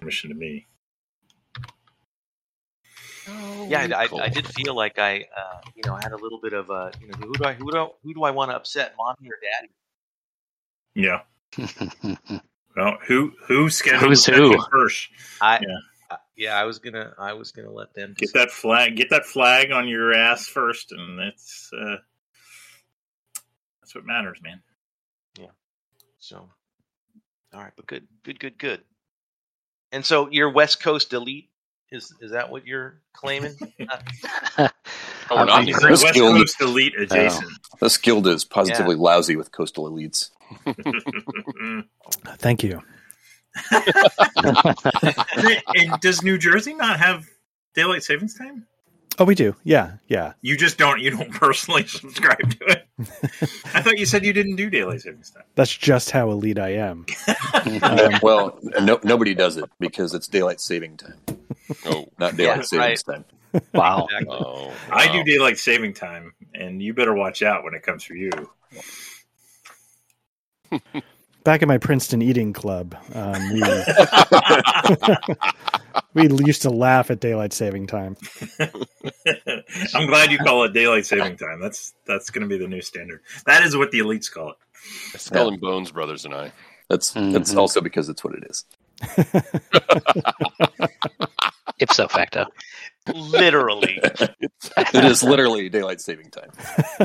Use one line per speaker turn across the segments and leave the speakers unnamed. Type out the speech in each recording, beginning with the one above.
permission to me.
yeah, I, I, I did feel like I, uh, you know, I had a little bit of a, you know, who do I, who do, I, who do I want to upset, mommy or daddy?
Yeah. Well, who who scheduled
Who's
the
who?
session first?
I,
Yeah.
I- Uh, yeah, I was gonna, I was gonna let them.
Get that flag. Get that flag on your ass first, and that's uh, that's what matters, man.
So, all right, but good, good, good, good. And so your West Coast elite is is that what you're claiming?
I'm,
not
I'm
using
He's
the
Chris
West
Gilda.
Coast elite
Oh.
adjacent.
This guild is positively lousy with coastal elites.
Thank you.
and does New Jersey not have daylight savings time?
Oh, we do. Yeah, yeah.
You just don't. You don't personally subscribe to it. I thought you said you didn't do daylight savings time.
That's just how elite I am.
Oh,
Um,
Yeah, well, no, nobody does it because it's daylight saving time,
Oh,
not daylight
Yeah,
savings time.
Wow.
Exactly.
oh
I
wow.
do daylight saving time, and you better watch out when it comes for you.
Back at my Princeton eating club, um, we, we used to laugh at daylight saving time.
I'm glad you call it daylight saving time. That's that's going to be the new standard. That is what the elites call it.
Skull and Bones brothers and I.
That's that's
Mhm.
also because it's what it is.
Ipso facto.
Literally,
It is literally daylight saving time.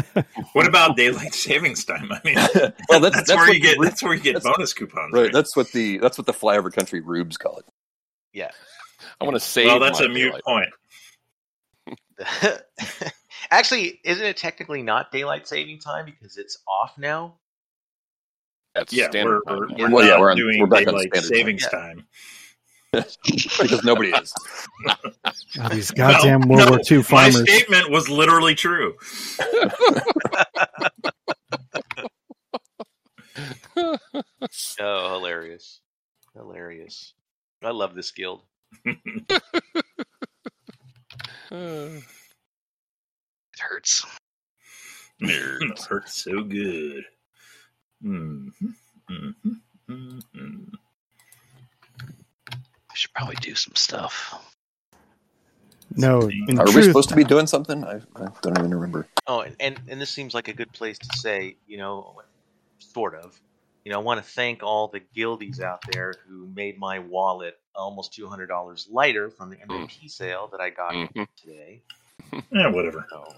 What about daylight savings time? I mean,
Well, that's
that's, where
what
you get
the Ru-
that's where you get
that's-
bonus coupons.
right. That's what the that's what the flyover country rubes call it.
yeah.
I want to save.
well, that's
my
a mute
daylight.
point.
Actually, isn't it technically not daylight saving time because it's off now?
That's
Yeah, we're,
standard time
we're,
now.
we're
Well, yeah,
not
we're on-
doing
we're back on
daylight
standard time.
savings
Yeah.
time.
because nobody is.
Oh, these goddamn
Well,
World
no,
War II
My
farmers.
statement was literally true.
Oh, hilarious. Hilarious. I love this guild.
Uh,
It hurts.
It hurts so good. Mhm, mhm, mhm.
I should probably do some stuff.
No, in
Are we
truth,
supposed to be doing something? I, I don't even remember.
Oh, and, and, and this seems like a good place to say, you know, sort of. You know, I want to thank all the guildies out there who made my wallet almost $200 lighter from the
Mm.
MVP sale that I got
mhm.
today.
Yeah, whatever.
So,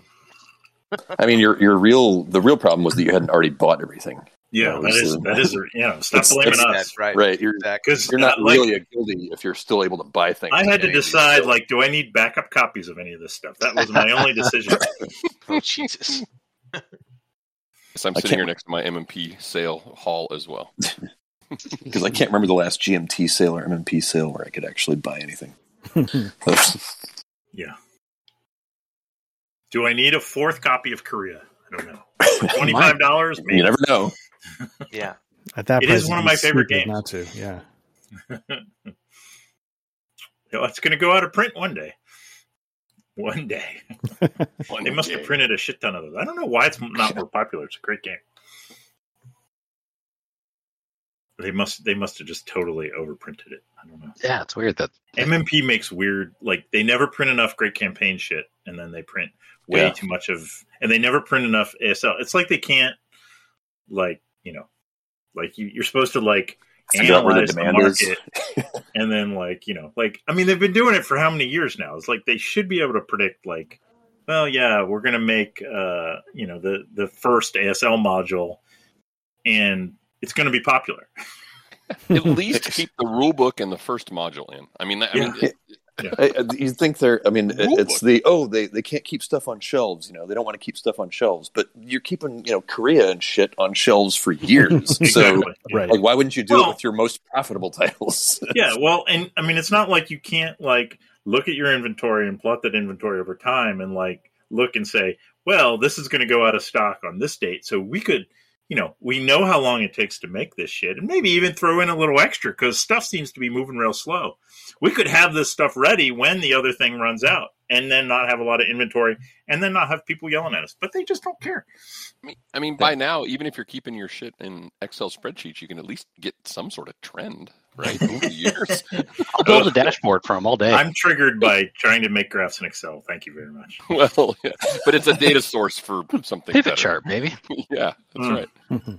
I mean, your your real the real problem was that you hadn't already bought everything,
Yeah,
No,
that is
it's, uh,
that is yeah. Stop
it's-
blaming
it's-
us
that's right.
right? You're
Exactly.
because
you're not
like,
really a guilty if you're still able to buy things.
I had to
today.
decide like, do I need backup copies of any of this stuff? That was my only decision.
Oh, Jesus.
so I'm
I
sitting
can't-
here next to my MMP sale hall as well.
because I can't remember the last GMT sale or MMP sale where I could actually buy anything.
Yeah. Do I need a fourth copy of Korea? I don't know. Twenty five dollars?
you never know.
Yeah.
at that
It is
price,
one of
it'd
my
be
favorite
stupid
games.
Not to, yeah.
It's going to go out of print one day. One day. They must have
Okay.
printed a shit ton of those. I don't know why it's not more popular. It's a great game. They must. They must have just totally overprinted it. I don't know.
Yeah, it's weird that
MMP makes weird like they never print enough great campaign shit and then they print way
Yeah.
too much of and they never print enough ASL. It's like they can't like, you know, like you, you're supposed to like
Figure out where the
analyze the
demand
market and then like, you know, like I mean they've been doing it for how many years now? It's like they should be able to predict like, well, yeah, we're gonna make uh, you know, the the first ASL module and it's gonna be popular.
At least keep the rule book and the first module in. I mean, that, I mean,
Yeah.
it-
I, I- you think they're? I mean, it-
Rule
it's
book.
the oh they they can't keep stuff on shelves. You know, they don't want to keep stuff on shelves, but you're keeping you know Korea and shit on shelves for years. so.
Exactly.
Right.
Like, why wouldn't you do
Well-
it with your most profitable titles?
yeah well and i mean it's not like you can't like look at your inventory and plot that inventory over time and like look and say well this is going to go out of stock on this date so we could you know we know how long it takes to make this shit and maybe even throw in a little extra because stuff seems to be moving real slow we could have this stuff ready when the other thing runs out and then not have a lot of inventory and then not have people yelling at us but they just don't care
I mean, I mean, by now, even if you're keeping your shit in Excel spreadsheets, you can at least get some sort of trend, right? Over the years,
I'll
build a dashboard from all day.
I'm triggered by trying to make graphs in Excel. Thank you very much.
Well, yeah. but it's a data source for something.
Pivot
better.
chart, baby.
Yeah, that's
Mm.
right.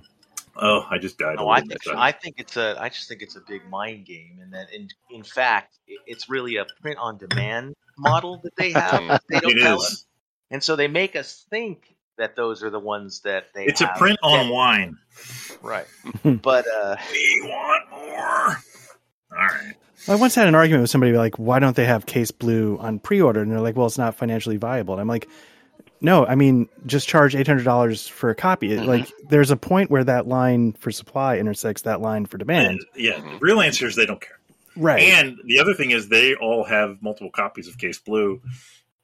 Oh, I just died. a
No, I
little
think
bit.
I think it's a I just think it's a big mind game, and that in in fact it- it's really a print on demand model that they have. They don't
Mm. it
tell
is.
us, and so they make us think that those are the ones that they.
It's a
have.
print on wine.
right? but uh,
We want more. All right.
I once had an argument with somebody like, why don't they have Case Blue on pre order? And they're like, well, it's not financially viable. And I'm like, no, I mean, just charge $800 for a copy. It-
Mhm.
Like, there's a point where that line for supply intersects that line for demand.
And yeah, mm-hmm. the real answer is they don't care.
right.
And the other thing is they all have multiple copies of Case Blue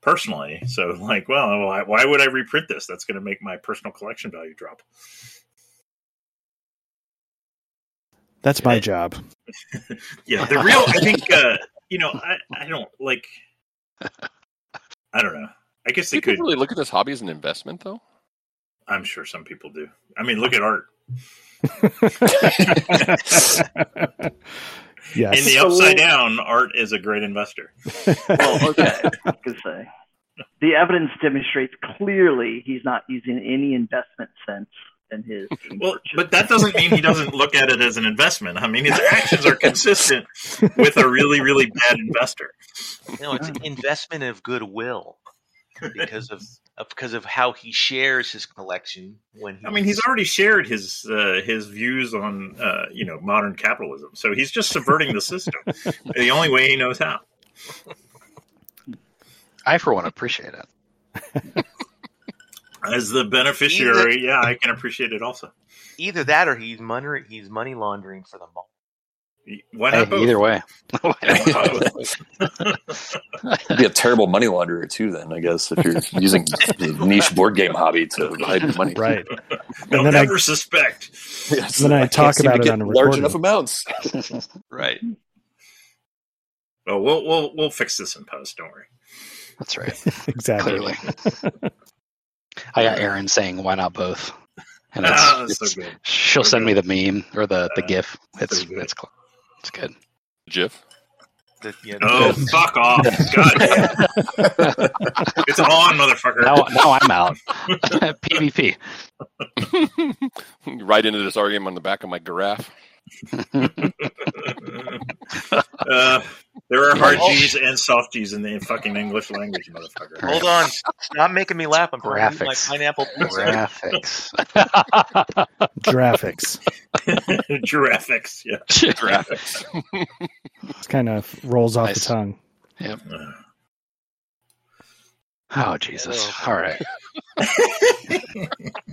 personally. So like, well, why, why would I reprint this? That's going to make my personal collection value drop.
That's my
Yeah.
job.
Yeah, the real. I think uh, you know. I, I don't like. I don't know. I guess they
People
could.
really look at this hobby as an investment, though.
I'm sure some people do. I mean, look at art.
yes.
In the upside down, art is a great investor.
Well, Oh, okay. I could say. The evidence demonstrates clearly he's not using any investment sense in his.
Well, but that doesn't mean he doesn't look at it as an investment. I mean, his actions are consistent with a really, really bad investor.
no, it's an investment of goodwill because of of- because of how he shares his collection when he
I mean, he's already shared his uh, his views on uh, you know modern capitalism, so he's just subverting the system the only way he knows how.
I, for one, appreciate it.
As the beneficiary, yeah, I can appreciate it also.
either that or he's money he's money laundering for the mall.
Why
Hey,
not both?
either way. Why not?
It'd be a terrible money launderer too. Then I guess if you're using the niche board game hobby to hide money,
right.
They'll
And then I-
never suspect.
Yes,
Then I
can't
talk
seem to
about it
get
on a
large
recording.
enough amounts.
Right.
Well, we'll we'll we'll fix this in post. Don't worry.
That's right.
Exactly.
Clearly. I got Aaron saying, why not both? And it's,
Ah, that's
it's-
so good.
she'll
So
send me the meme or the, the
Uh,
GIF. It's,
so good.
it's, cool. it's good.
Jif.
The, you know,
Oh, fuck off! God, damn. it's on, motherfucker.
Now, now I'm out. PvP.
right into this argument on the back of my giraffe.
uh, there are hard G's and soft G's in the fucking English language, motherfucker.
Hold on. Stop making me laugh. I'm trying to eat my
Graphics.
pineapple pizza.
Graphics.
Graphics.
Giraffics, yeah.
Graphics.
It's kind of rolls off
Nice.
the tongue.
oh, Jesus. All right.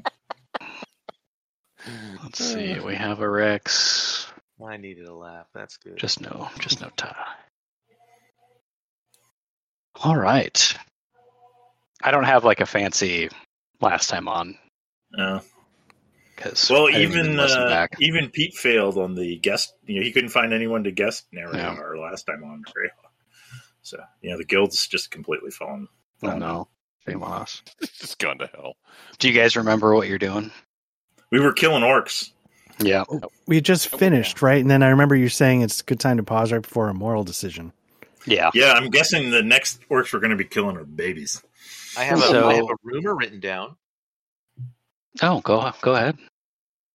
Let's see. We have a Rex.
I needed a laugh. That's good.
Just no, just no tie. All right. I don't have like a fancy last time on
Uh,
because
well, even uh, even Pete failed on the guest. You know, he couldn't find anyone to guest narrate
Yeah.
our last time on Greyhawk. So you know, the guild's just completely fallen.
I don't know. Shame on us.
it's just gone to
Oh.
hell.
Do you guys remember what you're doing? Oh,
We were killing orcs.
Yeah.
We just finished, right? And then I remember you saying it's a good time to pause right before a moral decision.
Yeah.
Yeah, I'm guessing the next orcs we're going to be killing are babies.
I have, a,
So-
I have a rumor written down.
Oh, go go ahead.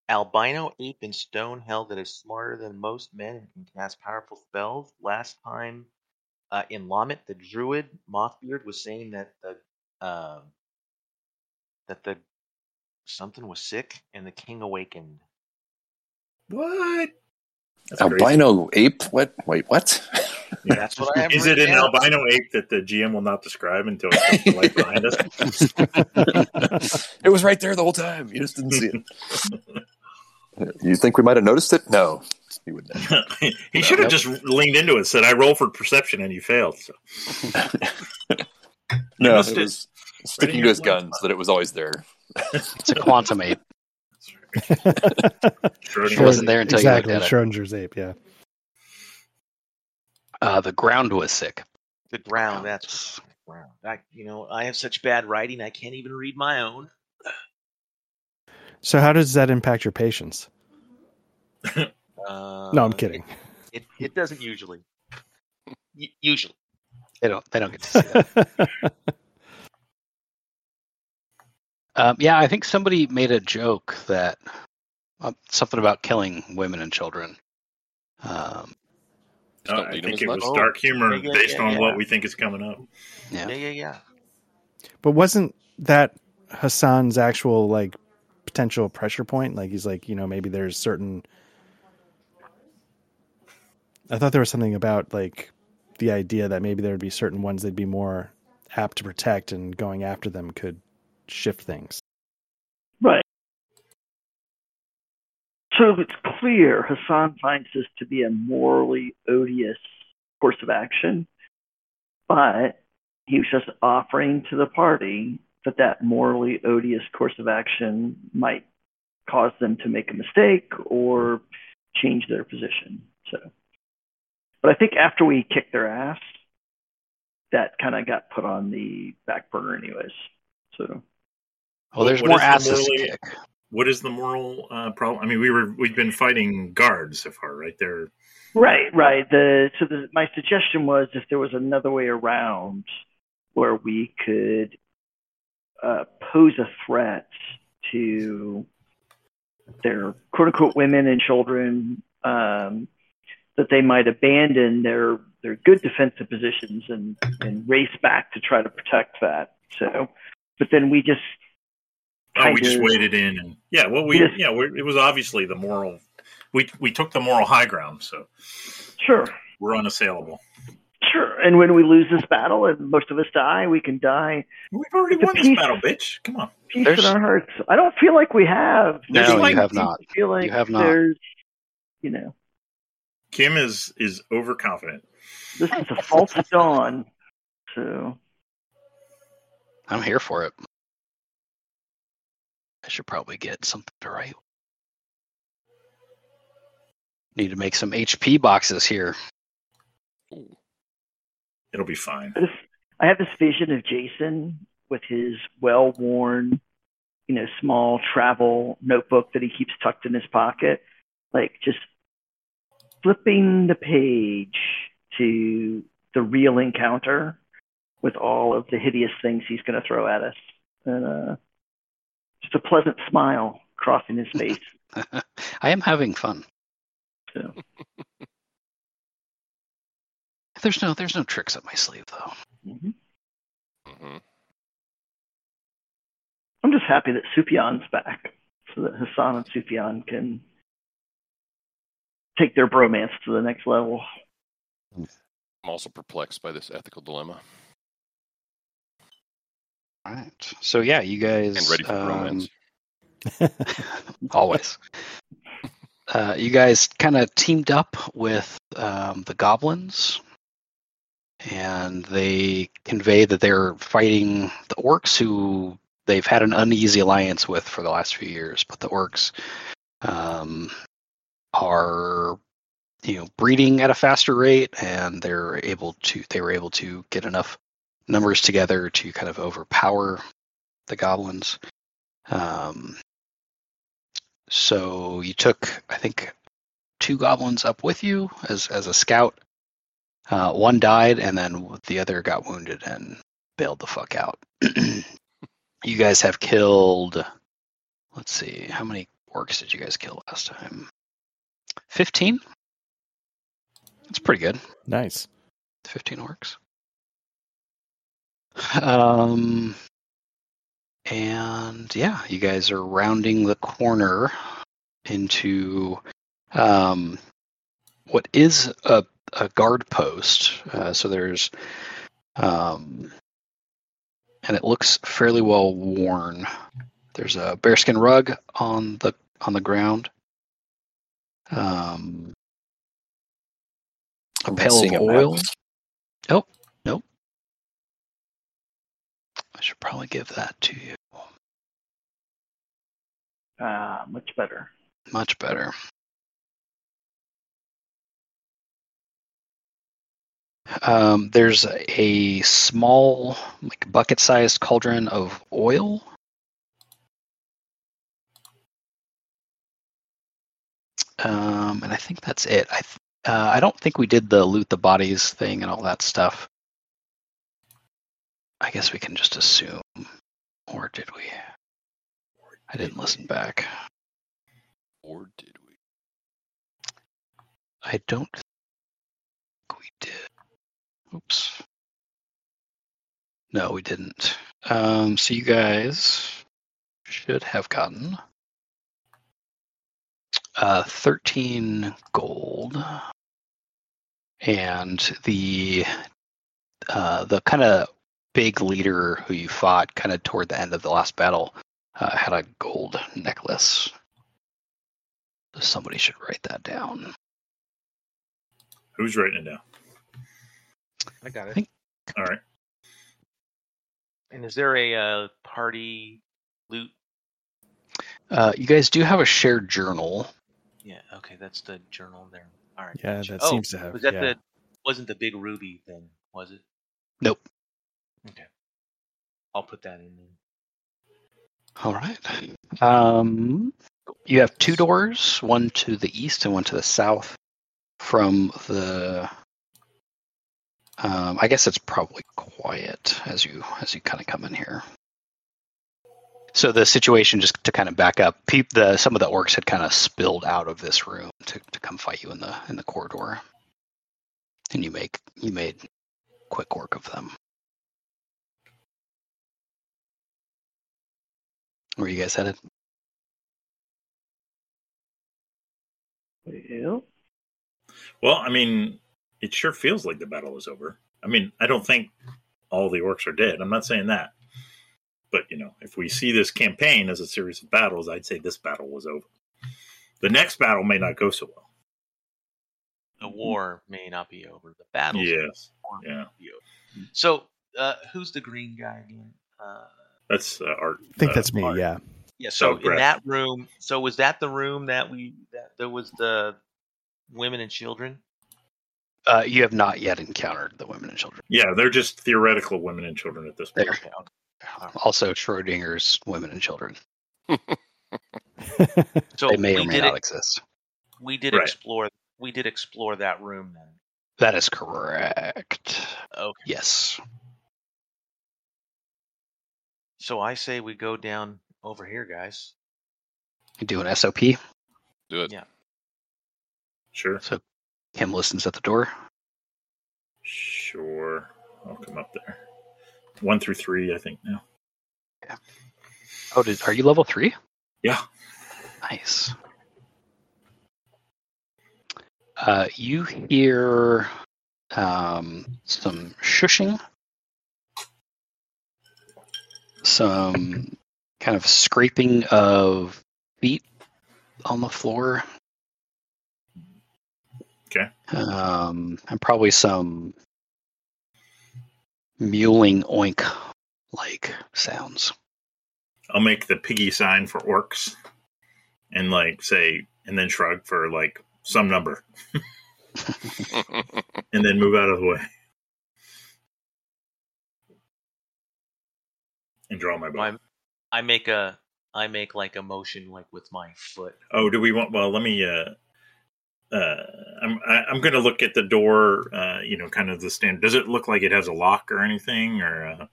Albino ape in Stonehell that is smarter than most men and can cast powerful spells. Last time uh, in Lamet, the druid Mothbeard was saying that the um that the something was sick and the king awakened.
What? That's crazy.
Albino ape? What? Wait, what?
That's what I have.
Is it
written
an
down.
albino ape that the GM will not describe until it's like behind us?
It was right there the whole time. You just didn't see it. you think we might have noticed it? No, you would not.
he should have just leaned into it. and Said, "I roll for perception and you failed." So.
No,
missed
it
it.
was
Right
sticking
in
to
your
his
blind
guns that it was always there.
It's a quantum ape. It
Schrodinger.
wasn't there until you looked
exactly.
at it.
Schrodinger's ape, yeah.
Uh, the ground was sick.
The ground. That's ground. I, you know, I have such bad writing. I can't even read my own.
So how does that impact your patience?
Uh,
No, I'm kidding.
Uh,
It, it, it doesn't usually. U- usually.
They don't. They don't get to see that. um, yeah, I think somebody made a joke that uh, something about killing women and children. Um,
No,
Don't
I
need 'em
think
as
it
much.
was dark humor
Yeah, yeah,
based on
yeah.
what we think is coming up.
Yeah.
Yeah, yeah, yeah.
but wasn't that Hassan's actual like potential pressure point? Like he's like, you know, maybe there's certain. I thought there was something about like the idea that maybe there would be certain ones they'd be more apt to protect, and going after them could shift things.
Right. So it's clear Hassan finds this to be a morally odious course of action, but he was just offering to the party that that morally odious course of action might cause them to make a mistake or change their position. So, but I think after we kicked their ass, that kind of got put on the back burner, anyways. So.
Well, there's
What
more
is the
asses to
morally-
kick.
What is the moral uh, problem? I mean, we were we've been fighting guards so far, right? They're
Right, right. The so the, my suggestion was if there was another way around where we could uh, pose a threat to their quote unquote women and children um, that they might abandon their their good defensive positions and and race back to try to protect that. So, but then we just
Oh, we
kind
just
of-
waded in, and yeah, well, we
Yes.
yeah, we're, it was obviously the moral. We we took the moral high ground, so
sure
we're unassailable.
sure. And when we lose this battle and most of us die, we can die
We've already
It's a
won this
piece-
battle, bitch. Come on,
peace
There's-
in our hearts. I don't feel like we have.
No,
There's
you
like-
have not.
I feel like
have not.
there's, you know,
Kim is is overconfident.
this is a false dawn. So
I'm here for it. I should probably get something to write. Need to make some HP boxes here.
It'll be fine.
I, just, I have this vision of Jason with his well-worn, you know, small travel notebook that he keeps tucked in his pocket, like just flipping the page to the real encounter with all of the hideous things he's going to throw at us, and uh, just a pleasant smile crossing his face.
I am having fun.
So.
There's no there's no tricks up my sleeve though.
Mhm.
hmm
I'm just happy that Sufyan's back so that Hassan and Sufyan can take their bromance to the next level.
I'm also perplexed by this ethical dilemma.
All right. So yeah, you guys um,
And ready for romance.
always. Uh, you guys kind of teamed up with um, the goblins, and they convey that they're fighting the orcs, who they've had an uneasy alliance with for the last few years. But the orcs um, are, you know, breeding at a faster rate, and they're able to. They were able to get enough numbers together to kind of overpower the goblins. Um, so you took, I think, two goblins up with you as as a scout. Uh, one died, and then the other got wounded and bailed the fuck out. you guys have killed. Let's see, how many orcs did you guys kill last time? Fifteen. That's pretty good.
Nice.
15 orcs. Um, and yeah, you guys are rounding the corner into um, what is a, a guard post. Uh, so there's, um, and it looks fairly well worn. There's a bearskin rug on the on the ground. Um, a pail of
Seeing a map.
oil. I should probably give that to you.
Ah, much better.
Much better. Um, there's a small, like bucket-sized cauldron of oil. Um, and I think that's it. I th- Uh, I don't think we did the loot the bodies thing and all that stuff. I guess we can just assume. Or did we? I didn't listen back.
Or did we?
I don't think we did. Oops. No, we didn't. Um, so you guys should have gotten uh, 13 gold and the uh, the kind of big leader who you fought kind of toward the end of the last battle uh, had a gold necklace so somebody should write that down
Who's writing it down?
I got
I
it.
think-
All right.
And is there a uh, party loot?
uh, you guys do have a shared journal
Yeah. Okay, that's the journal there. All right.
Yeah,
gotcha.
that
oh,
seems to have.
was that
yeah.
the wasn't the big ruby thing? Was it?
Nope.
Okay. I'll put that in. There.
All right. Um, you have two doors, one to the east and one to the south from the. Um, I guess it's probably quiet as you as you kind of come in here. So the situation, just to kind of back up, peep the some of the orcs had kind of spilled out of this room to, to come fight you in the in the corridor, and you make you made quick work of them. Where you guys headed?
Well,
Well, I mean, it sure feels like the battle is over. I mean, I don't think all the orcs are dead. I'm not saying that. But, you know, if we see this campaign as a series of battles, I'd say this battle was over. The next battle may not go so well.
The war may not be over. The battle.
Yes. Mm-hmm. Yeah.
So, uh, who's the green guy again? Uh,
That's uh, art.
I think
uh,
that's me.
art.
Yeah.
yeah. So in
Sheldrath.
that room. So was that the room that we that there was the women and children?
Uh, you have not yet encountered the women and children.
Yeah, they're just theoretical women and children at this point.
There.
Okay. okay.
Also, Schrodinger's women and children.
So
They may
Oh, we
or may
did
not
it-
exist.
we did
Right.
explore we did explore that room then.
That is correct.
Okay.
Yes.
So I say we go down over here, guys.
You do an SOP.
Do it.
Yeah.
Sure.
Kim listens at the door.
Sure. I'll come up there. One through three, I think now.
Oh, did, are you level three?
Yeah.
Nice. Uh, you hear um, some shushing, some kind of scraping of feet on the floor.
Okay.
Um, and probably some mewling oink like sounds.
I'll make the piggy sign for orcs and like say and then shrug for like some number
um,
and then move out of the way. And draw my bow.
I, I make a I make like a motion like with my foot.
Oh, do we want? Well, let me. Uh, uh, I'm I, I'm going to look at the door. Uh, you know, kind of the stand. Does it look like it has a lock or anything, or uh,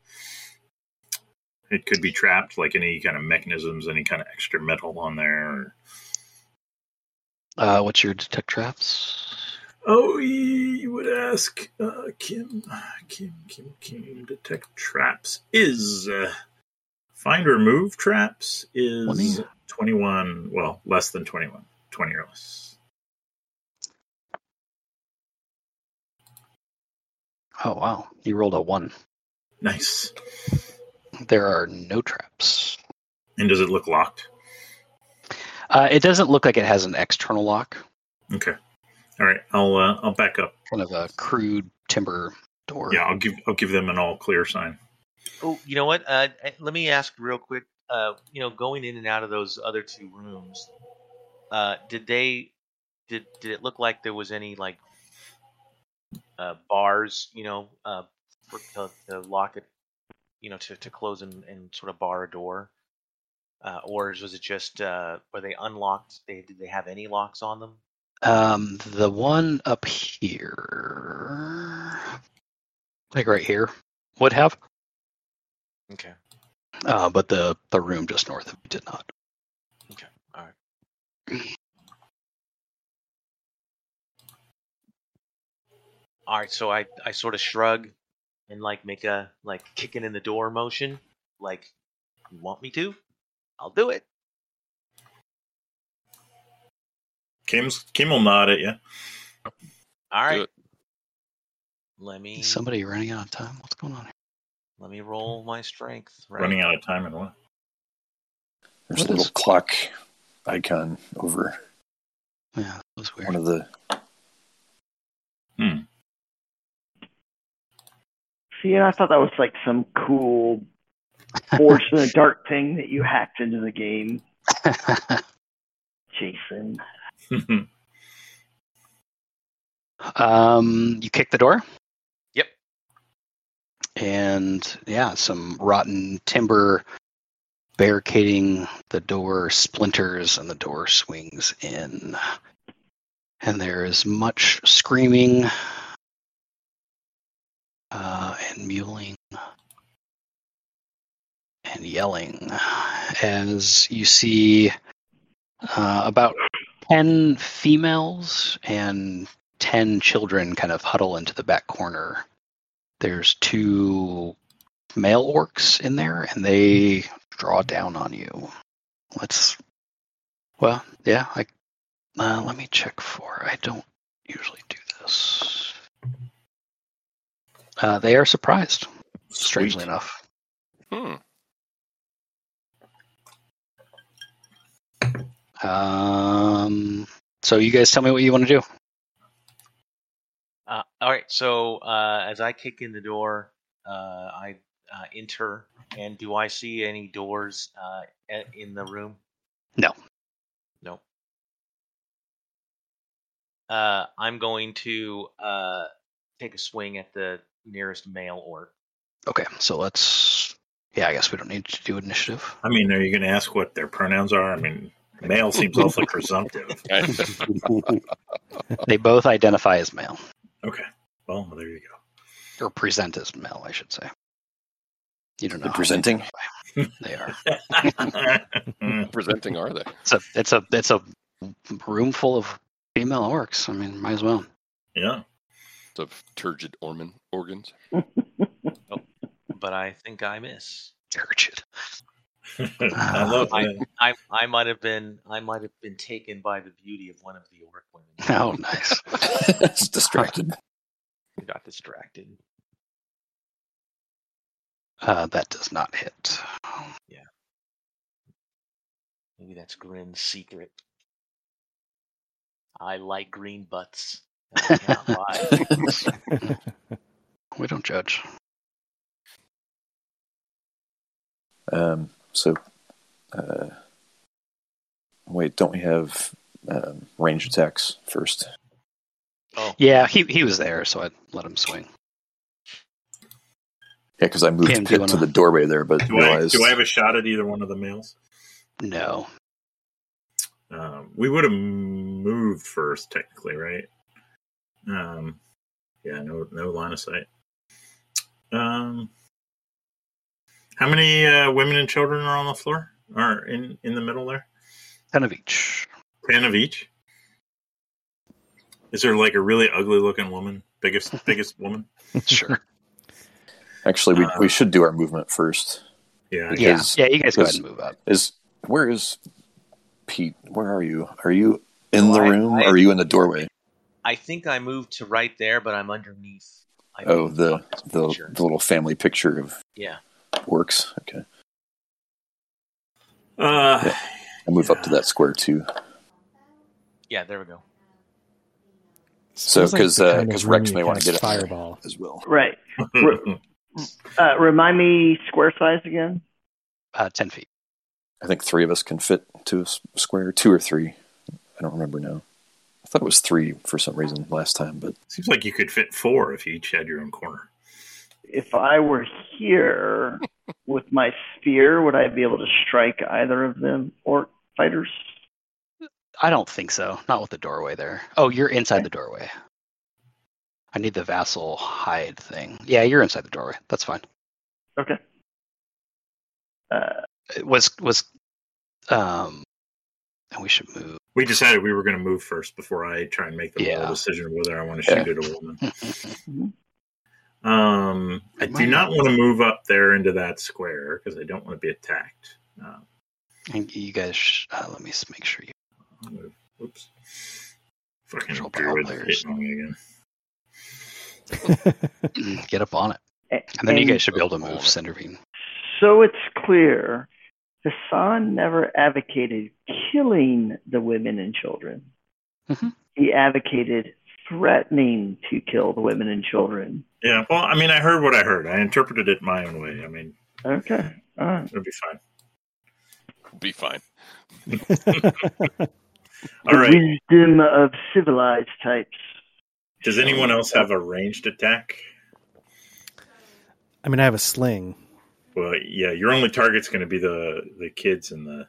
it could be trapped? Like any kind of mechanisms, any kind of extra metal on there? Or...
Uh, what's your detect traps?
Oh, you would ask uh, Kim, Kim, Kim, Kim. Detect traps is uh, find remove traps is twenty one. Well, less than twenty one. Twenty or less.
Oh wow, you rolled a one.
Nice.
There are no traps.
And does it look locked?
Uh, it doesn't look like it has an external lock.
Okay. All right. I'll uh, I'll back up.
Kind of a crude timber door.
Yeah, I'll give I'll give them an all clear sign.
Oh, you know what? Uh, uh, let me ask real quick. Uh, you know, going in and out of those other two rooms, uh, did they did did it look like there was any like uh, bars? You know, uh, for, to, to lock it, you know, to, to close and, and sort of bar a door, uh, or was it just uh, were they unlocked? They did they have any locks on them?
Um, the one up here, like right here, would have,
Okay.
uh, but the the room just north of it did not.
Okay. All right. All right. So I, I sort of shrug and like make a like kicking in the door motion. Like, you want me to? I'll do it.
Kim's Kim will nod at you.
All
Do
right.
it.
Let me
Is somebody running out of time? What's going on here?
let me roll my strength. Right.
Running out of time and what?
There's
What
a little
is-
clock icon over
Yeah, that was weird.
one of the.
See, and I thought that was like some cool forge in the dark thing that you hacked into the game, Jason.
um, you kick the door.
Yep.
And yeah, some rotten timber barricading the door splinters and the door swings in. And there is much screaming uh, and mewling and yelling as you see uh, about 10 females and 10 children kind of huddle into the back corner. There's two male orcs in there, and they draw down on you. Let's. Well, yeah, I. Uh, let me check for. I don't usually do this. Uh, they are surprised, strangely
Sweet.
enough.
Hmm.
Um, so you guys tell me what you want to do.
Uh, all right. So uh, as I kick in the door, uh, I uh, enter, and do I see any doors uh, a- in the room?
No.
No. Uh, I'm going to uh, take a swing at the nearest male orc.
Okay, so let's. Yeah, I guess we don't need to do initiative.
I mean, are you going to ask what their pronouns are? I mean, male seems awfully presumptive.
they both identify as male
Okay. Well, there you go.
or present as male, I should say. You don't know
They're
how
presenting?
they identify. They are.
presenting are they?
It's a it's a it's a room full of female orcs. I mean, might as well.
yeah.
Of turgid orman organs.
But I think I miss.
Turgid.
I love
I-
that.
I I might have been I might have been taken by the beauty of one of the orc women.
Oh, nice.
it's distracted.
who got distracted.
Uh, that does not hit.
Maybe that's Grin's secret. I like green butts. I cannot lie.
We don't judge.
Um, so, uh, wait, don't we have um, range attacks first?
Oh,
Yeah, he he was there, so I let him swing.
Yeah, because I moved
Cam, do you
Pip to
wanna-
the doorway there, but
Do I,
realized
do I have a shot at either one of the males?
No.
Um, we would have moved first, technically, right? Um, yeah, no, no line of sight. Um, how many uh, women and children are on the floor? Or in in the middle there?
Ten of each.
Ten of each. Is there like a really ugly looking woman? Biggest biggest woman?
Sure.
actually we,
Uh,
Um,
we should do our movement first.
Yeah. I-
yeah.
Because-
Yeah, you guys go ahead
because-
and move up.
Is where is Pete? Where are you? Are you in the
I-
room?
I-
or are you in the doorway?
I think I moved to right there, but I'm underneath. I
Oh,
moved
the
up this
the,
picture.
the little family picture of
yeah.
works. Okay,
Uh,
I move up to that square too.
Yeah, there we go.
So,
Feels like
'cause,
the
uh,
kind of
'cause
room
Rex
you
may
can
wanna get up there.
fireball.
As well,
Right. Uh, remind me square size again.
Uh, ten feet.
I think three of us can fit to a s- square, two or three. I don't remember now. I thought it was three for some reason last time, but
seems like you could fit four if you each had your own corner.
If I were here with my spear, would I be able to strike either of them orc fighters?
I don't think so. Not with the doorway there. Oh, you're inside the doorway. I need the vassal hide thing. Yeah, you're inside the doorway. That's fine.
Okay. Uh,
It was was um and we should move.
We decided we were going to move first before I try and make the moral
Yeah.
decision whether I want to shoot at a woman.
Mhm.
Um, I
Mm-hmm. It
do
might
not
not
want to move up there into that square because I don't want to be attacked. Uh,
And you guys sh- uh, let me s- make sure you
I'll move. Oops. Fucking
Control
druid
power
hit me again.
Mm, get up on it.
a-
And then you
and
guys should be able to move
Alright.
Cindervine.
So it's clear Hassan never advocated killing the women and children.
Mhm.
He advocated threatening to kill the women and children.
Yeah, well, I mean, I heard what I heard. I interpreted it my own way. I mean,
Okay. All right.
it'll be fine.
Be fine.
All right.
The wisdom of civilized types.
Does anyone else have a ranged attack?
I mean, I have a sling.
Well, yeah, your only target's going to be the the kids and the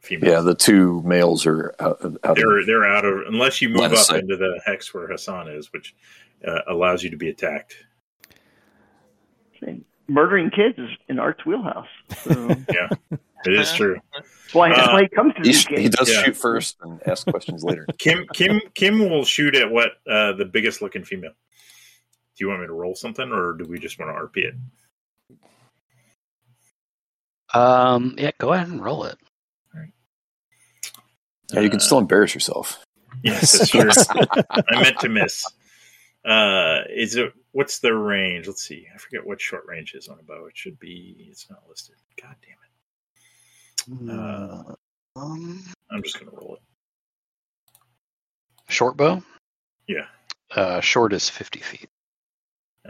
females.
Yeah, the two males are out, out
they're
of
they're out of unless you move
Line of
up
sight.
into the hex where Hassan is, which uh, allows you to be attacked.
Murdering kids is in Art's wheelhouse. So
It is
Uh-huh.
true.
that's why, that's
Uh,
why he comes to
He,
these
sh- he
games.
does
Yeah.
shoot first and ask questions later.
Kim Kim Kim will shoot at what uh, the biggest looking female. Do you want me to roll something, or do we just want to RP it?
Um yeah, go ahead and roll it.
Yeah, you can
Uh,
still embarrass yourself.
Yes, that's true. I meant to miss. Uh, is it what's the range? Let's see. I forget what short range is on a bow. It should be. It's not listed. God damn it! Uh,
um
I'm just gonna roll it.
short bow?
Yeah.
Uh short is fifty feet.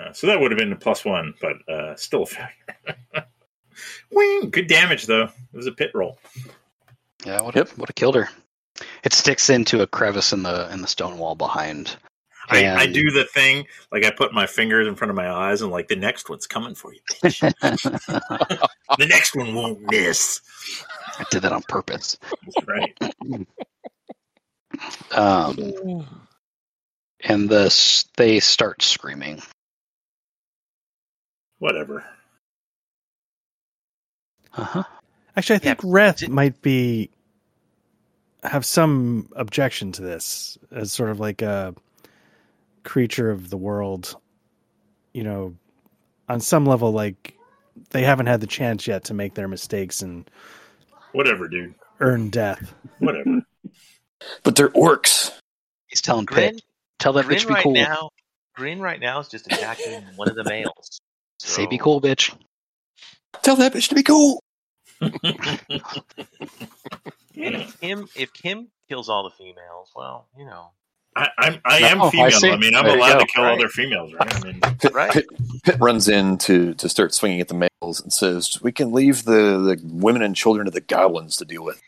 Uh, so that would have been a plus one, but uh, still a failure. Wing. Good damage though. It was a pit roll.
Yeah, would
Yep.
have would have killed her. It sticks into a crevice in the in the stone wall behind.
I, I
And-
do the thing like I put my fingers in front of my eyes and like the next one's coming for you. bitch. the next one won't miss.
I did that on purpose.
That's right.
Um, and the s- they start screaming.
Whatever.
Uh
Uh-huh.
huh.
Actually, I
Yeah,
think Wrath
d-
might be have some objection to this as sort of like a creature of the world. You know, on some level, like they haven't had the chance yet to make their mistakes and
Whatever, dude.
earn death.
Whatever.
But they're orcs.
He's telling
Grin,
Pitch, tell that
Grin
bitch be
right
cool.
now, Grin right now is just attacking one of the males.
Say be
So-
cool, bitch.
Tell that bitch to be cool.
If Kim, if Kim kills all the females, well, you know,
I, I'm, I am
Oh, I
female.
see.
I, mean, I'm
There you
allowed
go.
to kill
Right.
other females, right? I mean,
Pit,
Right.
Pit, Pit runs in to, to start swinging at the males and says, "We can leave the, the women and children to the goblins to deal with."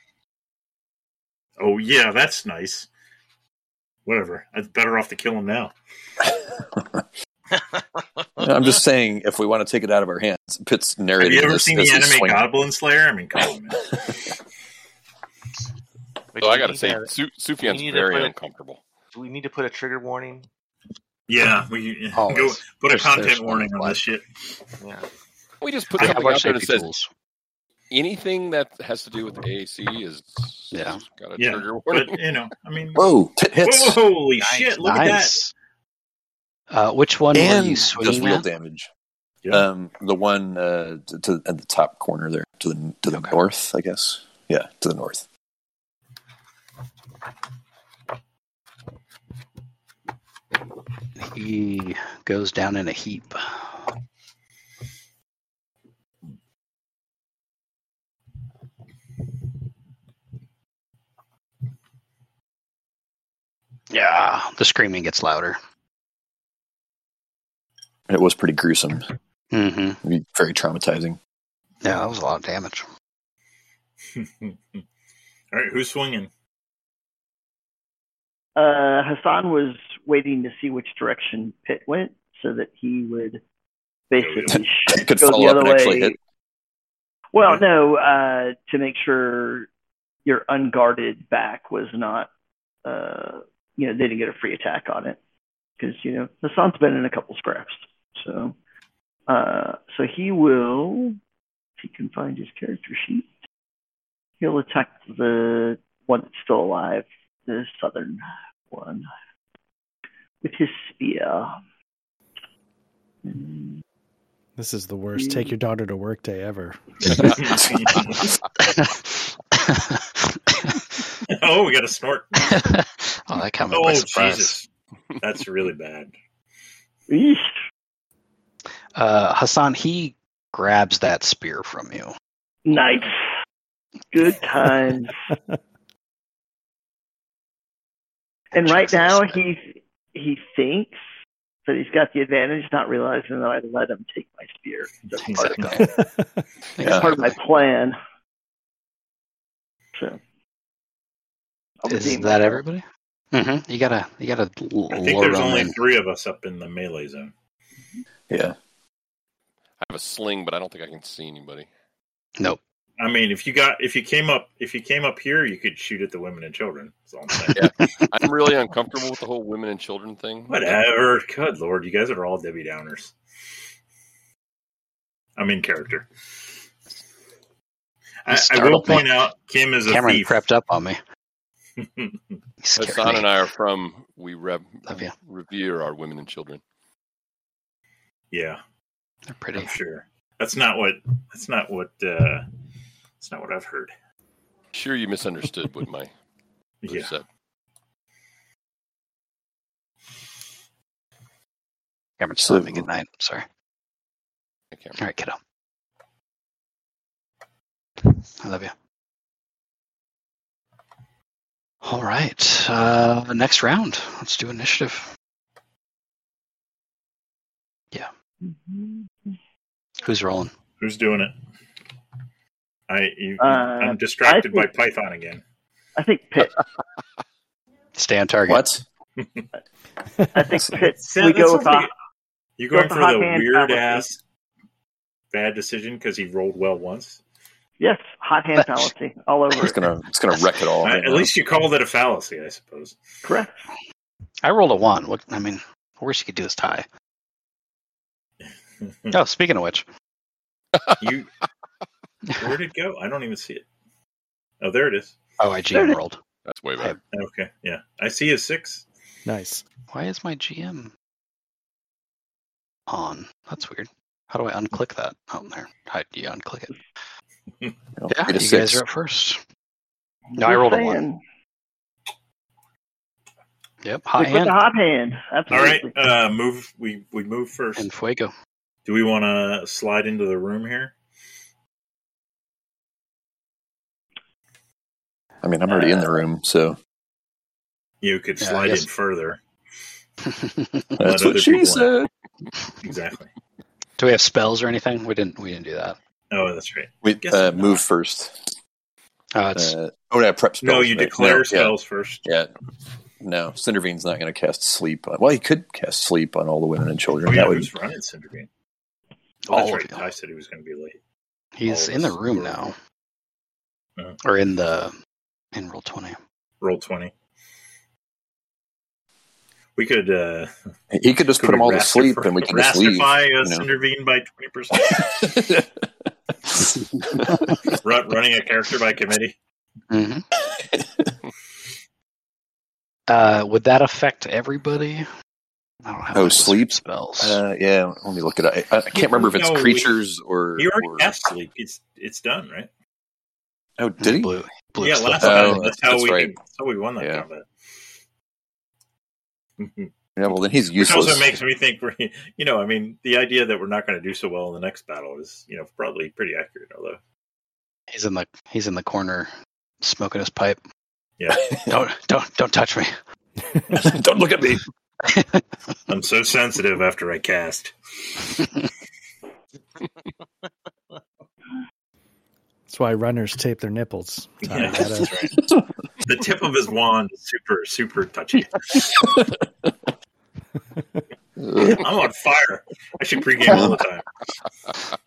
oh yeah, that's nice. Whatever. It's better off to kill them now.
I'm just saying, if we want to take it out of our hands, Pitt's
Have
narrating.
you ever
this
seen
as
the
he's
anime
swinging.
Goblin Slayer? I mean, come on, man.
But
So Oh, I
you
gotta
need
say,
to-
Su- Sufian's
we need to
very
put it-
uncomfortable.
do we need to put a trigger warning?
Yeah, we go
Always.
put a
There's-
content
there's one
warning on
flag.
this shit.
Yeah.
We just put
We have
something
our
out there that
safety
says
tools.
anything that has to do with AAC is
Yeah.
got a
Yeah,
trigger warning.
But you know, I mean,
Whoa! Pit hits
Whoa, holy
Nice.
shit! Look
nice. Uh, which one were you
and does
swinging
real
at?
damage.
at that. Yeah.
Um, the one uh, to, to at the top corner there, to the to the
Okay.
north, I guess. Yeah, to the north.
He goes down in a heap. Yeah, the screaming gets louder.
It was pretty gruesome,
Mm-hmm.
It'd be very traumatizing.
Yeah, that was a lot of damage.
All right, who's swinging?
Uh, Hassan was waiting to see which direction Pitt went so that he would basically sh-
Could
go
follow
the
up
other
and actually
way.
hit.
Well, no, uh, to make sure your unguarded back was not, uh, you know, they didn't get a free attack on it because you know Hassan's been in a couple scraps, so uh, so he will, if he can find his character sheet, he'll attack the one that's still alive, the southern one, with his spear. Mm,
This is the worst take your daughter to work day ever.
oh,
oh, we got a snort.
that came as
Oh,
my surprise.
Jesus. That's really bad.
Eesh.
Uh, Hassan, he grabs that spear from you.
Nice. Good times. and right
Jesus.
now he he thinks that he's got the advantage, not realizing that I let him take my spear. That's part of,
Exactly.
that's part of my plan. So, I'll
Is
redeem
that
myself.
everybody? hmm You gotta, you gotta l-
I think
lord
there's
on
only
in.
three of us up in the melee zone.
Yeah.
have a sling, but I don't think I can see anybody.
Nope.
I mean, if you got if you came up if you came up here, you could shoot at the women and children. That's all I'm saying.
I'm really uncomfortable with the whole women and children thing.
Whatever. Good lord, you guys are all Debbie Downers. I'm in character. I, I will
startled me.
point out Kim is a
Cameron
thief.
crept up on me. He scared
Hassan
me.
and I are from we rev-
Love ya.
revere our women and children.
yeah, I'm
They're pretty.
sure. That's not what. That's not what. uh That's not what I've heard.
Sure, you misunderstood what my
Yeah.
said.
Cameron
So-
said me good night. Sorry.
I can't
All right, kiddo. I love you. All right. Uh, next round. Let's do initiative.
Mm-hmm.
Who's rolling?
Who's doing it? I. You,
Uh,
I'm distracted
I
by Python again.
I think Pitt.
Stay on target.
What?
I think Pitt.
So
we
that's
go with
something-
the-
You're
go
going
with the
for
hot
the
hand
weird
fallacy.
ass bad decision because he rolled well once.
yes, hot hand fallacy all over.
It's
It.
gonna it's gonna wreck it all.
I- at least you called it a fallacy, I suppose.
Correct.
I rolled a one. What? I mean, the worst you could do is tie. Oh, speaking of which,
you where did it go? I don't even see it. Oh, there it is.
oh, I GM rolled.
That's way better.
Okay, yeah, I see a six.
Nice.
Why is my GM on? That's weird. How do I unclick that? Oh, there. How do you unclick it? Yeah,
Get
you
a
guys
Oh, six.
are up first. No, I rolled a one.
Saying,
Yep,
We
hot
put
hand
the hot hand.
All right,
Absolutely.
uh, move. We we move first.
and fuego.
Do we want to slide into the room here?
I mean, I'm already in the room, so
You could
Yeah, I
slide
guess.
in further.
do
that's
other
what she
people
said.
Exactly.
we have spells or anything? We didn't. We didn't do that.
Oh, that's right.
We
Guess
uh,
not.
move first.
Uh, it's
Uh, oh no, prep spells.
No, you
right?
declare
No, yeah,
spells first.
yeah. No, Cindervine's not going to cast sleep. On, well, he could cast sleep on all the women and
Oh
children.
yeah,
that would
who's running Cindergreen? Oh,
all
that's
of
right.
you.
I said he was going to be late.
He's
all
in the
of us
room
were-
now,
Uh-huh.
or in the in roll twenty.
Roll twenty. We could uh,
he could just
could
put them
we
all to
rastif-
sleep, and we can just leave.
rastify uh,
you know?
Cindervine by twenty percent. Run, running a character by committee.
Mm-hmm. uh, would that affect everybody? I don't have
Oh,
my wizard
sleep?
spells.
uh, yeah, let me look at it. I, I can't remember if it's
No, we-
creatures or.
You already
or-
cast sleep. It's it's done, right?
Oh, did he?
Blue, blue
yeah,
stuff.
last
Oh,
time. That's
that's-
how
that's
we
right.
that's how we won that
Yeah.
combat.
Yeah, well, then he's
Which
useless.
also makes me think we're you know, I mean, the idea that we're not going to do so well in the next battle is you know probably pretty accurate. Although
He's in the he's in the corner, smoking his pipe.
Yeah.
don't don't don't touch me.
Don't look at me.
I'm so sensitive after I cast.
That's why runners tape their nipples. Ty,
Yeah,
you gotta-
that's right. The tip of his wand is super super touchy. I'm on fire. I should pregame all the time.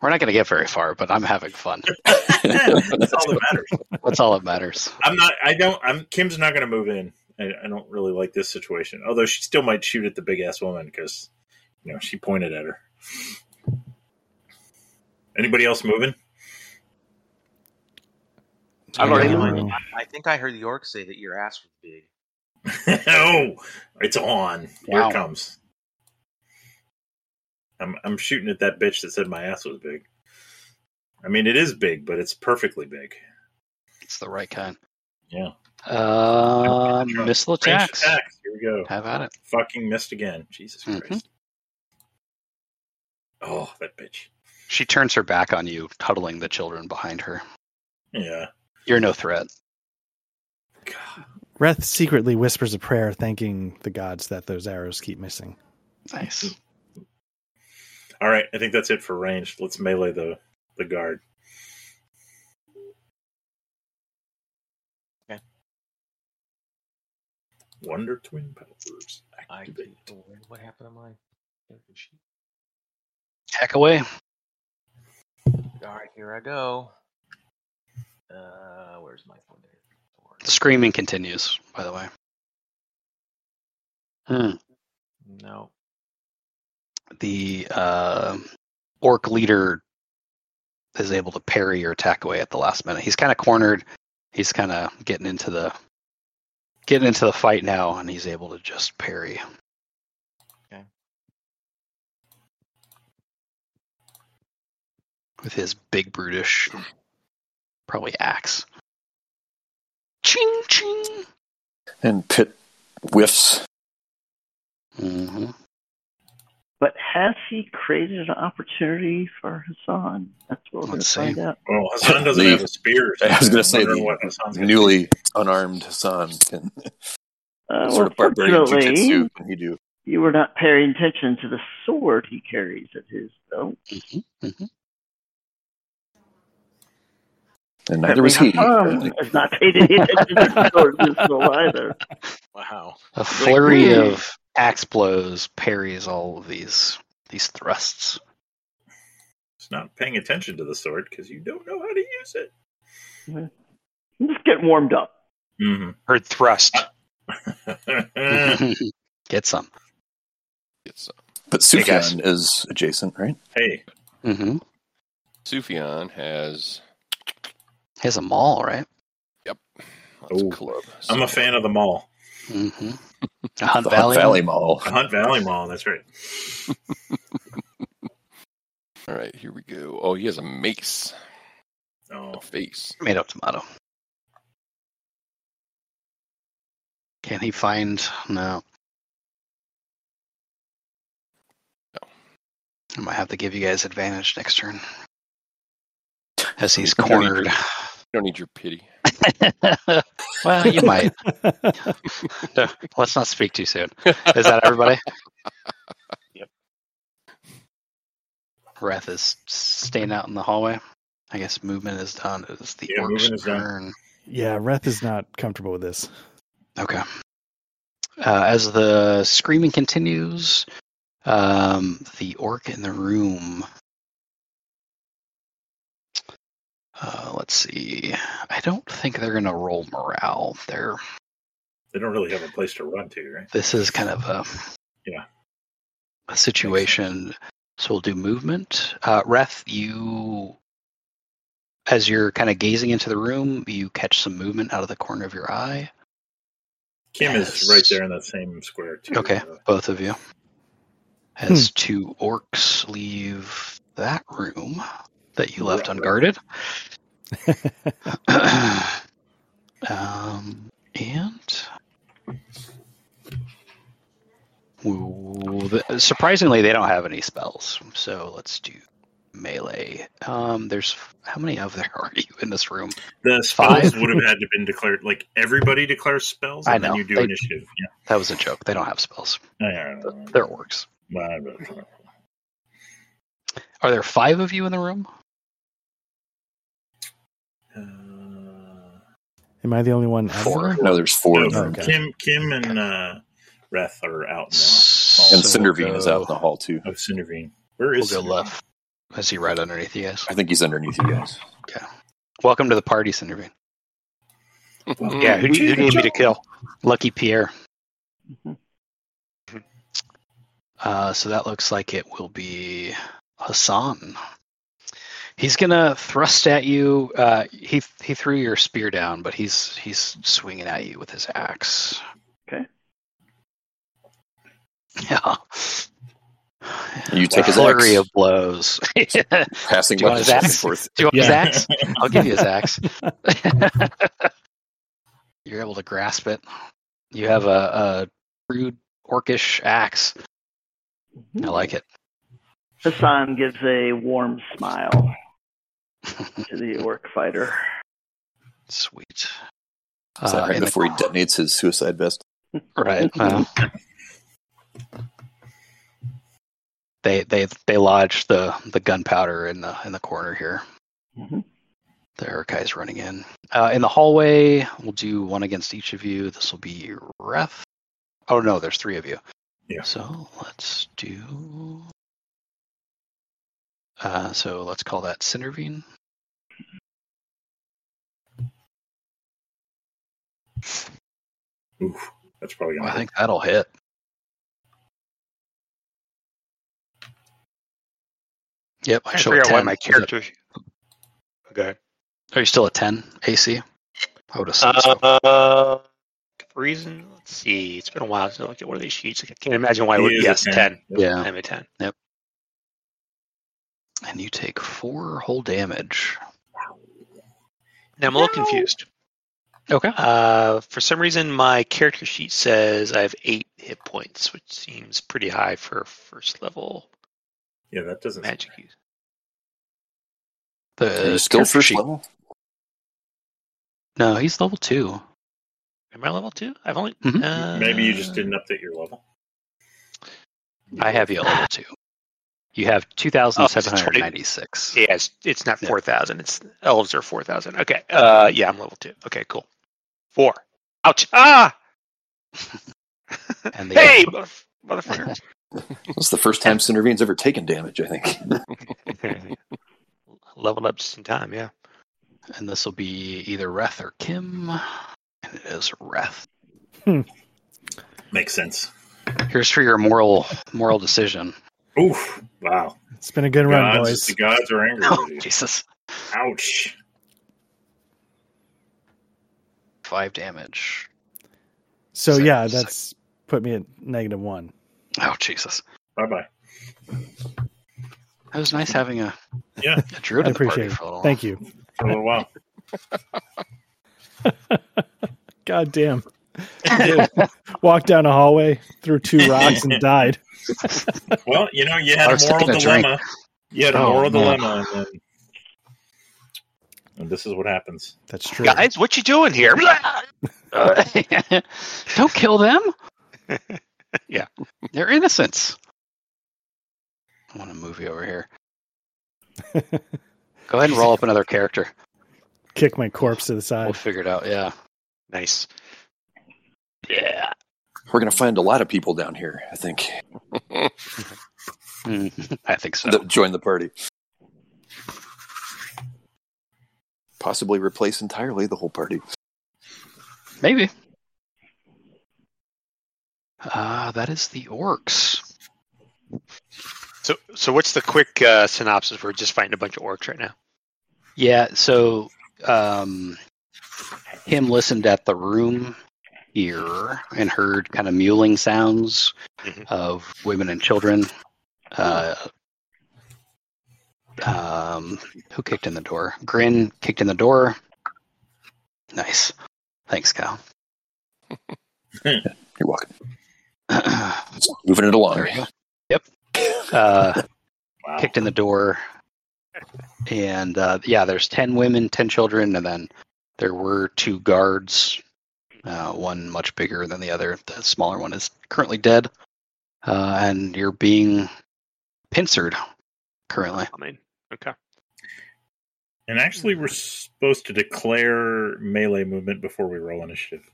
We're We're not going to get very far, but I'm having fun.
That's all that matters.
That's all that matters.
I'm not. I don't. I'm. Kim's not going to move in. I, I don't really like this situation. Although she still might shoot at the big ass woman because, you know, she pointed at her. Anybody else moving?
I'm already
Um,
moving. I think I heard the orc say that your ass was big.
oh, it's on. Here
Wow.
it comes. I'm I'm shooting at that bitch that said my ass was big. I mean, it is big, but it's perfectly big.
It's the right kind.
Yeah.
Uh,
Sure.
missile
Ranged
attacks.
attacks. Here we go.
Have at it.
Fucking missed again. Jesus
Mhm.
Christ. Oh, that bitch.
She turns her back on you, cuddling the children behind her.
Yeah.
You're no threat.
God.
Reth secretly whispers a prayer thanking the gods that those arrows keep missing.
Nice.
All right, I think that's it for range. Let's melee the the guard.
Okay.
Wonder Twin powers
I
activate.
what happened to my character sheet?
Heck away.
All right, here I go. Uh, where's my phone? There. Four.
The screaming continues, by the way. Hmm.
No.
The uh, orc leader is able to parry your attack away at the last minute. He's kind of cornered. He's kind of getting into the getting into the fight now, and he's able to just parry.
Okay.
With his big brutish, probably axe. Ching ching.
And Pitt whiffs.
hmm
But has he created an opportunity for Hassan? That's what we're going to
Let's
find out.
Well, Oh, Hassan doesn't
The-
have a spear. so
I was
I'm
going to say
wondering what Hassan's
the
gonna
newly unarmed Hassan can
Uh,
sort
well,
of barbarian
fortunately,
jujitsu when he do.
you were not paying attention to the sword he carries at his belt.
And neither was he.
Hassan Um, has not paid any attention to the sword in this role either.
Wow.
A flurry
hmm.
of axe blows parries all of these these thrusts.
It's not paying attention to the sword because you don't know how to use it.
I'm just getting warmed up.
Heard thrust.
Mm-hmm.
Get some.
It's uh,
But
Hey, guys.
Sufjan is adjacent, right?
hey,
Mm-hmm.
Sufjan has.
He has a maul, right?
That's
Ooh.
a club.
Oh. I'm a
So-
fan of the mall.
Mm-hmm.
The
Hunt
Hunt
Valley.
Valley Mall.
The Hunt Valley Mall, that's right.
All right, here we go. Oh, he has a mace. A
Oh,
face.
Made up tomato. Can he find? No.
No.
I might have to give you guys advantage next turn. As he's
You don't need
cornered.
You don't need your pity.
well, you might. No, let's not speak too soon. Is that everybody?
Yep.
Wrath is staying out in the hallway. I guess movement is done. It's the
Yeah,
orc's
movement is done.
turn.
Yeah, Reth is not comfortable with this.
Okay. Uh, as the screaming continues, um, the orc in the room. Uh, let's see. I don't think they're gonna roll morale. They're
they don't really have a place to run to, right?
this is kind of a
Yeah.
a situation. So we'll do movement. Uh, Ref, you as you're kind of gazing into the room, you catch some movement out of the corner of your eye.
Kim
Yes.
is right there in that same square, too.
Okay,
Uh,
both of you. As two orcs leave that room that you left
Right.
unguarded. um, and Ooh, the- surprisingly, they don't have any spells. So let's do melee. Um, there's how many of there are you in this room?
The spells
Five?
would have had to been declared, like everybody declares spells, and
I know.
then you do
They-
initiative.
That was a joke. They don't have spells.
Yeah. I don't know.
They're orcs.
My bad.
Are there five of you in the room?
Uh,
Am I the only one? out of
Four.
No, there's four of
no,
them.
Okay.
Kim, Kim, and uh, Reth are out now.
So
And
we'll
Cindervine is out in
go-
the hall, too.
Oh, Cindervine. Where
We'll
is
go
Cindervine?
left. I see right underneath you guys.
I think he's underneath you guys.
Okay. Welcome to the party, Cindervine.
Yeah, who, who do you need me to kill?
Lucky Pierre.
Mhm.
Uh, so that looks like it will be Hassan. He's gonna thrust at you. Uh, he he threw your spear down, but he's he's swinging at you with his axe.
Okay.
Yeah.
You take his
flurry
axe.
of blows. Do
Passing
Do you want
weapons
his
back and
axe?
forth.
you want his
Yeah.
axe? I'll give you his axe. You're able to grasp it. You have a, a crude orcish axe. I like it.
Hassan gives a warm smile to the orc fighter.
Sweet.
Is that
Uh,
right
and the-
before he detonates his suicide vest?
right. uh, they they they lodge the the gunpowder in the in the corner here.
Mhm.
The Urukai's running in. Uh, in the hallway, we'll do one against each of you. This will be Ref. Oh no, there's three of you.
Yeah.
So let's do. Uh, so let's call that Cindervine.
Oof, that's probably gonna.
I
hurt.
think that'll hit. Yep, I
I
show a
forgot why
10.
my
Is that-
character. Okay.
Are you still at 10 AC? I would assume so.
Uh, reason? Let's see. It's been a while since I looked at one of these sheets. I can't imagine why. I
He
would,
is a
yes,
10.
ten.
Yeah.
I'm a ten.
And you take four whole damage.
Now I'm a little confused.
Okay.
Uh, for some reason, my character sheet says I have eight hit points, which seems pretty high for first level
Yeah, that doesn't.
magic use.
Are
The
you still
character
first
sheet-
level?
No, he's level two.
Am I level two? I've only.
Mhm.
uh,
Maybe you just didn't update your level.
I have you at level two. You have 2,796.
Yeah, it's, it's not
Yeah.
four thousand. It's elves are four thousand. Okay. Uh, yeah, I'm level two. Okay, cool. Four. Ouch. Ah.
And the-
hey, motherf- motherfucker.
This is the first time Cindervine's ever taken damage, I think.
Leveled up just in time. Yeah.
And this will be either Reth or Kim. And it is Reth.
Makes sense.
Here's for your moral moral decision.
Oof! Wow.
It's been a good run,
Gods,
boys.
The gods are angry
Oh,
with you.
Jesus.
Ouch!
Five damage.
So
Six,
yeah,
six.
that's put me at negative one.
Oh, Jesus.
Bye bye.
That was nice having a,
Yeah.
a druid
I
in the party
appreciate it.
for a little
Thank you.
For a little while.
God damn. Walked down a hallway, threw two rocks, and died.
Well, you know, you
I
had a
was
moral
taking a drink.
dilemma. You had a
Oh,
moral
man.
dilemma, and then, and this is what happens.
That's true.
Guys, what you doing here? Uh,
Don't kill them.
Yeah.
They're innocents. I want a movie over here. Go ahead and roll up another character.
Kick my corpse to the
We'll
side.
figure it out. Yeah.
nice. Yeah.
We're going to find a lot of people down here, I think,
Hmm.
Mm, I think so.
that join the party. Possibly replace entirely the whole party.
Maybe. Uh, that is the orcs.
So, so what's the quick uh, synopsis? We're just fighting a bunch of orcs right now.
Yeah. So, um, him listened at the room here and heard kind of mewling sounds
Mhm.
of women and children. Uh, um, who kicked in the door? Grin kicked in the door. Nice. Thanks, Kyle.
You're walking.
there
Moving it along.
we go. Yep. Uh,
Wow.
kicked in the door. And uh, yeah, there's 10 women, 10 children, and then there were two guards, uh, one much bigger than the other. The smaller one is currently dead. Uh, and you're being pincered currently.
I mean, okay.
And actually, we're supposed to declare melee movement before we roll initiative.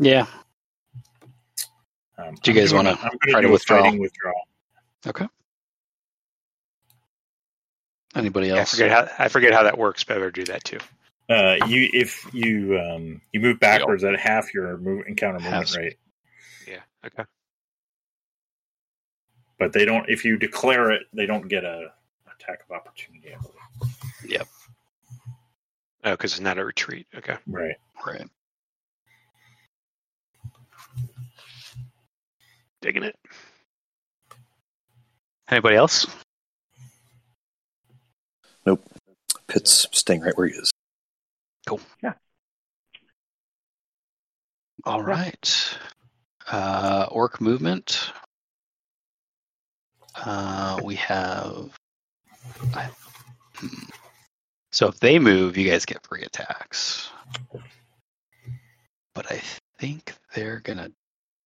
Yeah.
Um,
Do you
I'm
guys
doing
wanna
a- I'm gonna
try to
do a
withdraw?
Fighting withdrawal.
Okay. Anybody
Yeah, I
else?
forget how I forget how that works, but I better do that too.
Uh, you if you um, you move backwards at half your move, encounter movement
Half.
rate,
Yeah. Okay.
but they don't. If you declare it, they don't get a attack of opportunity. I believe.
Oh, because it's not a retreat. Okay.
Right.
Right.
Digging it. Anybody else?
Pitt's staying right where he is.
All right. Uh, orc movement. Uh, we have. I- hmm. So if they move, you guys get free attacks. But I think they're gonna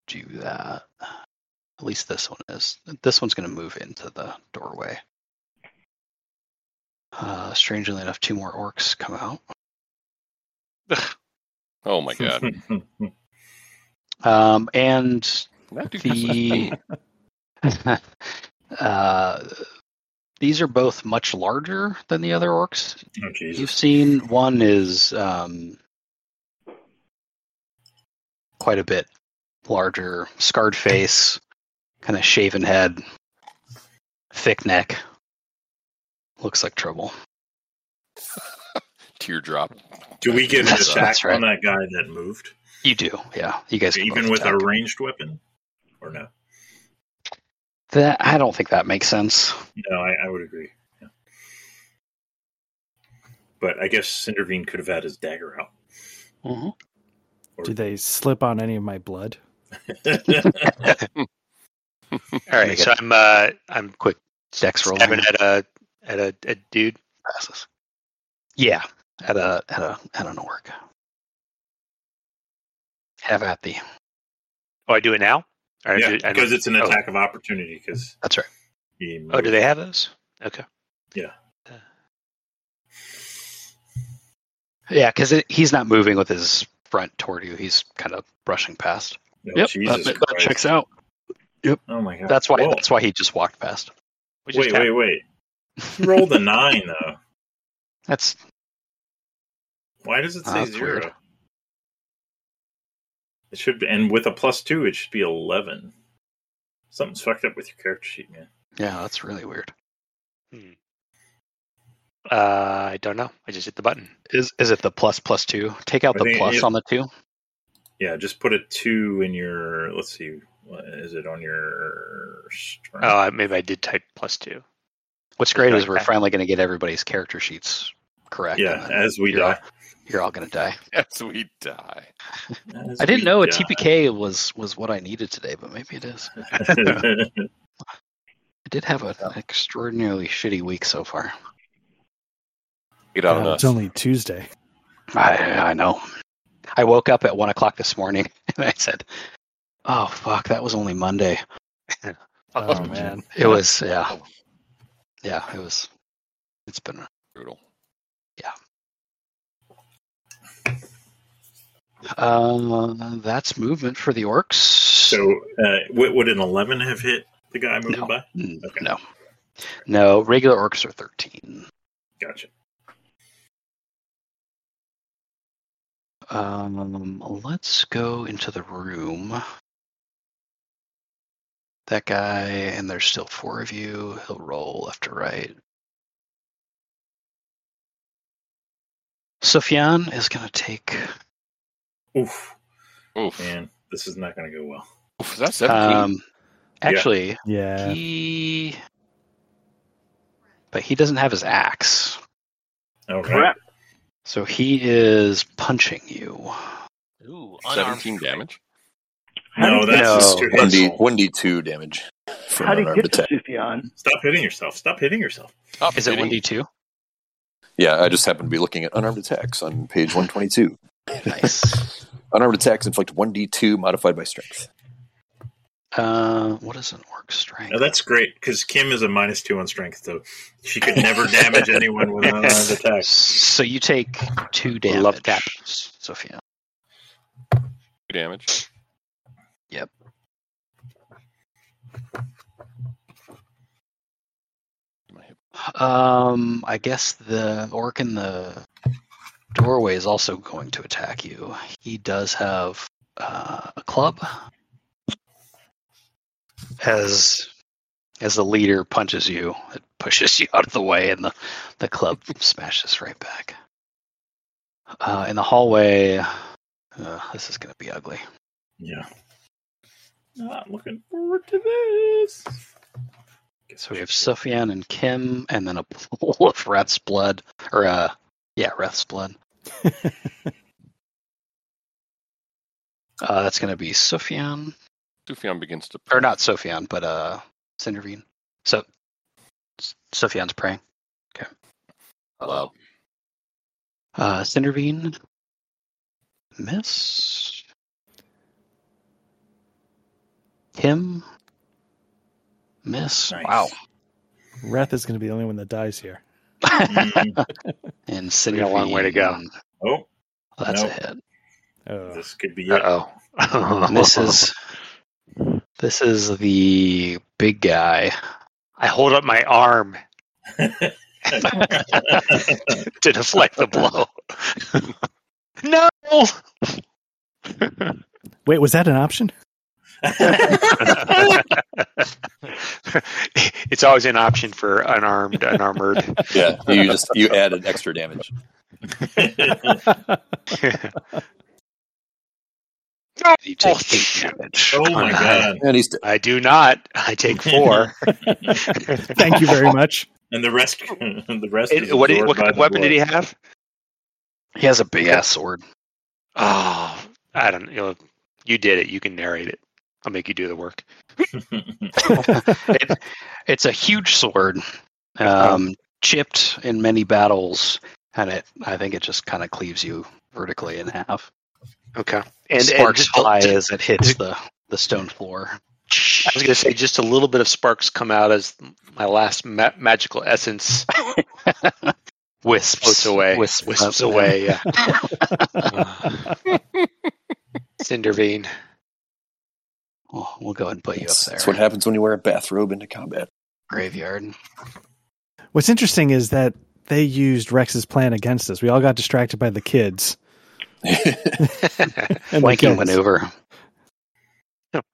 do that. At least this one is. This one's gonna move into the doorway. Uh, strangely enough, two more orcs come out.
Oh my god.
Um, and
That dude was
the uh, these are both much larger than the other orcs
oh
you've
Jesus.
seen. One is um, quite a bit larger, scarred face, kind of shaven head, thick neck. Looks like trouble.
teardrop.
Do we get an
That's-
attack
that's right.
on that guy that moved,
You do, yeah. You guys can
even
both
with
attack.
a ranged weapon, or no?
that. I don't think that makes sense.
No, I, I would agree. Yeah. But I guess Cindervine could have had his dagger out.
Mhm.
Do they slip on any of my blood?
All right.
Make
So I'm uh I'm
Quick dex roll.
stabbing at a at a, a dude.
passes. Yeah, at a at a at an orc. Have at thee.
Oh, I do it now. All right. I
yeah,
do- I
because
do-
it's an
oh.
attack of opportunity. Because
That's right.
Oh, do they have those? Okay.
Yeah.
Uh,
Yeah, because he's not moving with his front toward you. He's kind of brushing past.
Oh,
yep,
Jesus
that, that
Christ.
checks out.
Oh my god.
That's why.
Whoa.
That's why he just walked past.
we just
wait,
have-
wait, wait. He rolled a nine though.
That's
Why does it
Oh,
say
that's
zero?
weird.
It should, and with a plus two, it should be eleven. Something's fucked up with your character sheet, man.
yeah. That's really weird.
Uh, I don't know. I just hit the button.
Is is it the plus plus two? Take out
I
the
think
plus
it-
on the two.
Yeah, just put a two in your. Let's see, what is it on your? Strength?
Oh, I- maybe I did type plus two.
What's great is we're
Okay.
finally going to get everybody's character sheets correct.
yeah,
and then
as we
you're
die.
you're all going to die.
As we die.
As
I
we
didn't know a
die.
TPK was was what I needed today, but maybe it is. I did have a- an extraordinarily shitty week so far.
Get out on
Uh,
us.
it's only Tuesday.
I, I know. I woke up at one o'clock this morning and I said, "Oh fuck, that was only Monday."
Oh man,
It was yeah, yeah. It was. It's been
Brutal.
uh, that's movement for the orcs.
so, uh, would would an eleven have hit the guy moving
No.
by?
Mm,
Okay.
no, no. Regular orcs are thirteen.
Gotcha.
Um, let's go into the room. That guy, and there's still four of you. He'll roll left to right. Sufyan is gonna take.
Oof,
Oof.
man, this is not going to go well.
Oof. Is that 17?
Um, actually,
yeah.
he, but he doesn't have his axe,
All right.
Crap.
so he is punching you.
Ooh,
Um,
unarmed
17 damage.
No,
How'd he
that's
get-
just
No.
your
One D
head roll.
one D two damage. for an
how'd he
unarmed
get to
attack.
Sufjan?
Stop hitting yourself. Stop hitting yourself.
Stop
Oh, Is it
hitting.
one d two?
Yeah, I just happen to be looking at unarmed attacks on page one twenty two.
Nice.
Unarmed attacks inflict one D two modified by strength.
uh, what is an orc
Now
strength?
that's great because Kim is a minus two on strength, so she could never damage anyone with an unarmed attack.
So you take two damage.
Love that.
Sophia.
Two damage.
Um, I guess the orc in the doorway is also going to attack you. He does have uh, a club. As as the leader punches you, it pushes you out of the way, and the the club smashes right back. Uh, in the hallway, uh, this is going to be ugly.
Yeah. Not looking forward to this.
So we have Sufyan and Kim, and then a pool of Rat's blood, or uh, yeah, Rat's blood. Uh, that's going to be Sufyan,
Sufjan begins to
or not Sufyan, but uh, Cindervine. So S- Sufyan's praying. Okay.
Wow.
Uh, Cindervine, miss. Kim, miss.
Nice.
Wow.
Wrath is going to be the only one that dies here.
Mm.
and
We got a long way to go.
Cindervine,
Oh,
That's
Nope.
a hit.
Oh,
this could be it.
Uh oh.
And this is this is the big guy.
I hold up my arm to deflect the blow. no.
wait, was that an option?
it's always an option for unarmed, unarmored.
Yeah, you just you added extra damage.
You take
Oh,
eight
shit.
damage. Uh,
oh my god!
And he's dead.
I do not. I take four.
Thank
Thank
you very much.
And the rest, the rest is
what did-
absorbed
what
by
kind of
the
weapon
blood.
did he have?
He has a big ass sword.
Oh, I don't know. You did it. You can narrate it. I'll make you do the work.
It, it's a huge sword,
Oh.
um, chipped in many battles, and it I think it just kind of cleaves you vertically in half.
Okay.
And
And
sparks
and
fly as
just-
it hits the the stone floor.
I was going to say just a little bit of sparks come out as my last ma- magical essence
Wisps
floats away,
Wisps,
wisps
up, yeah.
away. Yeah. Cindervine.
Well, we'll go ahead and put you up
That's,
there.
that's what happens when you wear a bathrobe into combat.
Graveyard.
What's interesting is that they used Rex's plan against us. We all got distracted by the kids. And the
Flanking
kids.
maneuver.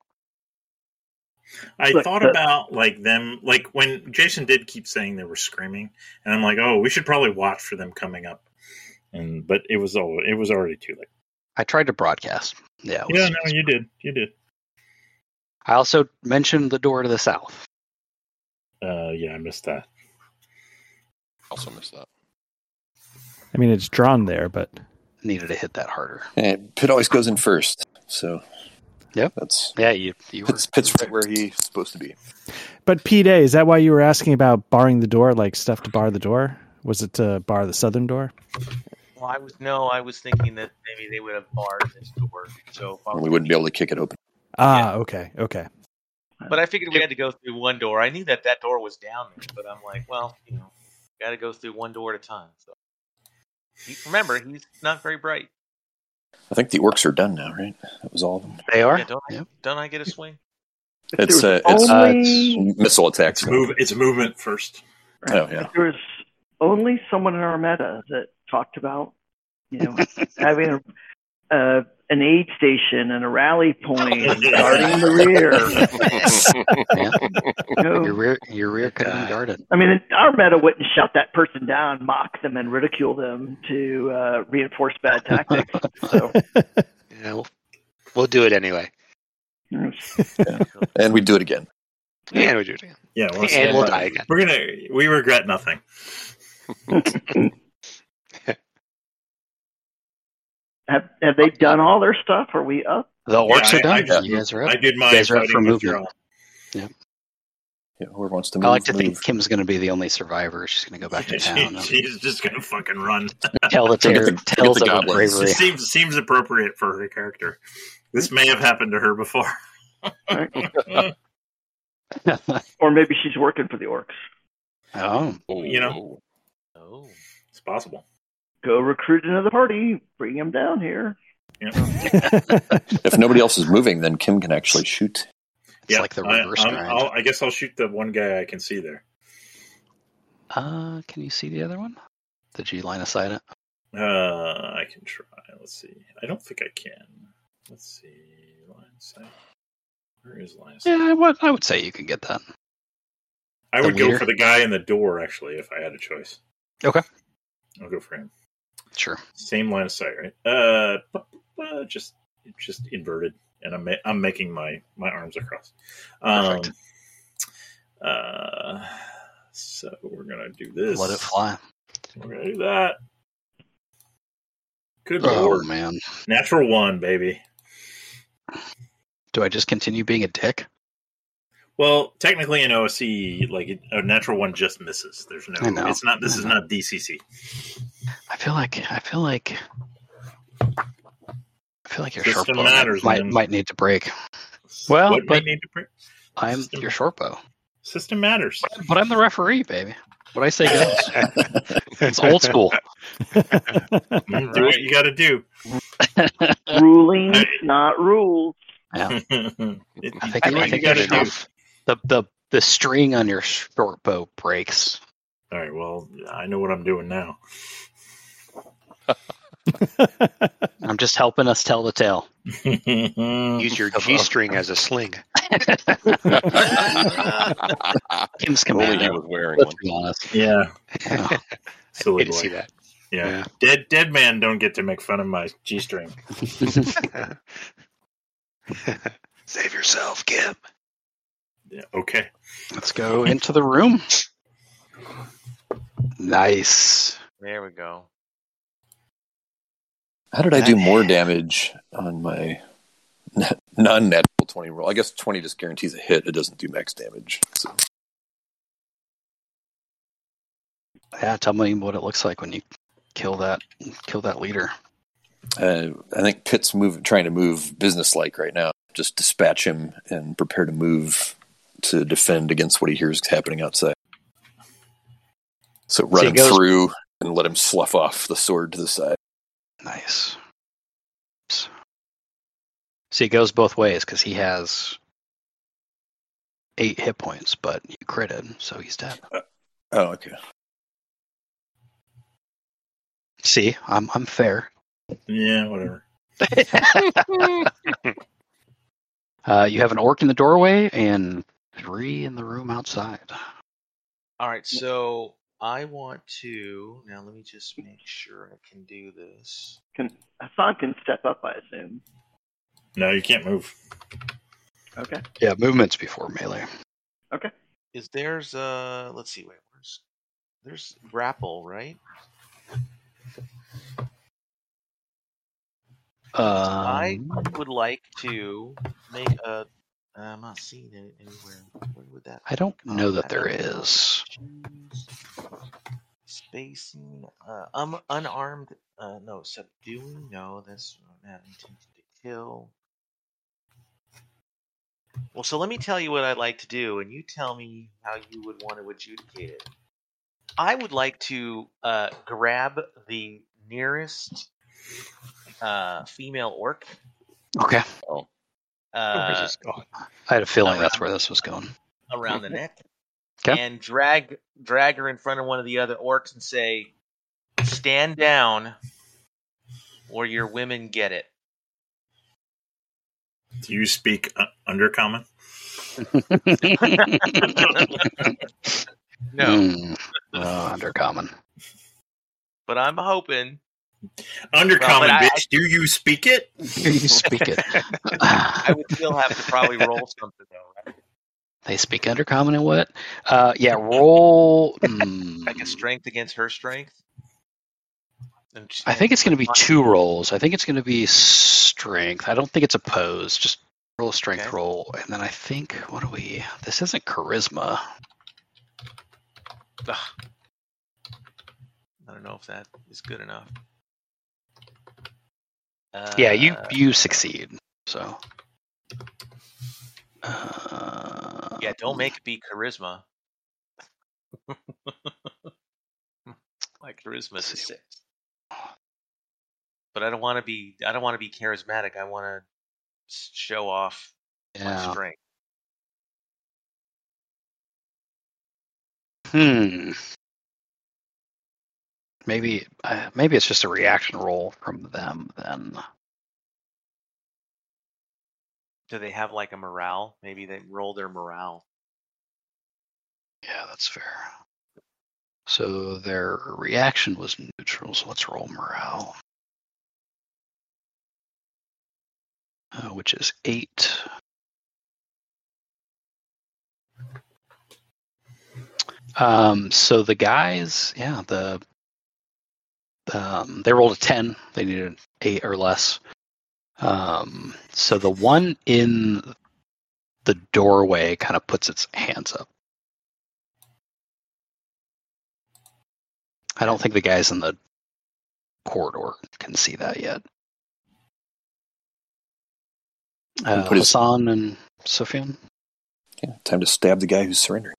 I
Look,
thought
the-
about like them, like when Jason did keep saying they were screaming, and I'm like, oh, we should probably watch for them coming up. And but it was all it was already too late.
I tried to broadcast. Yeah. it was-
yeah, no, you did, you did.
I also mentioned the door to the south.
Uh, yeah, I missed that.
also miss that.
I mean, it's drawn there, but
Needed to hit that harder.
And Pitt always goes in first, so
Yep.
that's
Yeah, you you were
Pitt's, Pitt's right where he's supposed to be.
but P Day, is that why you were asking about barring the door, like stuff to bar the door? Was it to bar the southern door?
Well, I was no, I was thinking that maybe they would have barred this door. So, if I
And
was
we wouldn't be able to kick it open.
Ah, okay, okay.
But I figured we had to go through one door. I knew that that door was down there, but I'm like, well, you know, got to go through one door at a time. So he, remember, he's not very bright.
I think the orcs are done now, right? That was all of them.
they are.
Yeah, don't I,
Yep.
don't I get a swing?
If
It's
there
uh,
was
it's
Uh,
only
missile attacks.
It's move. It's movement first.
Right.
Oh, yeah.
Like, there was only someone in our meta that talked about, you know, having a, uh, an aid station and a rally point and guarding the rear.
Yeah.
You know?
Your rear your rear could have been guarded.
I mean, our meta wouldn't shut that person down, mock them, and ridicule them to uh, reinforce bad tactics. So,
You know, we'll do it anyway.
you know, it's-
and we do it again.
And we do it again.
Yeah, we'll
and
stand
we'll
by
die
it.
again.
We're gonna. We regret nothing.
have, have they done all their stuff? Are we up?
The orcs
I-
are done.
I just-
you guys are up.
I did my
You guys are up for
fighting with
movement.
your
Yeah, whoever wants to move,
I like to
move.
think Kim's going to be the only survivor. She's going to go back to town.
She, she's just gonna fucking run.
Tell the,
She'll get
ter-
the- she'll
tales of
get the
her
goblins.
bravery.
It seems seems appropriate for her character. This may have happened to her before.
Or maybe she's working for the orcs.
oh,
You know.
Oh,
Oh,
It's possible.
Go recruit another party. Bring them down here.
Yeah.
If nobody else is moving, then Kim can actually shoot.
it's like the reverse
I, I'm-
grind.
I'll, I guess I'll shoot the one guy I can see there.
Uh, can you see the other one? Did you line of sight it?
Uh, I can try. Let's see. I don't think I can. Let's see. Line of sight. Where is line of sight?
Yeah, I would, I would say you could get that.
I
the
would go
leader?
for the guy in the door, actually, if I had a choice.
Okay.
I'll go for him.
Sure.
Same line of sight, right? Uh, bu- bu- bu- just it's just inverted, and I'm ma- I'm making my my arms across. Um,
Perfect.
uh, so we're gonna do this.
Let it fly.
We're gonna do that. Good
Oh,
lord,
man.
natural one, baby.
Do I just continue being a dick?
Well, technically in OSC, like it- a natural one just misses. There's no.
I know.
It's not. This
I
is
know.
not DCC.
I feel like I feel like I feel like your
System
short bow
matters,
might
man.
might need to break. Well,
what
but-
we need to print?
I'm
System-
your short bow,
System matters.
but I'm the referee, baby. What I say goes. it's old school.
Mm, Do what you got to do.
Uh,
Rulings,
I-
not rules.
It-
I
you
think
do
I,
what you
think
gotta
your
do.
short, the the the string on your short bow breaks.
All right. Well, I know what I'm doing now.
I'm just helping us tell the tale.
Use your
Of- of-
G string as a sling.
Kim's
If Only he
commando.
was wearing
Let's
one.
be honest.
yeah.
Yeah.
Silly
Didn't
boy.
see that.
Yeah.
Yeah.
Dead dead man don't get to make fun of my G string.
Save yourself, Kim.
Yeah, okay.
Let's go into the room. Nice.
There we go.
How did I do more damage on my non natural 20 roll? I guess 20 just guarantees a hit. It doesn't do max damage. So
Yeah, tell me what it looks like when you kill that kill that leader.
uh, I think Pitt's move, trying to move business like right now. Just dispatch him and prepare to move to defend against what he hears happening outside. So run
he
him
goes-
through and let him slough off the sword to the side.
Nice. See, it goes both ways because he has eight hit points, but you critted, so he's dead.
Oh, okay.
See, I'm I'm fair.
Yeah, whatever.
uh, you have an orc in the doorway and three in the room outside.
All right, so I want to now. Let me just make sure I can do this.
Can Hassan can step up, I assume.
No, you can't move.
Okay.
Yeah, movement's before melee.
Okay.
Is there's uh? Let's see. Wait, where's there's grapple right?
Um,
I would like to make a. I'm not seeing it anywhere. Where would that?
I
Oh,
don't know that
I
there
don't know.
is.
Choose spacing. Uh, um, unarmed. Uh, no, subduing. No, that's not intention to kill. Well, so let me tell you what I'd like to do, and you tell me how you would want to adjudicate it. I would like to uh, grab the nearest uh, female orc.
Okay,
Where's
Uh,
this going?
I had a feeling that's
Around.
where this was going.
around
Mm-hmm.
the neck
'Kay.
and drag drag her in front of one of the other orcs and say, "Stand down, or your women get it."
Do you speak uh, undercommon?
No,
Mm, uh, undercommon.
but I'm hoping. Well,
Undercommon,
but I-
bitch. do you speak it?
You speak it.
I would still have to probably roll something though, right?
They speak undercommon and what? Uh, yeah, roll. mm,
like a strength against her strength. And she-
I think it's going to be two rolls. I think it's going to be strength. I don't think it's opposed. Just roll a strength
Okay.
roll, and then I think what do we? This isn't charisma.
Ugh. I don't know if that is good enough. Uh,
yeah, you you succeed. So. Uh,
Yeah, don't make it be charisma. My charisma is a
Let's see.
six. But I don't want to be. I don't want to be charismatic. I want to show off my
Yeah.
strength.
Hmm. Maybe uh, maybe it's just a reaction roll from them then.
Do they have like a morale? Maybe they roll their morale.
Yeah, that's fair. So their reaction was neutral, so let's roll morale. Uh, which is eight. Um, so the guys, yeah, the um, they rolled a ten. They needed an eight or less. Um, so the one in the doorway kind of puts its hands up. I don't think the guys in the corridor can see that yet. Uh,
And put his-
Hassan and Sofian.
Yeah, time to stab the guy who's surrendering.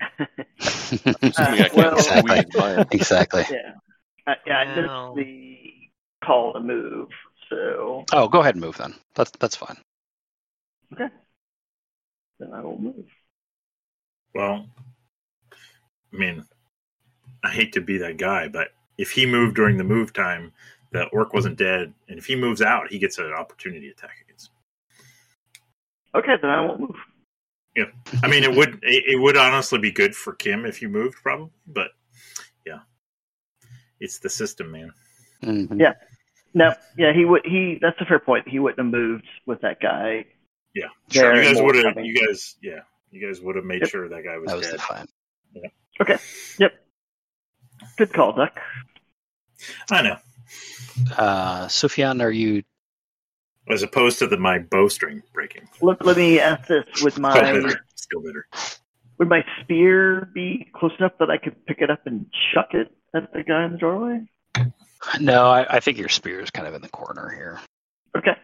I mean, I can't
well-
we
Uh, exactly.
admire.
Exactly.
Yeah. I, Uh, yeah, I
Wow.
missed the call to move. So
Oh, go ahead and move then. That's that's fine.
then I will move.
Well, I mean, I hate to be that guy, but if he moved during the move time, the orc wasn't dead, and if he moves out, he gets an opportunity attack against. him.
Okay, then I won't move.
I mean, it would it, it would honestly be good for Kim if you moved, probably, but yeah, it's the system, man.
Mhm.
Yeah. No, yeah, he would. He that's a fair point. He wouldn't have moved with that guy.
Yeah,
There
you
and
guys
more
would have,
coming.
you guys, yeah, you guys would have made
Yep.
sure that guy was
that was
dead.
the fine.
Good call, Duck.
I know,
Uh, Sofian, are you?
as opposed to the my bowstring breaking.
Let, let me ask this: Would
Still
my
bitter. Still bitter.
would my spear be close enough that I could pick it up and chuck it at the guy in the doorway?
No, I, I think your spear is kind of in the corner here.
Okay.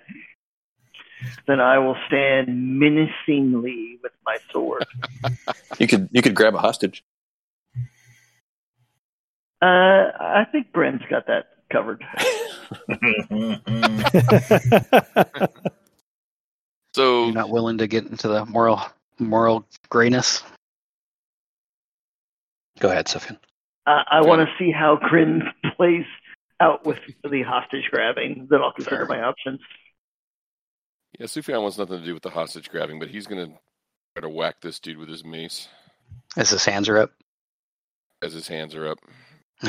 Then I will stand menacingly with my sword.
You could you could grab a hostage.
Uh, I think Bren's got that covered.
So
You're not willing to get into the moral moral grayness. Go ahead, Sofian.
I, Uh, I
Okay.
want to see how Grin plays out with the hostage grabbing. Then I'll
Fair.
consider my options.
yeah, Sufjan wants nothing to do with the hostage grabbing, but he's gonna try to whack this dude with his mace
As his hands are up.
as his hands are up.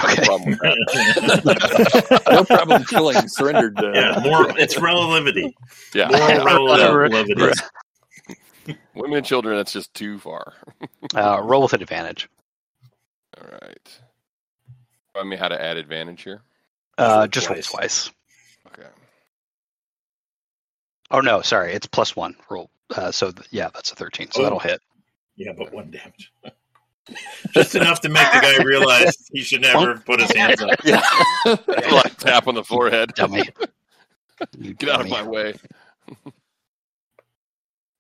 Okay.
Problem with that.
No problem killing surrendered. Uh,
yeah, more. It's relativity.
Yeah,
More
Right.
relativity.
Right.
women and children. That's just too far.
Uh, roll with an advantage.
All right. Remind me how to add advantage here.
Uh,
Roll
just roll
twice.
twice.
Okay.
Oh no, sorry, it's plus one roll. Uh, so th- yeah, that's a thirteen. So
Oh.
that'll hit.
Yeah, but one damage. Just enough to make the guy realize he should never have put his hands up.
yeah.
Like tap on the forehead.
Dummy. You
Get out of
dummy.
my way.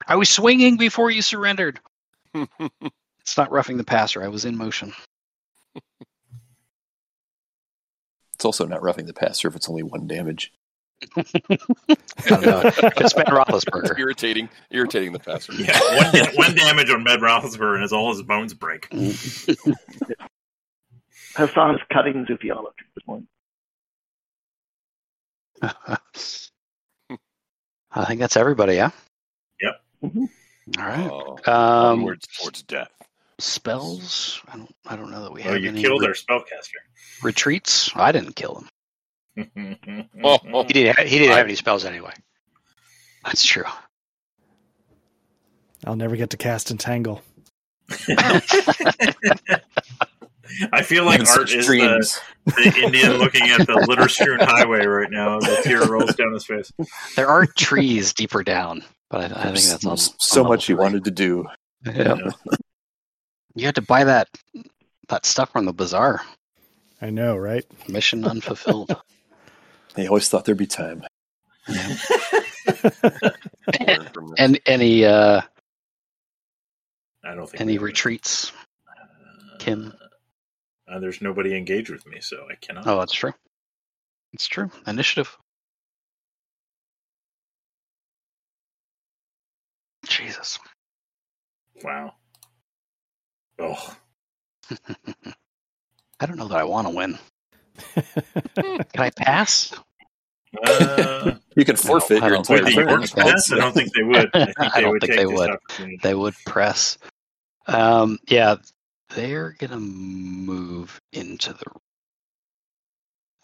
I was swinging before you surrendered. It's not roughing the passer. I was in motion.
It's also not roughing the passer if it's only one damage.
I don't know. It's Ben Roethlisberger.
It's irritating, irritating the passer.
Yeah, one, da- one damage on Med Roethlisberger and all his bones break.
Hassan is cutting Zufiano at this point.
I think that's everybody, yeah?
Yep.
Mhm.
All right.
Oh,
Um,
onwards towards death.
spells? I don't I don't know that we
Oh,
have
you
any
killed
re-
our spellcaster.
retreats. I didn't kill him.
Oh.
He didn't. ha- He didn't
I-
have any spells anyway.
That's true.
I'll never get to cast Entangle.
I feel like
Even
Art
such
is the,
dreams.
the Indian looking at the litter-strewn highway right now as a tear rolls down his face.
There are trees deeper down, but I, I think that's on
so,
on level
much he
three.
wanted to do.
Yeah.
Yeah.
You had to buy that that stuff from the bazaar.
I know, right?
Mission unfulfilled.
He always thought there'd be time.
Learn from this.
and any uh
I don't think
any
we-
retreats? Kim?
Uh, there's nobody engaged with me, so I cannot.
Oh, that's true. It's true. Initiative. Jesus.
Wow. Oh,
I don't know that I want to win. Can I pass?
Uh,
You can forfeit
I
your
don't
entire
would the
think
turn.
Yorks
that's-
pass? I don't think they would. I think
I
they
don't
would
think
take
they
this
would.
opportunity.
They would press. Um, yeah, they're gonna move into the.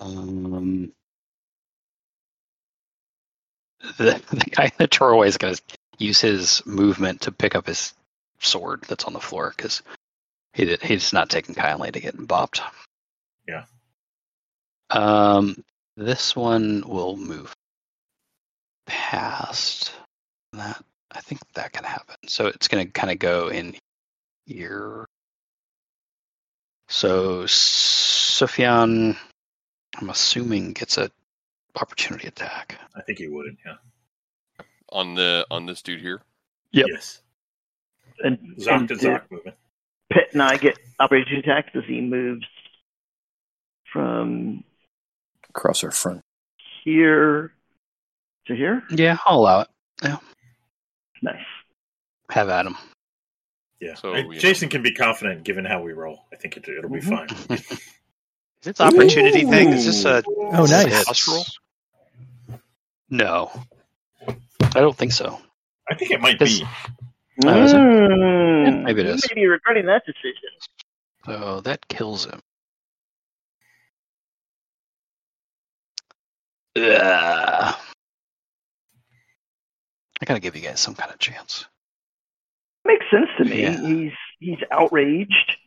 Um, the, the guy in the doorway is gonna use his movement to pick up his sword that's on the floor because he did- he's not taking kindly to getting bopped.
Yeah.
Um, this one will move past that. I think that can happen. So it's going to kind of go in here. So Sufyan, I'm assuming gets a opportunity attack.
I think he would. Yeah.
on the on this dude here.
Yep.
Yes.
And,
Zoc
and
to
do
Zoc movement.
Pitt and I get opportunity attacks as he moves from
Across our front.
here to here.
Yeah, I'll allow it.
Nice.
Have at him.
Yeah.
So,
I-
you know.
Jason can be confident given how we roll. I think it, it'll be
Mm-hmm.
fine.
Mhm.
Is this opportunity thing? Is this a
Oh,
is this a
nice.
house rule?
No, I don't think so.
I think it might
This-
be.
Oh, is it?
Mm,
maybe it
you
is.
may be regretting that decision.
So that kills him. Ugh. I gotta give you guys some kind of chance.
Makes sense to me.
Yeah.
He's he's outraged.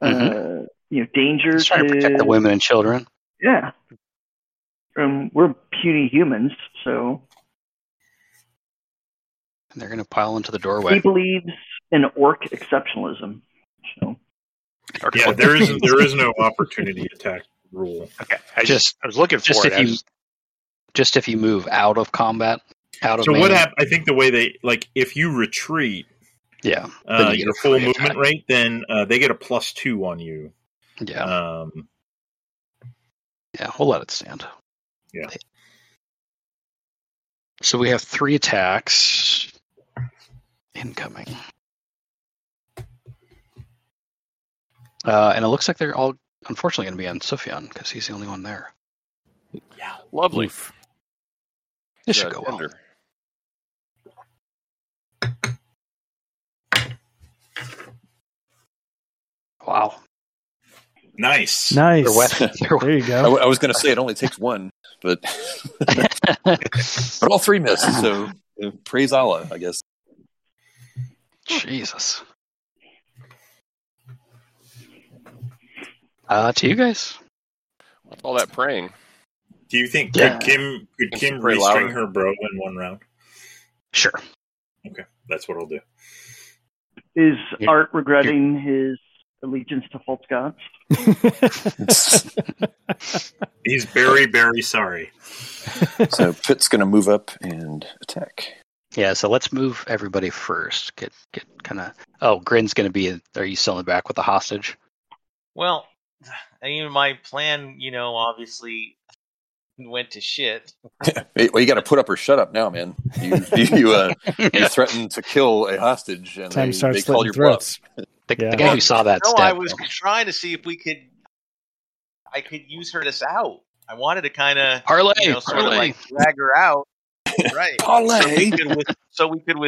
Uh, you know, danger
Mm-hmm. He's trying to protect the women and children.
Yeah. Um, we're puny humans, so
And they're going to pile into the
he
doorway.
believes in orc exceptionalism. So
Yeah. There is there is no opportunity attack rule.
Okay, I just,
Just-
I was looking for
just
it.
if
I
you-
just-
Just if you move out of combat, out of
So what
melee-
happened? I think the way they like if you retreat
Yeah, Then
uh,
you get
your
a free
full
attack.
movement rate, then uh, they get a plus two on you.
yeah,
Um,
yeah. We'll let it stand.
Yeah.
So we have three attacks incoming, uh, and it looks like they're all unfortunately going to be on Sufyan because he's the only one there.
Lovely.
Oof.
This
Yeah,
should go well.
tender.
Wow,
nice.
they're
Nice.
wet. They're
There you
I,
go.
w- I was going to say it only takes one, but but
wet.
all three missed. So uh, praise Allah, I guess.
Jesus. Uh, to you guys.
What's all that praying?
Do you think
Yeah.
could Kim could
It's
Kim
pretty
restring
loud.
her bro in one round?
Sure.
Okay, that's what I'll do.
is
Here-
Art regretting his allegiance to false gods?
He's very very sorry.
So Pitt's going to move up and attack.
Yeah, so let's move everybody first. Get get kind of. Oh, Grin's going to be. Are you still in the back with the hostage?
Well, I mean, my plan, you know, obviously went to shit.
Hey, Well, you got to put up or shut up now, man. You you, uh, you
Yeah.
threaten to kill a hostage, and
Time
they, they
starts
call
slitting
your
throats.
The, the
Yeah.
guy who saw that
no,
step.
I was trying to see if we could, I could use her this out. I wanted to kind of,
parlay,
you know, sort of
parlay.
like drag her out, right?
bluff.
So we
Parlay.
could, with, so we could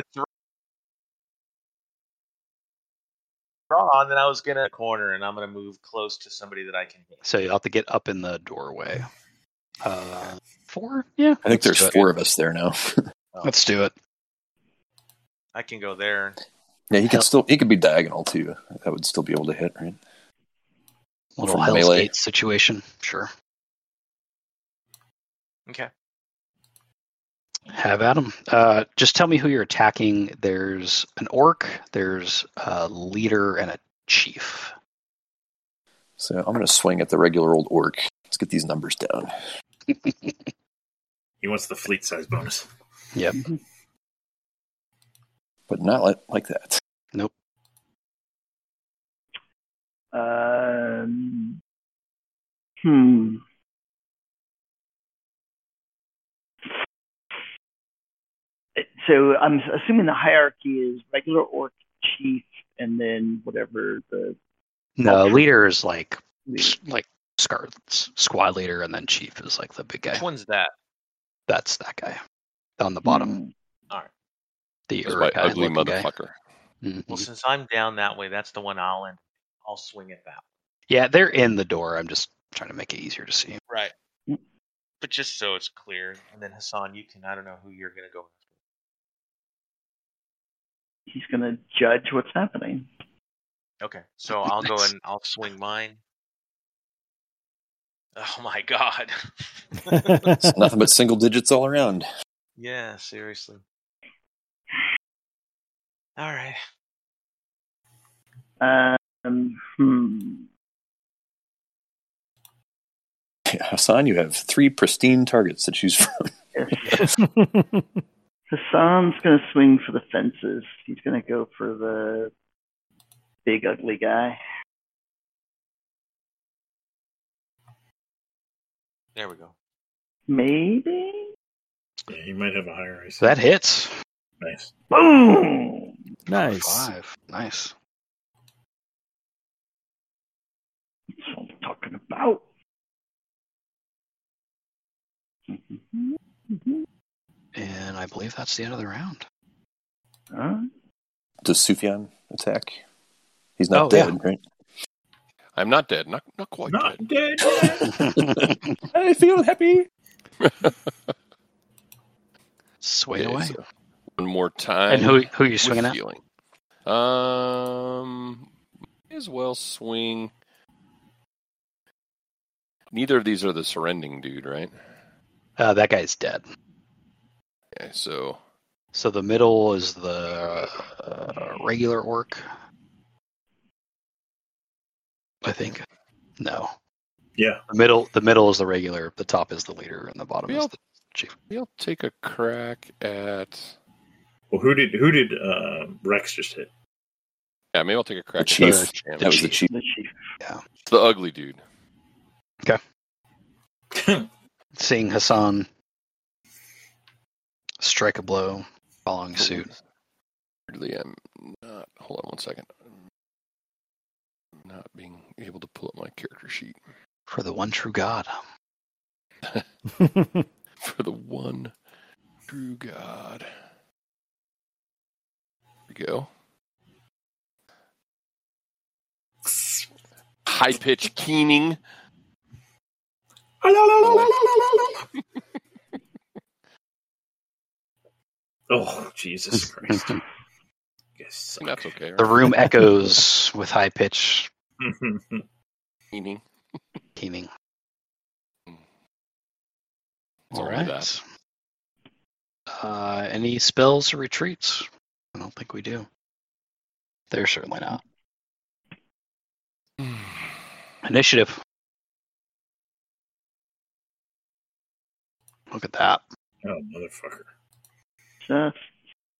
withdraw, and then I was gonna corner, and I'm gonna move close to somebody that I can hit.
So you'll have to get up in the doorway. Uh, four? Yeah.
I think
let's
there's
do it.
four of us there now.
Let's do it.
I can go there.
yeah, he
Hell.
could still he could be diagonal too. That would still be able to hit, right?
Little
From
Hell's
melee.
Gate situation. Sure.
Okay.
Have at 'em. Uh, just tell me who you're attacking. There's an orc. There's a leader and a chief.
So I'm going to swing at the regular old orc. Let's get these numbers down.
He wants the fleet size bonus.
Yep.
but not like, like that.
Um, hmm. So I'm assuming the hierarchy is regular orc chief, and then whatever the
No, leader is like like Scar squad leader, and then chief is like the big guy.
Which one's that?
That's that guy on the bottom. The
That's my
Uruk-hai
Mm. ugly
looking guy.
motherfucker.
Mhm.
Well, since I'm down that way, that's the one I'll end. I'll swing at that.
Yeah, they're in the door. I'm just trying to make it easier to see.
Right.
Mm.
But just so it's clear, and then Hassan, you can. I don't know who you're going to go. after.
He's going to judge what's happening.
Okay, so I'll go
Nice.
and I'll swing mine. Oh my god.
It's nothing but single digits all around.
yeah, seriously. All right.
Um, hmm.
Hassan, you have three pristine targets to choose from.
Hassan's going to swing for the fences. He's going to go for the big ugly guy.
There we go.
Maybe.
Yeah, you might have a higher IC.
So that hits.
nice.
Boom.
nice.
Five. Nice.
That's what I'm talking about. Mhm. Mhm.
And I believe that's the end of the round.
Huh?
Does Sufyan attack? He's not
Oh, yeah.
dead,
I'm not dead. Not not quite
Not
dead.
dead.
right? I feel happy.
Sway
Okay,
away.
so one more time.
and who who are you
with
swinging at?
feeling. Um, may as well swing. Neither of these are the surrendering dude, right?
Uh, that guy's dead.
Okay, so
So the middle is the uh, regular orc. I think. No.
Yeah.
The middle the middle is the regular, the top is the leader, and the bottom is
Yep.
the chief.
he'll take a crack at.
Well, who did who did uh, Rex just hit?
Yeah, maybe I'll take a crack
The
at
chief.
The
Damn,
That was the
chief.
chief.
The chief.
it's the ugly dude.
Seeing Hassan strike a blow, following suit.
Weirdly, I'm not. Hold on one second. Not being able to pull up my character sheet
For the one true God.
for the one true God. Here we go. High pitch keening.
Oh Jesus Christ! Yes.
That's okay.
The
Right?
room echoes with high pitch
Keening.
keening.
That's all right. That.
Uh, any spells or retreats? I don't think we do. They're certainly not. Initiative. Look at that.
Oh motherfucker!
Just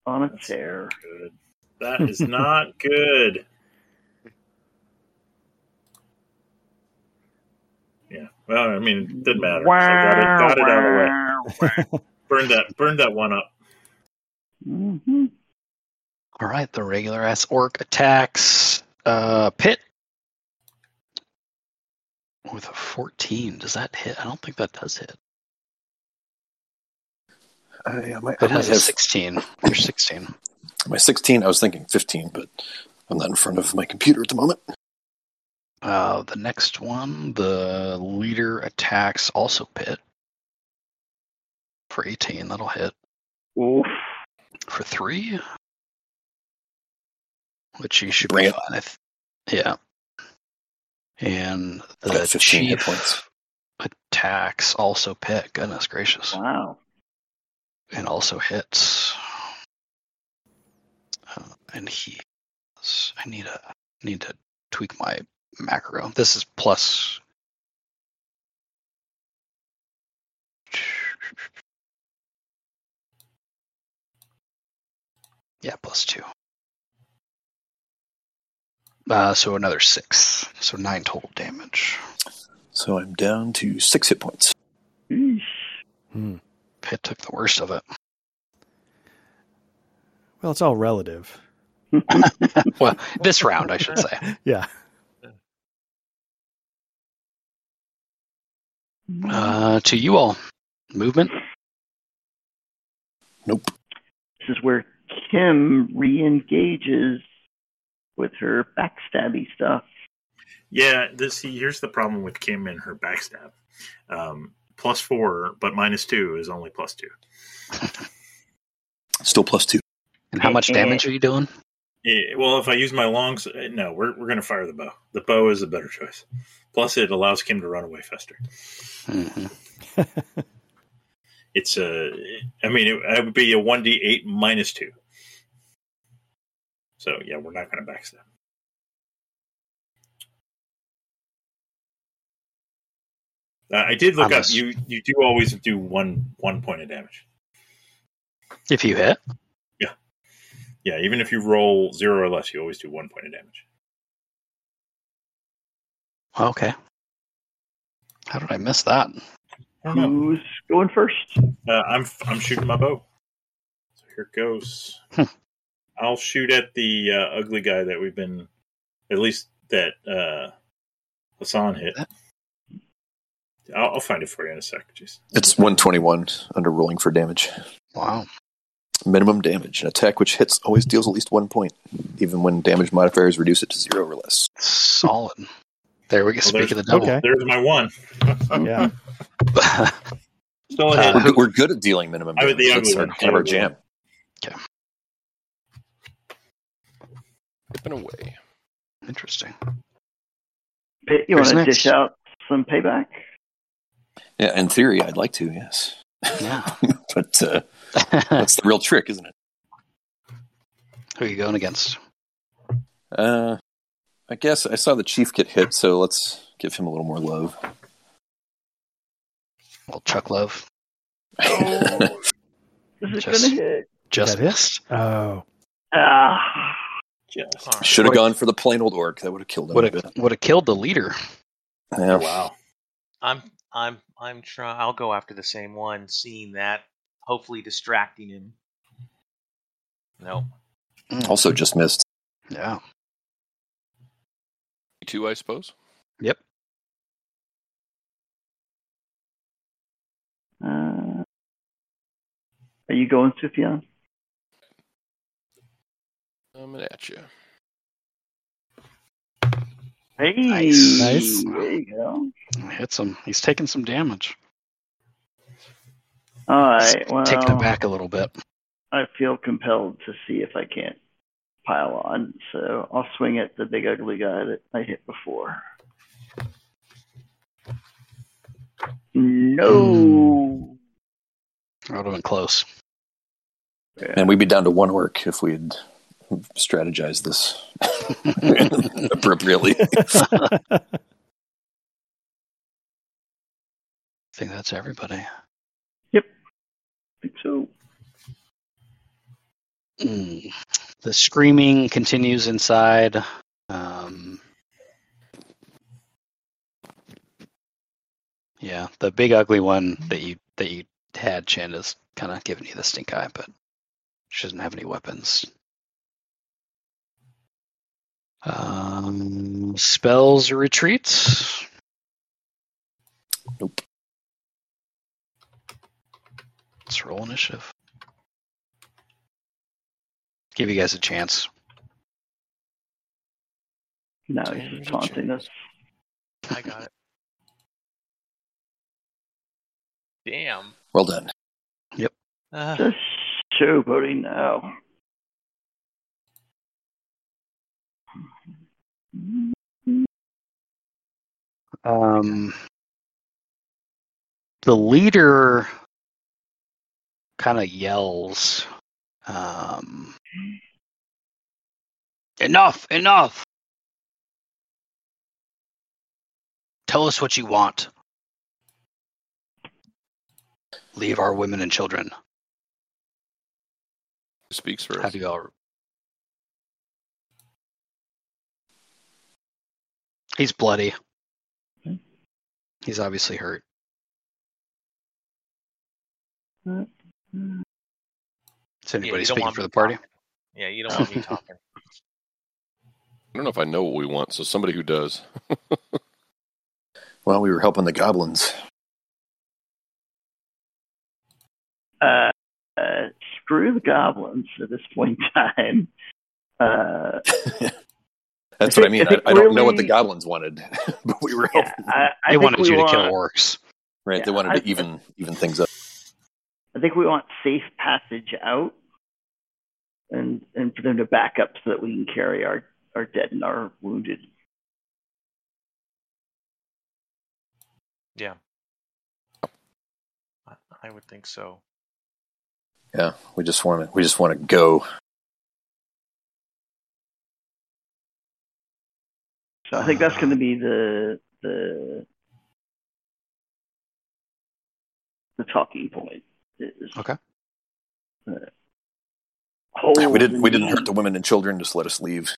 on a tear.
Good. That is not good. Yeah. Well, I mean, it didn't matter. So got it. Got it out of the way. Burned that. Burned that one up.
hmm
All right, the regular ass orc attacks uh, Pit with a 14. Does that hit? I don't think that does hit.
I, I might, I
That
might
is a
have
16. You're 16.
my 16. I was thinking 15, but I'm not in front of my computer at the moment.
Uh, the next one, the leader attacks also Pit for 18. That'll hit
Oof.
for three, which you should
Bring
be
it.
fine. I th- yeah. And the
I've got 15 hit
chief
points.
attacks also Pit. Goodness gracious.
Wow.
and also hits. Uh, and he, I need a need to tweak my macro. This is plus. Yeah, plus two. Uh, so another six. So nine total damage.
So I'm down to six hit points.
Eesh.
Hmm.
Pit took the worst of it.
Well, it's all relative.
Well, this round, I should say.
Yeah.
Uh, to you all, movement.
Nope.
This is where Kim re-engages with her backstabby stuff.
Yeah, this see, here's the problem with Kim and her backstab. Um, plus four, but minus two is only plus two.
Still plus two.
And how
Mm-hmm.
much damage are you doing?
Eh, well, if I use my longs, eh, no, we're we're gonna fire the bow. The bow is a better choice. Plus, it allows Kim to run away faster.
hmm
It's a, I mean, it, it would be a one d eight minus two. So yeah, we're not gonna backstab. Uh, I did look
Unless-
up. You you do always do one one point of damage.
If you hit,
Yeah, even if you roll zero or less, you always do one point of damage.
okay. How did I miss that?
I don't know.
Who's going first?
Uh, I'm I'm shooting my bow. So here it goes.
Hmm.
I'll shoot at the uh, ugly guy that we've been, at least that uh, Hassan hit. I'll, I'll find it for you in a sec. Jeez.
It's 121 under rolling for damage.
Wow.
Minimum damage. An attack which hits always deals at least one point, even when damage modifiers reduce it to zero or less.
Solid. There we go.
Well,
Speak of the
there's-
devil.
Okay.
There's my one.
Yeah.
Still a
Uh,
hit.
who-
We're, good, we're good at dealing minimum
I was
damage.
the ugly
That's our,
one.
kind of our
Ugly one.
jam.
Up and away.
Interesting.
Pit, you
Who's
want to
next?
dish out some payback?
Yeah, in theory, I'd like to, yes.
Yeah.
But uh, that's the real trick, isn't it?
Who are you going against?
Uh, I guess I saw the chief get hit, so let's give him a little more love.
Well, Chuck Love
Oh. This is
Just-
gonna hit.
just
that it?
missed.
Oh.
Ah,
Just.
All right.
Should have
Right.
gone for the plain old orc. That would have killed him.
Would have would have killed the leader.
Yeah.
Wow.
I'm I'm I'm trying. I'll go after the same one, seeing that, hopefully distracting him. No,
Mm,
Also just missed.
Yeah.
Two, I suppose.
Yep.
uh, are you going, Sufjan?
I'm at you.
Hey,
Nice. Nice.
There you go.
Hits him. He's taking some damage.
All right. Well,
Taking
Oh.
it back a little bit.
I feel compelled to see if I can't pile on, so I'll swing at the big ugly guy that I hit before.
Hmm.
No.
That would have been close.
Yeah.
And we'd be down to one orc if we had strategized this appropriately.
I
I think that's everybody.
think so.
Mm. The screaming continues inside. Um, yeah, the big ugly one that you that you had, Chin, is kind of giving you the stink eye, but she doesn't have any weapons. Um, spells or retreats?
Nope.
Let's roll initiative. Give you guys a chance.
No,
Damn,
he's
there's
just
a
taunting
chance.
us.
I got it. Damn.
Well done.
Uh,
Just showboating now.
Um, the leader kind of yells, um, "Enough! Enough! Tell us what you want. Leave our women and children."
Who Speaks first.
How do y'all? He's bloody.
Okay.
He's obviously hurt. Is
yeah,
anybody
you don't
speaking
want
for
me
the party?
talking. Yeah, you don't want me talking.
I don't know if I know what we want, so somebody who does.
Well, we were helping the goblins.
uh, uh, screw the goblins at this point in time. Uh,
That's
I
what I
think-
mean.
I
I,
think
I don't know what the
really-
goblins wanted, but we were
yeah, I, I
They
think
wanted
we
you to
want,
kill orcs.
right. they
yeah,
wanted
I-
to even even things up.
I think we want safe passage out, and and for them to back up so that we can carry our our dead and our wounded.
Yeah. I, I would think so.
Yeah, we just want to we just want to go.
So I think that's going to be the the the talking point. Is
Okay.
uh, hold
We didn't we didn't
the-
hurt the women and children. Just let us leave.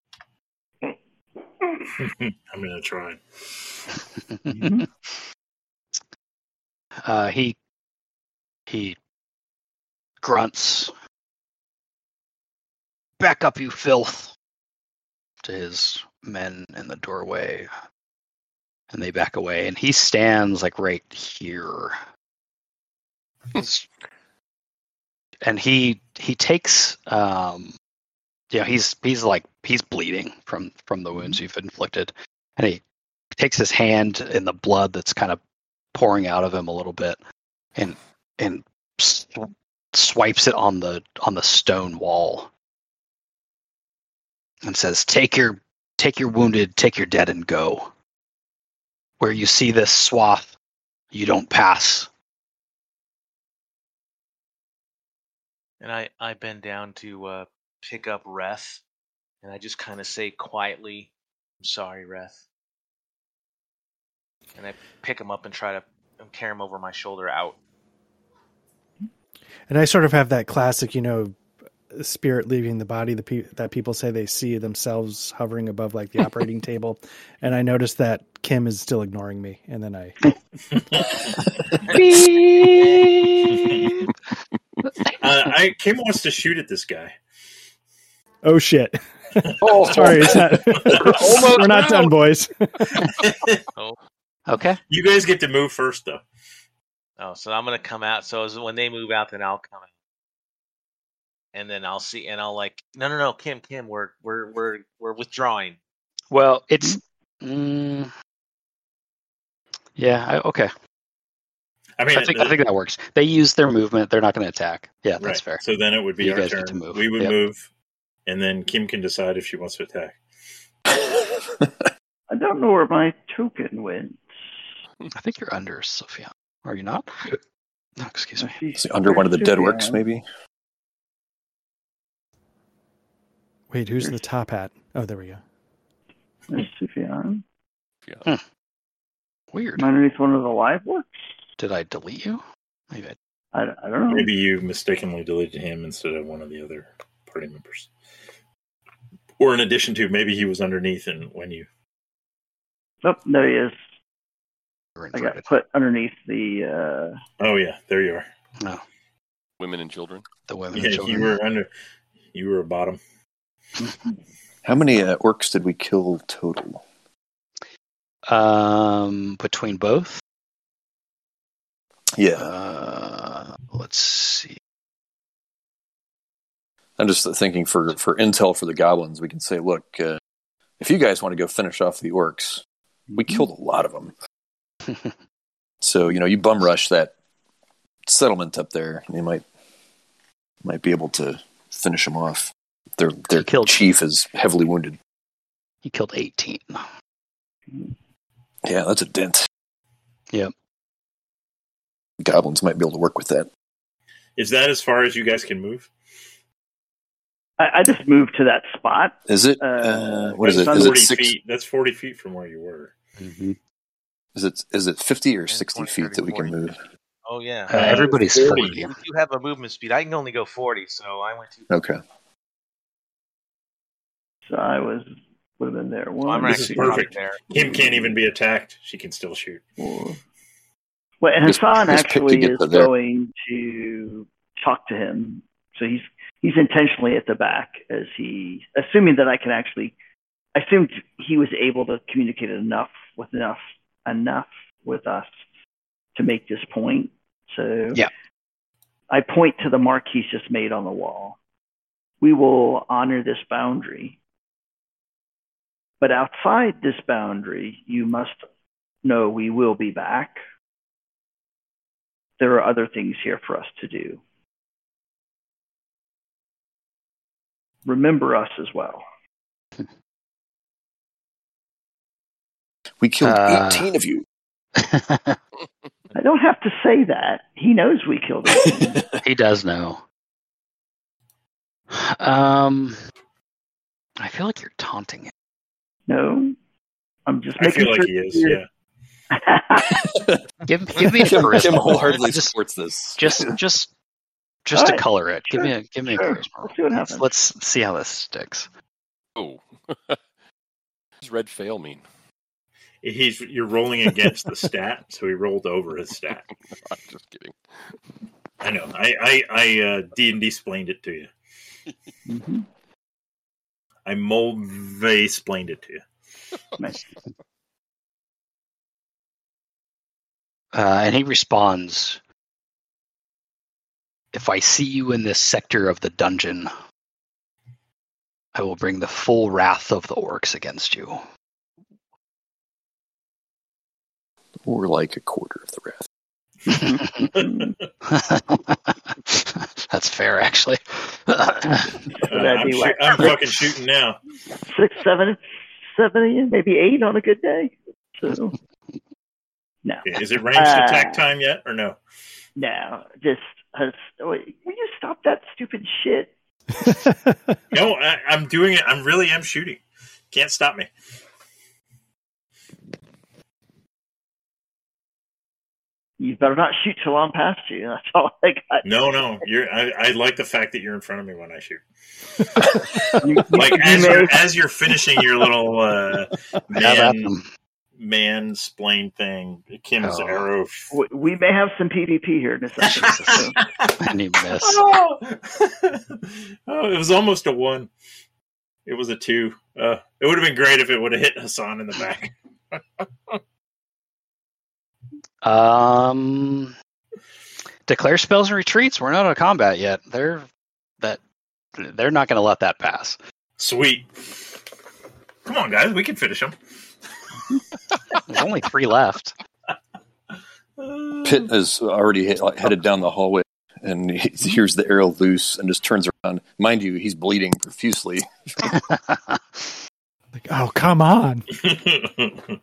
I'm gonna try.
uh, he he grunts. Back up, you filth! To his men in the doorway, and they back away. And he stands like right here. He's- and he he takes um you know he's he's like he's bleeding from from the wounds you've inflicted and he takes his hand in the blood that's kind of pouring out of him a little bit and and s- swipes it on the on the stone wall and says take your take your wounded take your dead and go where you see this swath you don't pass
And I, I bend down to uh, pick up Reth, and I just kind of say quietly, I'm sorry, Reth. And I pick him up and try to and carry him over my shoulder out.
And I sort of have that classic, you know, spirit leaving the body the pe- that people say they see themselves hovering above like the operating table. And I notice that Kim is still ignoring me. And then I,
uh, I Kim wants to shoot at this guy.
oh shit.
Oh,
Sorry. It's not,
almost
we're not
out.
done, boys.
okay
You guys get to move first, though.
Oh, so I'm gonna come out. So as- when they move out, then I'll come out, and then I'll see, and I'll like, no, no, no, Kim, Kim, we're we're we're we're withdrawing.
well it's mm, yeah I, okay
I mean,
I think, I think that works. They use their movement. They're not going to attack. Yeah,
right.
that's fair.
So then it would be
You
our
guys get to
turn.
move.
We would
Yep.
move, and then Kim can decide if she wants to attack.
I don't know where my token went.
I think you're under, Sophia. Are you not? No, excuse me.
She's
Is it under one of the dead works, maybe.
Wait, who's the top hat? Oh, there we go.
Sufjan.
Yeah.
Weird.
I'm underneath one of the live works.
Did I delete you? Maybe I,
I, I don't know.
Maybe you mistakenly deleted him instead of one of the other party members, or in addition to. Maybe he was underneath, and when you
Oh, there he is.
you were
I got
inverted.
put underneath the. Uh,
oh yeah, there you are.
No,
Women and children.
the women
Yeah,
and
you
children.
were under. You were a bottom.
How many uh, orcs did we kill total?
Um, between both.
Yeah,
Uh, let's see.
I'm just thinking for for intel for the goblins, we can say, look, uh, if you guys want to go finish off the orcs, we killed a lot of them. So you know, you bum rush that settlement up there, and you might might be able to finish them off. Their their
Killed.
chief is heavily wounded.
he killed 18.
Yeah, that's a dent.
Yep.
Goblins might be able to work with that.
Is that as far as you guys can move?
I, I just moved to that spot.
Is it?
Uh,
Uh, what is
That's
it? Is it
Forty
six?
feet. That's forty feet from where you were.
Is it is it fifty or
And
sixty
20,
feet
30,
that we can
40,
move?
50. Oh yeah,
Uh, everybody's
40.
40.
you do have a movement speed. I can only go forty, so I went to.
Okay.
So I was would have been there. One,
I'm
This
actually
is perfect.
probably there.
Kim can't even be attacked. She can still shoot.
Well, well and
Just-
Hassan
just pick to
actually
get
is
to there.
going to talk to him. So he's he's intentionally at the back as he assuming that I can actually I assumed he was able to communicate enough with enough enough with us to make this point. So
Yeah.
I point to the mark he's just made on the wall. We will honor this boundary. But outside this boundary, you must know we will be back. There are other things here for us to do. Remember us as well.
We killed
Uh,
18 of you.
I don't have to say that. He knows we killed him.
he does know. Um, I feel like you're taunting him.
no, I'm just
I
making
feel like
sure
he is.
you're-
Yeah.
Give, give me a
Kim,
charisma
Kim
roll.
wholeheartedly
Just,
supports this.
just, just, just to
Alright,
color it. Give me
sure,
a, give me a
sure.
charisma roll.
Let's see what
Let's-
happens.
let's see how this sticks.
Oh. what does red fail mean?
He's you're rolling against the stat, so he rolled over his stat.
I'm just kidding.
I know. I I, I uh, D and D explained it to you.
Mhm.
I Mulvey explained it to you.
Nice.
Uh, and he responds, "If I see you in this sector of the dungeon, I will bring the full wrath of the orcs against you."
We're like a quarter of the wrath.
Mm-hmm.
That's fair, actually.
Uh,
So that'd
I'm,
be
shoo-
what?
I'm
Six-
fucking shooting now.
six, seven, seven a.m., maybe eight on a good day. So no,
Okay, Is it ranged
Uh,
attack time yet, or no?
no, just uh, wait, will you stop that stupid shit?
No, I, I'm doing it. I'm really am shooting. Can't stop me.
You better not shoot till I'm past you. That's all I got.
No, no. You're. I, I like the fact that you're in front of me when I shoot.
You, you,
Like
you
as
may-
you're as you're finishing your little uh,
Have at
man
them.
man splain thing, Kim's
Oh.
arrow.
we, we may have some PvP here in a second. So.
And he missed.
oh, Oh, it was almost a one. It was a two. Uh, it would have been great if it would have hit Hassan in the back.
Um, declare spells and retreats. We're not out of combat yet. They're that they're not going to let that pass.
Sweet. Come on, guys. We can finish him.
There's only three left.
Pitt is already he- like, headed down the hallway and he hears the arrow loose and just turns around. Mind you, he's bleeding profusely.
like, oh, come on.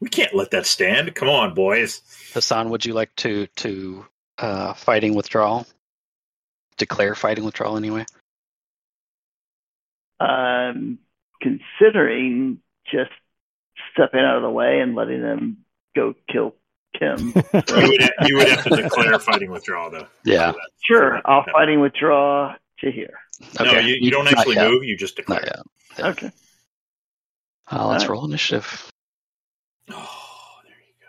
we can't let that stand. Come on, boys.
Hassan, would you like to to uh, fighting withdrawal? Declare fighting withdrawal anyway.
um, considering just stepping out of the way and letting them go kill Kim.
You would, ha- you would have to declare fighting withdrawal, though.
Yeah.
sure, I'll fighting withdraw to here.
Okay.
No, you, you don't
not
actually
yet.
move. You just
Not
declare.
yet. Yeah.
Okay.
Uh, let's
Alright.
roll initiative.
Oh, there you go.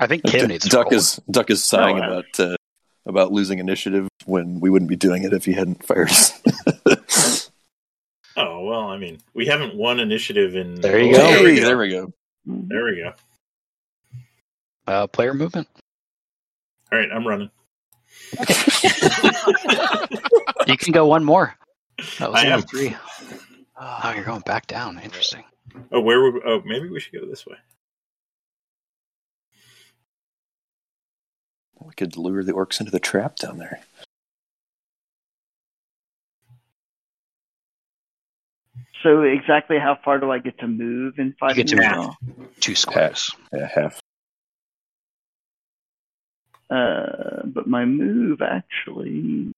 I think Kim needs to
Duck
roll.
is Duck is sighing
Oh,
No, I-
about uh, about losing initiative when we wouldn't be doing it if he hadn't fired.
Oh well, I mean, we haven't won initiative in. Oh,
There you
hey,
go.
There we
there
go.
we go.
There we go.
uh, player movement.
All right, I'm running.
You can go one more. That was
I
only
am.
three. Oh, you're going back down. Interesting.
Oh, where? Were, oh, maybe we should go this way.
We could lure the orcs into the trap down there.
So exactly how far do I get to move in fighting
get to
withdrawal?
Two squares.
Yeah, half.
Uh, but my move actually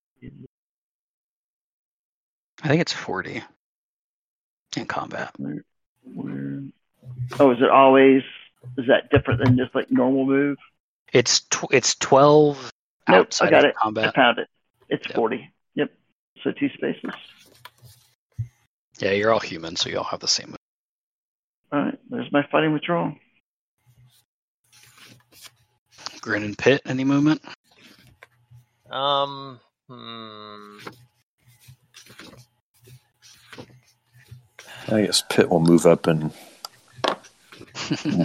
I think it's 40 in combat.
where, where Oh, is it always is that different than just like normal move?
It's tw- it's 12
Nope,
outside
I got
of
it. I
combat.
found it. It's
Yep.
forty. Yep. So two spaces.
Yeah, you're all human, so you all have the same.
All right, there's my fighting withdrawal.
Grin and pit. Any movement?
Um, hmm,
I guess Pitt will move up and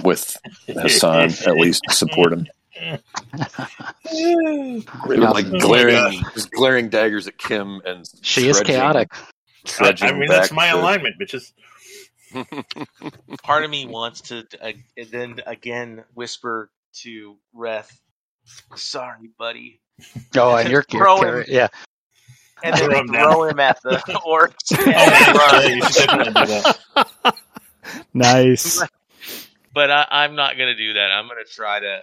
with Hassan at least to support him. They were like
Oh my
glaring, just glaring daggers at Kim, and
She is
trudging-
chaotic.
I,
trudging
I mean, that's
back
my
to-
alignment, bitches.
Part of me wants to uh, then again whisper to Reth, "Sorry, buddy,"
Oh, and you're
Throw him.
chaotic. Yeah.
and then
Throw him
throw him at the orcs.
Oh,
and
yeah,
run.
you should definitely do that.
Nice.
but I, I'm not gonna do that. I'm gonna try to.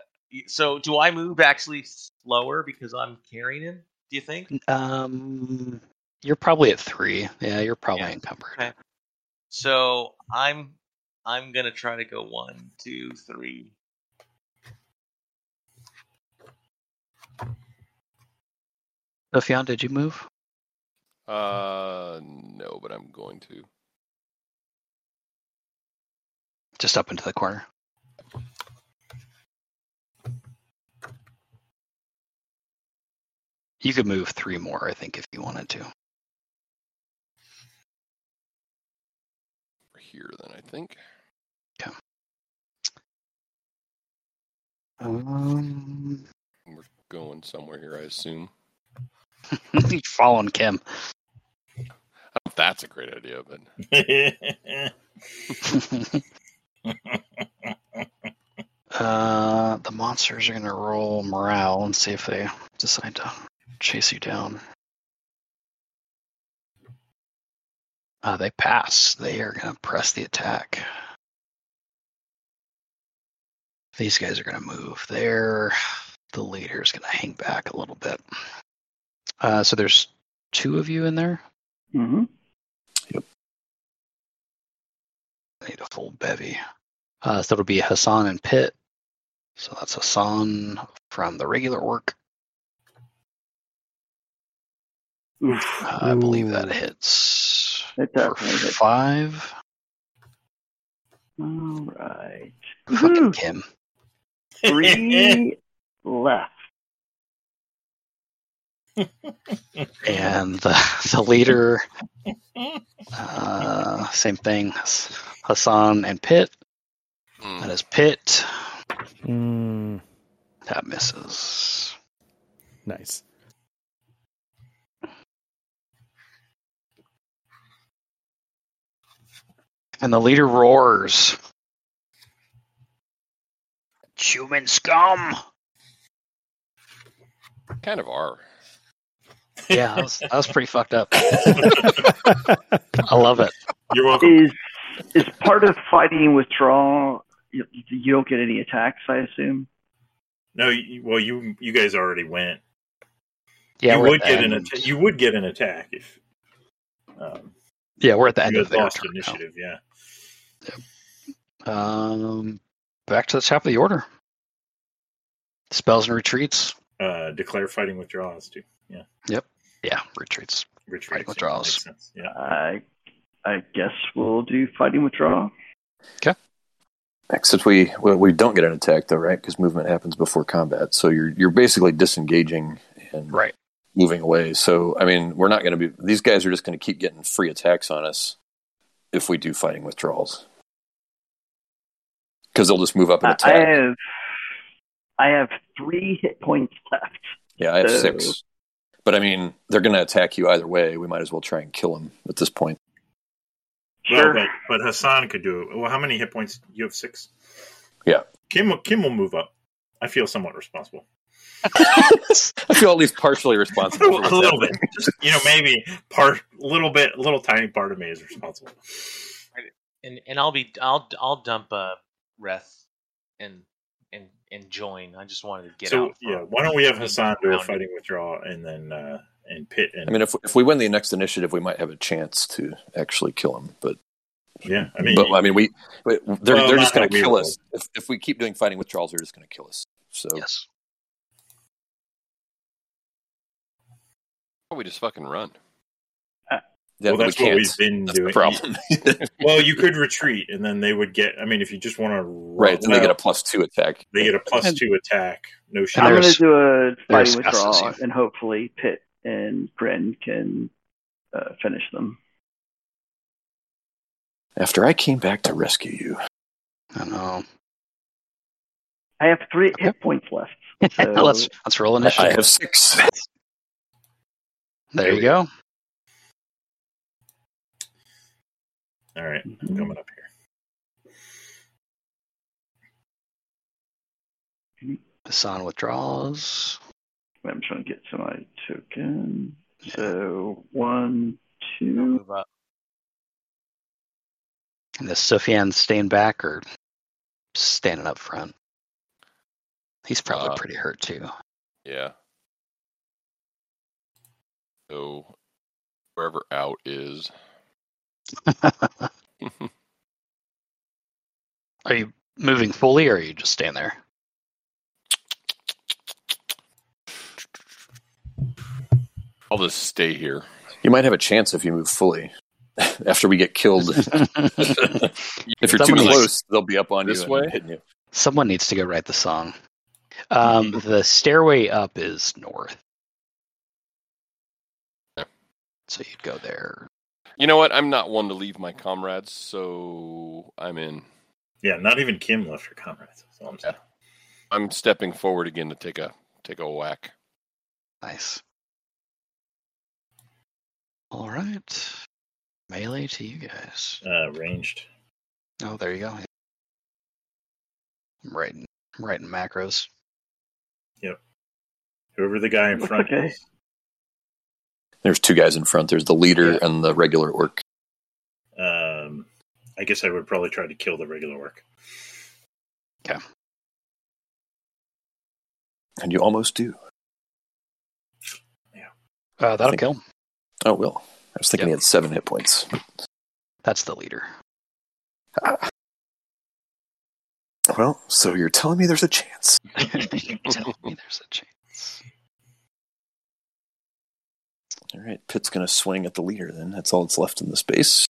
So, do I move actually slower because I'm carrying him? Do you think?
Um, you're probably at three. Yeah, you're probably
Yeah.
encumbered.
Okay. So I'm I'm gonna try to go one, two, three.
Sophion, did you move?
uh, no, but I'm going to.
Just up into the corner. You could move three more, I think, if you wanted to.
Here, then I think.
Um,
We're going somewhere here, I assume.
you're following Kim.
I don't know if that's a great idea, but
uh, the monsters are going to roll morale and see if they decide to chase you down. Uh, they pass. They are going to press the attack. These guys are going to move there. The leader is going to hang back a little bit. Uh, so there's two of you in there.
hmm
I need a full bevy. Uh, so it'll be Hassan and Pitt. So that's Hassan from the regular orc. Uh, I believe that
Ooh.
hits
It
for
definitely hits.
five.
All right.
Fucking
Woohoo.
Kim.
Three left.
And the, the leader, uh, same thing. Hass- Hassan and Pitt. That is Pitt.
Mm,
That misses.
nice.
And the leader roars. Human scum!
kind of are.
Yeah, that was, that was pretty fucked up. I love it.
You're welcome.
Is is part of fighting withdrawal? You, you don't get any attacks, I assume.
No, you, well, you you guys already went.
Yeah,
you
we're at
would
the
get an
end.
atta- you would get an attack if um,
Yeah, we're at the end
you
of
had
their
lost
turn. now.
initiative. Yeah.
Um, back to the top of the order. Spells and retreats.
Uh, declare fighting withdrawals too. Yeah.
Yeah, retreats.
Retreat
withdrawals.
Makes sense. Yeah.
I I guess we'll do fighting withdrawal.
Except we well, we don't get an attack though, right? Because movement happens before combat, so you're you're basically disengaging and
Right.
moving away. So I mean, we're not going to be. These guys are just going to keep getting free attacks on us if we do fighting withdrawals, because they'll just move up and
I, I
attack.
have I have three hit points left.
yeah, I have
so-
six, but I mean, they're going to attack you either way. We might as well try and kill them at this point.
Sure.
Well, but, but Hassan could do it. Well, how many hit points? You have six.
Yeah.
Kim will, Kim will move up. I feel somewhat responsible.
I feel at least partially
a
responsible. For what's
little
happening.
bit, just you know, maybe part, little bit, little tiny part of me is responsible.
And and I'll be I'll I'll dump uh Reth and and and join. I just wanted to get
so
out. for-
yeah, why don't we have
being
Hassan do a
surrounded.
fighting withdrawal and then uh, and Pit and
I mean, if if we win the next initiative, we might have a chance to actually kill them, but.
yeah, I mean,
but I mean, we we- they're
Well,
they're
not
just going
that
to
we
kill
would.
us if, if we keep doing fighting withdrawals. They're just going to kill us. So
Yes.
Why don't we just fucking run?
yeah,
well,
but
that's
we
what
can't.
we've been
that's
doing.
the problem,
Well, you could retreat, and then they would get. I mean, if you just want to,
right? Then they get a
well,
plus two attack.
they get a plus
And-
two attack. No shit.
And
I'm gonna
there's-
do a
there's
fighting
Gus
withdrawal,
as
and hopefully Pitt and Grin can uh, finish them.
After I came back to rescue you,
I don't know.
I have three
Okay.
hit points left. So
let's let's roll
I, I
initiative.
have six.
there you go.
All right, I'm
Mhm.
coming up here.
Hassan withdraws.
I'm trying to get to my token. So one,
I'll
two.
move up.
And is Sufyan staying back or standing up front? He's probably
Uh,
pretty hurt too.
Yeah. So wherever out is.
Are you moving fully or are you just staying there?
I'll just stay here.
You might have a chance if you move fully. After we get killed, if you're too
Someone needs-
close, they'll be up on
This
you
way?
and hitting you.
Someone needs to go write the song. Um, the stairway up is north.
Okay.
So you'd go there.
You know what? I'm not one to leave my comrades, so I'm in.
Yeah, not even Kim left her comrades. That's all I'm saying.
I'm stepping forward again to take a take a whack.
Nice. All right. Melee to you guys.
Uh, ranged.
Oh, there you go. I'm writing, I'm writing macros.
Whoever the guy in
Looks
front
okay.
is.
There's two guys in front. There's the leader
Yeah.
and the regular orc.
Um, I guess I would probably try to kill the regular orc.
And you almost do.
Uh, that'll
Think-
kill. him.
Oh, well. I was thinking he
Yeah.
had seven hit points.
That's the leader.
Well, so you're telling me there's a chance.
You tell me there's a chance.
All right, Pitt's going to swing at the leader then. That's all that's left in the space.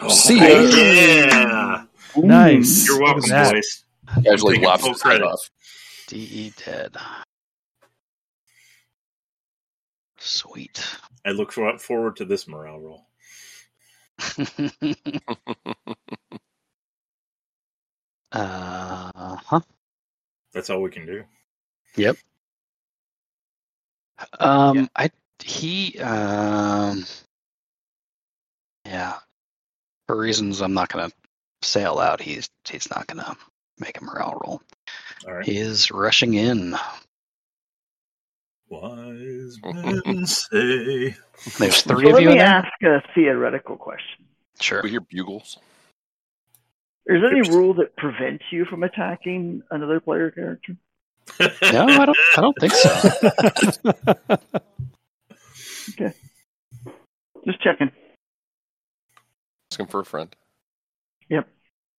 Oh, See ya.
Oh, yeah!
Nice.
You're
Look at
welcome,
that.
boys.
Casually
taking
lops
full
his head
credit.
off.
DE dead. Sweet.
I look for- forward to this morale roll.
uh huh.
That's all we can do.
Um, I he um, yeah, for reasons I'm not gonna say out loud. He's he's not gonna make a morale roll.
All right.
He is rushing in.
Wise men say.
There's three
So
of
let
you in
me
there.
ask a theoretical question.
Sure.
We hear bugles.
Is there any
Oops.
rule that prevents you from attacking another player character?
No, I don't. I don't think so.
Just checking.
Ask him for a friend.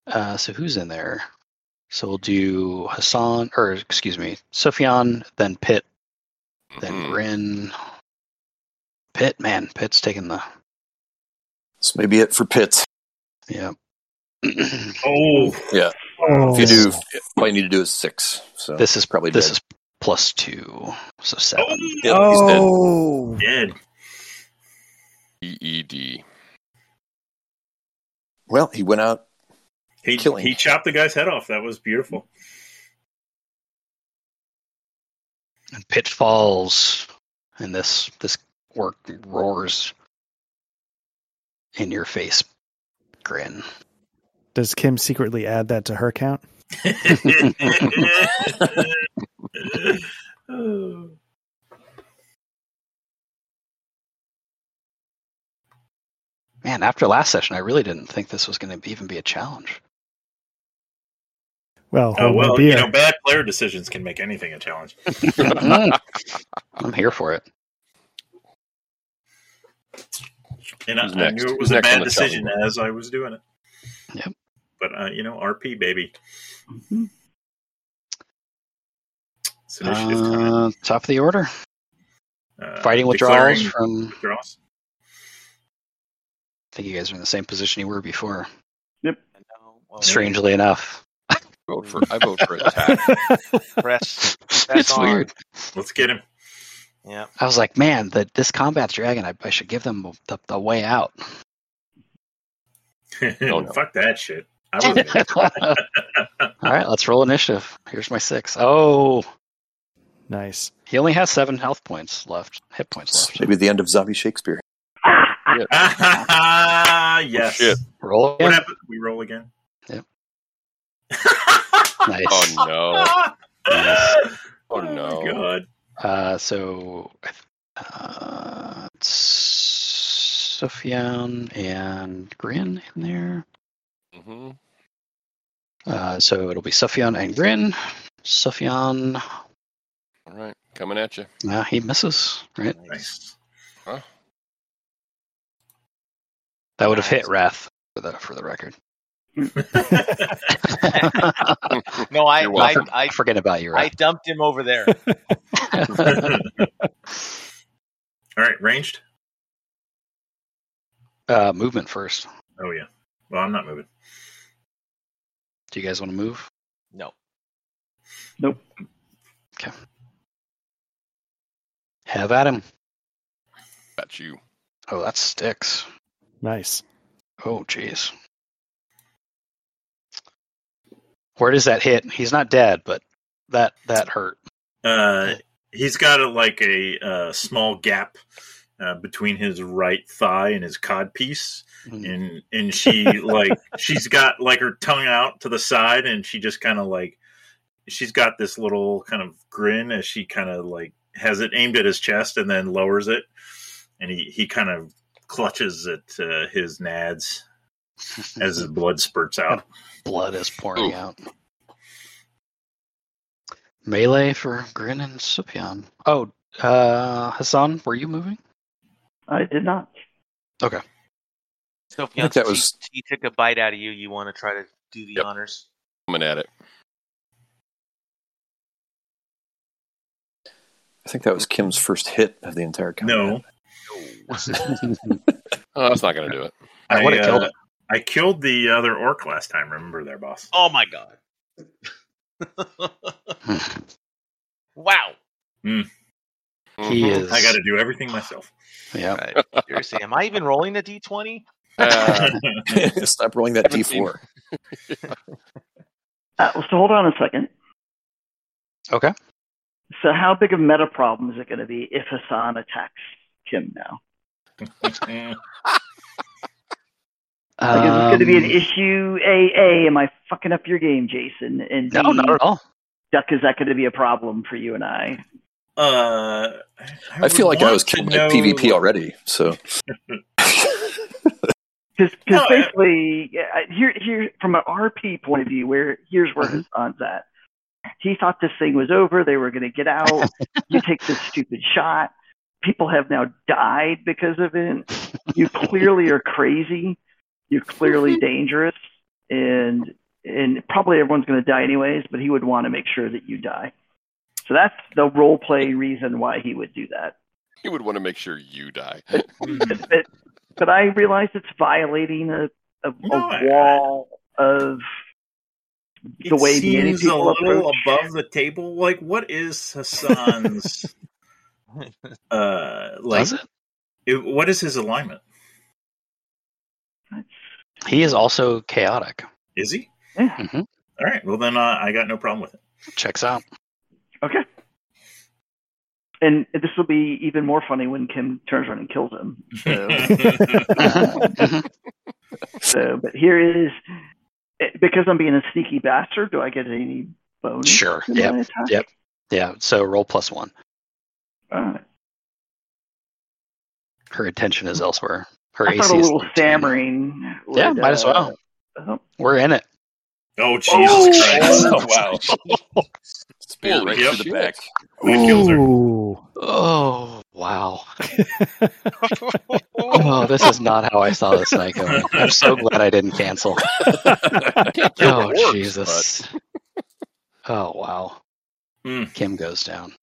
Uh, so who's in there? So we'll do Hassan, or excuse me, Sufyan, then Pitt, then
Mm-hmm.
Mhm.
Grin. Pitt, man, Pitt's taking the
This may be it for Pitt.
yeah.
Oh,
Yeah.
Oh.
If you do, all you need to do is six. So
this is
probably
this
dead.
is plus two, so seven.
oh,
Yep, he's
dead.
dead.
EED.
Well, he went out.
He
Killing.
he chopped the guy's head off. That was beautiful.
And Pitt falls, and this this orc roars in your face. Grin.
Does Kim secretly add that to her count?
Oh.
Man, after last session, I really didn't think this was going to even be a challenge.
Well,
Oh
hold my
well,
beer.
you know, bad player decisions can make anything a challenge.
I'm here for it.
And I,
Who's
I
next?
knew it
Who's
was a
next on
bad
the
decision
chopping
as I was doing it.
Yep.
But uh, you know, RP baby.
Mm-hmm.
It's initiative time.
Uh, top of the order.
Uh,
Fighting
declaring
withdrawals from.
withdrawals.
I think you guys are in the same position you were before.
I know, well,
Strangely enough,
Vote for I vote for attack.
Press. press
it's
on.
weird.
Let's get him.
Yeah.
I was like, man, that this combat dragon, I, I should give them the, the way out.
Oh, no.
Fuck that shit. I
All
would
right, let's roll initiative. Here's my six. Oh,
Nice.
he only has seven health points left, hit points left.
Maybe the end of Zombie Shakespeare.
yes.
Oh, shit.
Roll
What
again.
happened? We roll again.
Yep.
Oh
Nice.
no!
oh,
Oh
my
no!
god.
Uh, so, uh, Sophian and Grin in there.
hmm
Uh, so it'll be Sufyan and Grin. Sufyan,
All right, coming at you.
uh, he misses, right?
Nice.
Huh?
That would have hit Wrath for the for the record.
No, I,
You're
I,
welcome.
I,
Forget about you,
I
Wrath.
dumped him over there.
All right, ranged.
uh, movement first.
Oh yeah. Well, I'm not moving.
Do you guys want to move?
No.
Have at him.
Got you.
Oh, that sticks.
Nice.
Oh, jeez. Where does that hit? He's not dead, but that that hurt.
Uh, he's got a, like a uh, small gap uh, between his right thigh and his codpiece,
Mm.
and and she like she's got like her tongue out to the side, and she just kind of like she's got this little kind of grin as she kind of like has it aimed at his chest and then lowers it, and he he kind of clutches at uh, his nads as his blood spurts out.
Blood is pouring
Oof.
out. Melee for Grin and Supion. Oh, uh, Hassan, were you moving?
I did not.
So if
I think that was-
he, took a bite out of you, you want to try to do the
Yep.
honors?
Coming at it.
I think that was Kim's first hit of the entire combat.
No,
Oh, that's not gonna do it.
I would've killed
uh,
it.
I killed the other orc last time. Remember there, boss.
Oh my god! wow.
he
Mhm.
is.
Mm-hmm. I got to do everything myself.
Yeah.
Uh, seriously, am I even rolling a d20?
Ah,
Stop rolling that
Haven't seen-
D4.
Uh, so hold on a second.
Okay.
So how big of meta problem is it going to be if Hassan attacks Kim now? Like, is this going to be an
Um,
issue? A, A, am I fucking up your game, Jason? And B,
No, not at all.
Duck, is that going to be a problem for you and I?
uh,
I feel
would
like I
want
was
to
killed by
know-
PvP already, so
Because
No, I-
basically, yeah, I- here, here from an RP point of view, where here's where
Mhm.
Hassan's at. He thought this thing was over. They were going to get out. you take this stupid shot. People have now died because of it. You clearly are crazy. You're clearly dangerous, and and probably everyone's going to die anyways. But he would want to make sure that you die. So that's the role play reason why he would do that.
he would want to make sure you die.
but, but I realize it's violating a, a,
No,
a
I-
wall of
It
the way many
seems a
people
little
approach.
above the table. Like, what is Hassan's? uh, like,
Does it?
it- what is his alignment?
He is also chaotic.
Is he?
hmm
All right. Well, then uh, I got no problem with it.
Checks out.
Okay. And this will be even more funny when Kim turns around and kills him. So,
Mhm.
so but here is eh, because I'm being a sneaky bastard. Do I get any bonus?
Sure,
to
yep,
my attack?
yep. yeah. So roll plus one.
All right.
Her attention is elsewhere. Her
I
AC
thought a
is
little
13.
stammering.
Yeah,
would,
might as
uh,
well.
help.
We're in it.
oh Jesus
Oh,
Christ!
oh wow!
spear
Holy
right
Yep.
through the
shit.
back.
It kills her.
Ooh.
Oh wow. Oh, this is not how I saw this night going. I'm so glad I didn't cancel.
Can't kill
Oh
the orcs,
Jesus. Oh wow.
Mm.
Kim goes down.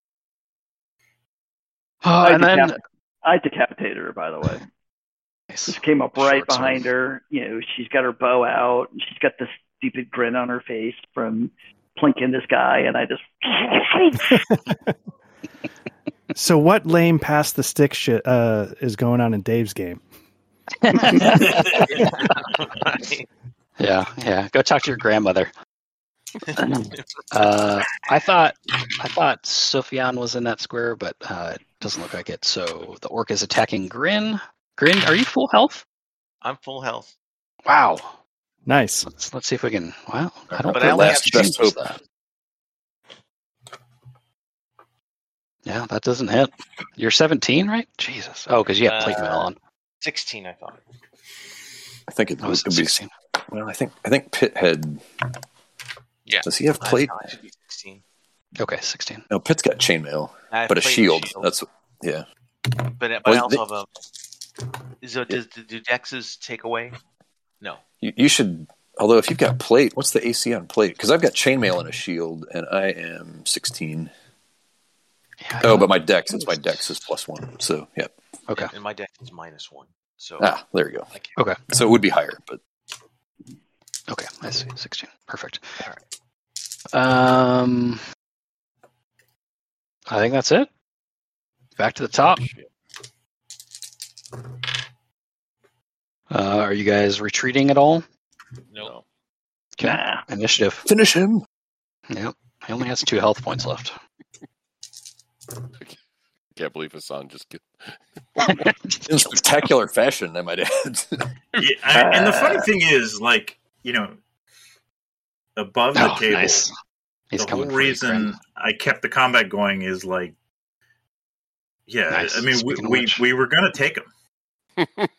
Oh,
I
and then
decap- I decapitated her, by the way.
Nice.
She came up right
Short sword.
behind her. You know, she's got her bow out. And she's got this stupid grin on her face from plinking this guy, and I just
So what lame past the stick shit uh, is going on in Dave's game?
Yeah, yeah. Go talk to your grandmother. Uh, I thought I thought Sophian was in that square, but uh, it doesn't look like it. So the orc is attacking Grin. Grin, are you full health?
I'm full health.
Wow.
Nice.
Let's, let's see if we can. Well, I don't.
But
think
I
we
only
have
have
shields,
best hope.
though. Yeah, that doesn't hit. You're 17, right? Jesus. Oh, because you have plate mail
Uh,
on.
16, I thought.
I think it,
I was
would be.
16.
Well, I think I think Pithead.
Yeah.
Does he have
I
plate?
thought it should be 16.
Okay, 16.
No, Pitt's got chainmail,
I have
but a
plate and
shield. That's yeah.
but but I
Well,
also
they-
have a. So does do Dex's take away? No.
You, you should. Although, if you've got plate, what's the AC on plate? Because I've got chainmail and a shield, and I am sixteen.
Yeah, I
Oh,
don't-
but my dex is my dex is plus one. So yeah.
okay.
And my deck is minus one. So
Ah, there you go.
I can't.
Okay.
So it would be higher, but
Okay, I see. 16. Perfect. Um, I think that's it. Back to the top. Uh, are you guys retreating at all?
No.
Okay.
Ah.
Initiative.
finish him.
Yep. He only has two health points left.
Can't believe Hassan just get
in spectacular fashion, I might add.
Yeah, I, and the
Uh.
funny thing is, like you know, above the
oh,
table,
nice. He's
the
coming
whole
for you,
reason
Grin.
I kept the combat going is like, yeah,
Nice.
I mean, we,
Speaking of
we
which.
we were gonna take them.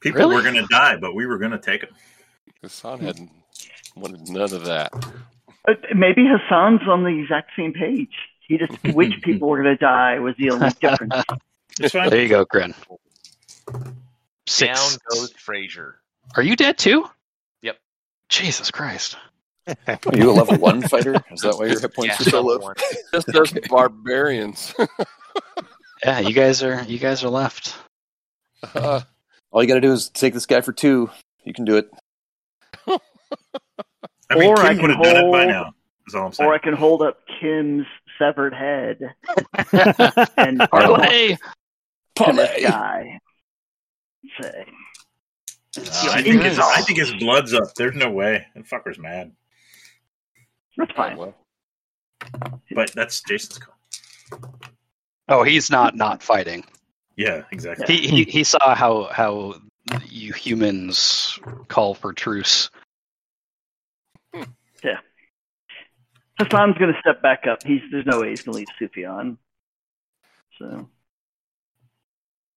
People
Really?
were gonna die, but we were gonna take them.
Hassan had not wanted none of that.
Uh, Maybe Hassan's on the exact same page. He just which people were going to die was the only difference.
It's fine.
There you go, Grin. Six.
Down goes Frazier.
Are you dead too?
Yep.
Jesus Christ.
Are Oh, you a level one fighter? Is that why your hit points
Yeah,
are so
level
low?
one.
Just us barbarians.
Yeah, you guys are you guys are left.
Uh,
All you got to do is take this guy for two. You can do it.
I mean,
Or I
Kim
can
would have done it by
hold-
now. Is all I'm saying.
Or I can hold up Kim's severed head and talk
Parlay.
to this guy. Say,
Uh, I think his I think his blood's up. There's no way. That fucker's mad.
that's fine.
well,
But that's Jason's call.
Oh, he's not not fighting.
Yeah, exactly.
He, he he saw how how you humans call for truce.
Hassan's going to step back up. He's there's no way he's going to leave Sufjan. So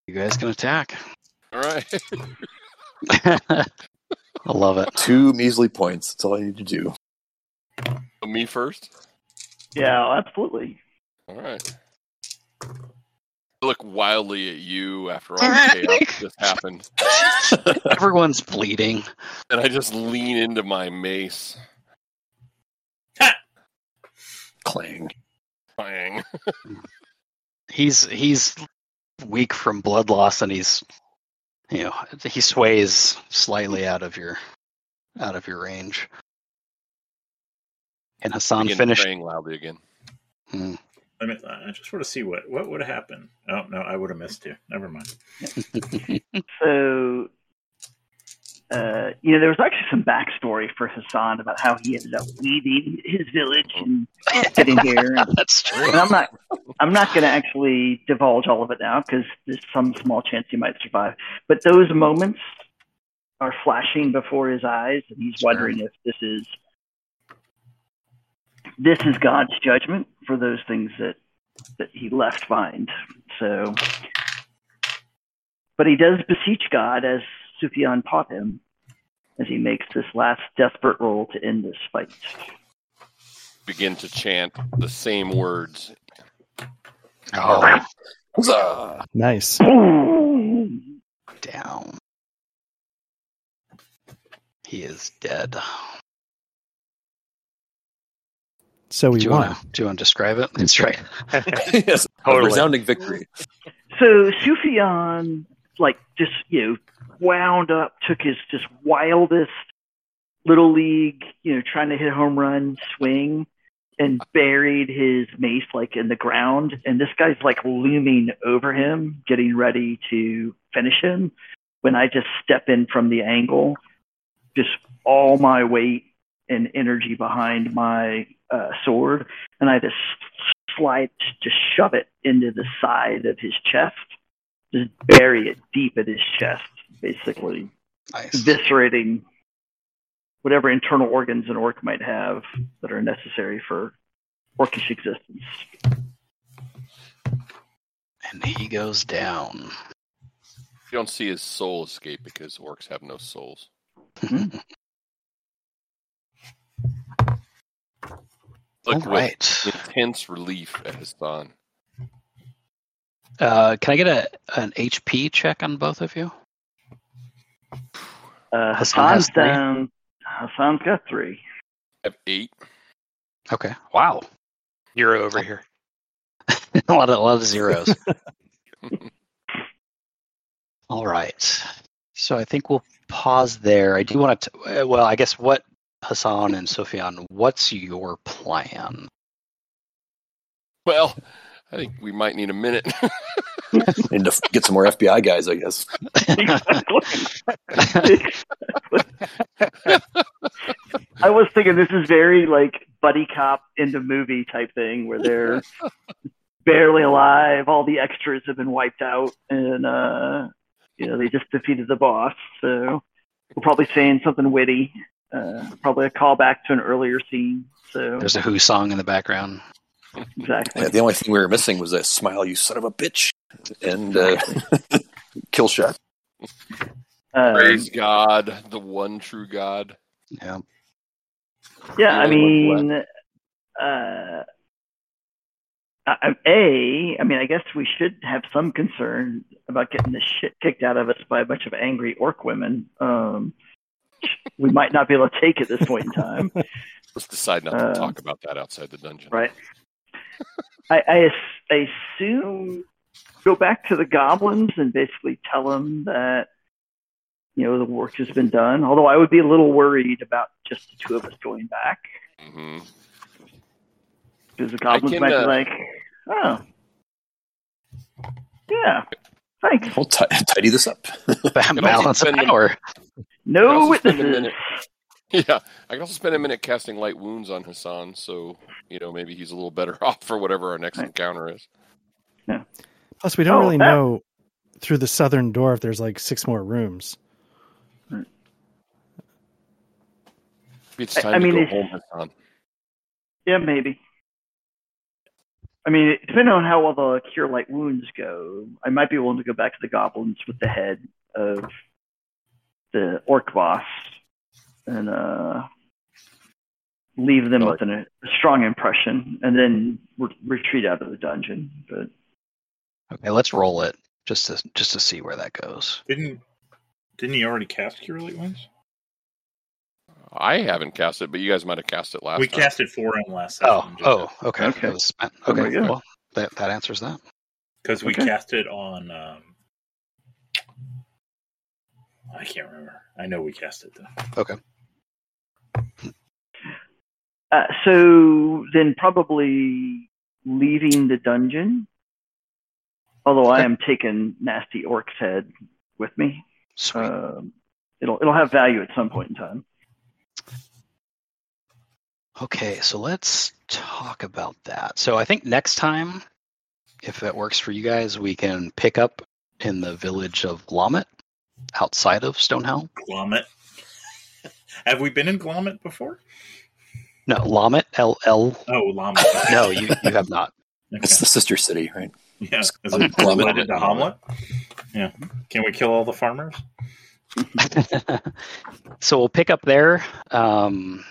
You guys can attack.
all right.
I love it.
Two measly points. That's all I need to do.
Me first.
yeah, absolutely.
All right. I look wildly at you after all the chaos just happened,
Everyone's bleeding.
and I just lean into my mace.
Clang.
Bang.
He's he's weak from blood loss, and he's you know he sways slightly out of your out of your range. And Hassan
Again,
finished.
praying loudly again.
Hmm.
I mean, I just want to see what what would have happened. Oh no, I would have missed you. Never mind.
So, uh, you know, there was actually some backstory for Hassan about how he ended up leaving his village and getting here. And,
That's true.
and I'm not, I'm not going to actually divulge all of it now because there's some small chance he might survive. But those moments are flashing before his eyes, and he's wondering if this is, this is God's judgment for those things that that he left behind. So but he does beseech God as Sufyan taught him as he makes this last desperate roll to end this fight.
Begin to chant the same words.
Oh,
Huzzah!
Nice.
Boom!
down. He is dead.
So
Do
we
you
won.
want to do you want to describe it? That's right.
yes,
Totally.
a resounding victory.
So Sufyan, like, just, you know, wound up, took his just wildest little league, you know, trying to hit a home run swing, and buried his mace like in the ground and this guy's like looming over him getting ready to finish him when i just step in from the angle just all my weight and energy behind my uh, sword and i just slide just shove it into the side of his chest just bury it deep in his chest basically
Nice.
eviscerating whatever internal organs an orc might have that are necessary for orcish existence.
And he goes down.
You don't see his soul escape because orcs have no souls.
All
Look with
right.
intense relief at Hassan.
Uh, can I get a an HP check on both of you? Hassan
Uh,
has
Hassan's
three.
down. Hassan's got three.
I have eight.
Okay. Wow.
You're over here.
a lot of a lot of zeros. All right. So I think we'll pause there. I do want to. Well, I guess what Hassan and Sufyan, what's your plan?
Well, I think we might need a minute.
Need to get some more FBI guys, I guess.
I was thinking this is very like buddy cop in the movie type thing where they're barely alive, all the extras have been wiped out, and uh, you know they just defeated the boss. So we're probably saying something witty, uh, probably a callback to an earlier scene. So
There's a Who song in the background.
exactly.
Yeah, the only thing we were missing was that smile, you son of a bitch, and uh, kill shot.
Um,
Praise God, the one true God.
Yeah.
Yeah, I
The only one
mean, uh, I- I'm- a. I mean, I guess we should have some concern about getting the shit kicked out of us by a bunch of angry orc women. Um, we might not be able to take at this point in time,
Um,
Let's decide not to
Uh,
talk about that outside the dungeon.
right? I, I, ass- I assume go back to the goblins and basically tell them that you know the work has been done. Although I would be a little worried about just the two of us going back.
hmm
Because the goblins
can,
might
uh,
be like, oh, yeah, thanks.
We'll ti tidy this up.
also
Balance of
spend the-
power.
I
No
also spend a
witnesses.
minute- Yeah, I can also spend a minute casting light wounds on Hassan, so you know maybe he's a little better off for whatever our next
Right.
encounter is.
Plus, we don't
Oh,
really
that-
know through the southern door if there's like six more rooms.
It's
I-
time
I
to
mean,
go
it's-
home, Hassan.
Yeah, maybe. I mean, it- depending on how well the cure light wounds go, I might be willing to go back to the goblins with the head of the orc boss and uh, leave them with an, a strong impression, and then re- retreat out of the dungeon. But
Okay, let's roll it just to just to see where that goes.
Didn't didn't he already cast Cure Light Wounds?
I haven't cast it, but you guys might have cast it last
we
time.
casted four on last
Oh,
session.
oh, okay.
Okay.
That was spent.
Oh
Okay,
my God.
well, that, that answers that.
because we
Okay.
cast it on. Um, I can't remember. I know we cast it though.
Uh, so then probably leaving the dungeon. Although I am taking nasty orc's head with me.
Sweet.
Um, it'll it'll have value at some point in time.
Okay, so let's talk about that. So I think next time, if that works for you guys, we can pick up in the village of Lomet, outside of Stonehell.
Glomet. Have we been in Glomet before?
No, Lomet, L L.
Oh, Lomet.
No, you you have not.
It's the sister city, right?
Yeah, is it
Glomet.
related to
Glomet.
Hamlet? Yeah. Can we kill all the farmers?
so we'll pick up there. Um,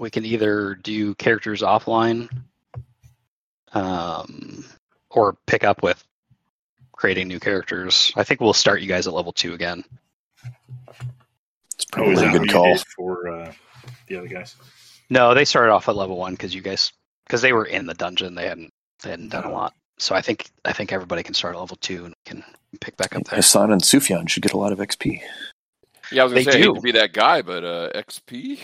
we can either do characters offline, um, or pick up with creating new characters. I think we'll start you guys at level two again.
It's
Oh, is
probably
that
a
what
good
you
call.
did for uh, the other guys?
No, they started off at level one because you guys because they were in the dungeon. They hadn't they hadn't done a
Oh.
lot. So I think I think everybody can start at level two and can pick back up there.
Hassan and Sufyan should get a lot of XP.
Yeah, I was gonna
They
say I hate
do.
to be that guy, but uh, XP.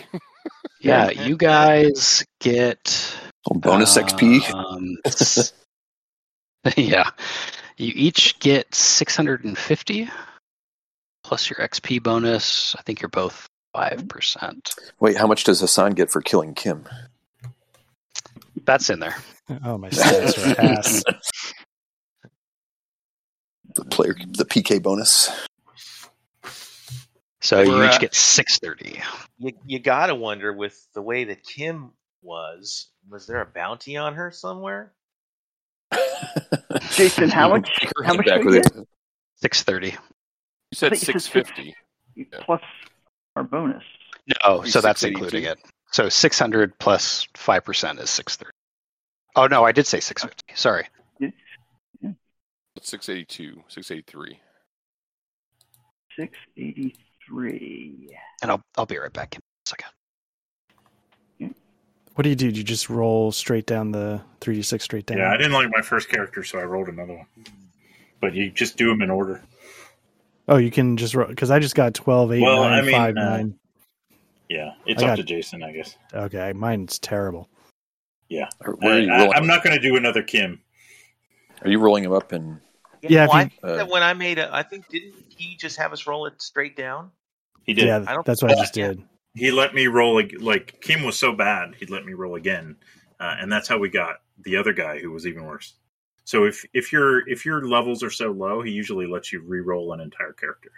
Yeah, you guys get
Little
Uh,
bonus XP.
um, s- yeah, you each get 650 plus your XP bonus. I think you're both five percent.
Wait, how much does Hassan get for killing Kim?
That's in there.
Oh my stats are ass.
The player, the PK bonus.
So you
We're,
each
uh,
get 630.
You, you gotta wonder with the way that Kim was, was there a bounty on her somewhere?
Jason, how much? How much do we get?
You
630.
You said
I think you said
six fifty.
Plus our bonus.
No, Oh,
Be
so that's
682?
including it. So 600 plus 5% is 630. Oh no, I did say 650. Sorry.
Six eighty two. Six eighty three.
Six eighty-three.
And I'll I'll be right back in a second.
What do you do? Do you just roll straight down the three d six straight down?
Yeah, I didn't like my first character, so I rolled another one. But you just do them in order.
Oh, you can just roll because I just got 12, 8,
Well, I
nine,
mean,
five,
uh,
nine.
Yeah, it's
I
up
got-
to Jason, I guess.
Okay, mine's terrible.
Where are you
I- I-
rolling?
I'm not going to do another Kim.
Are you rolling him up in?
Yeah, if
well, I
you-
think that when I made a, I think didn't he just have us roll it straight down?
He did.
Yeah,
I don't-
that's what I just
Yeah.
did.
He let me roll ag- like Kim was so bad, he let me roll again, uh, and that's how we got the other guy who was even worse. So if if your if your levels are so low, he usually lets you re-roll an entire character.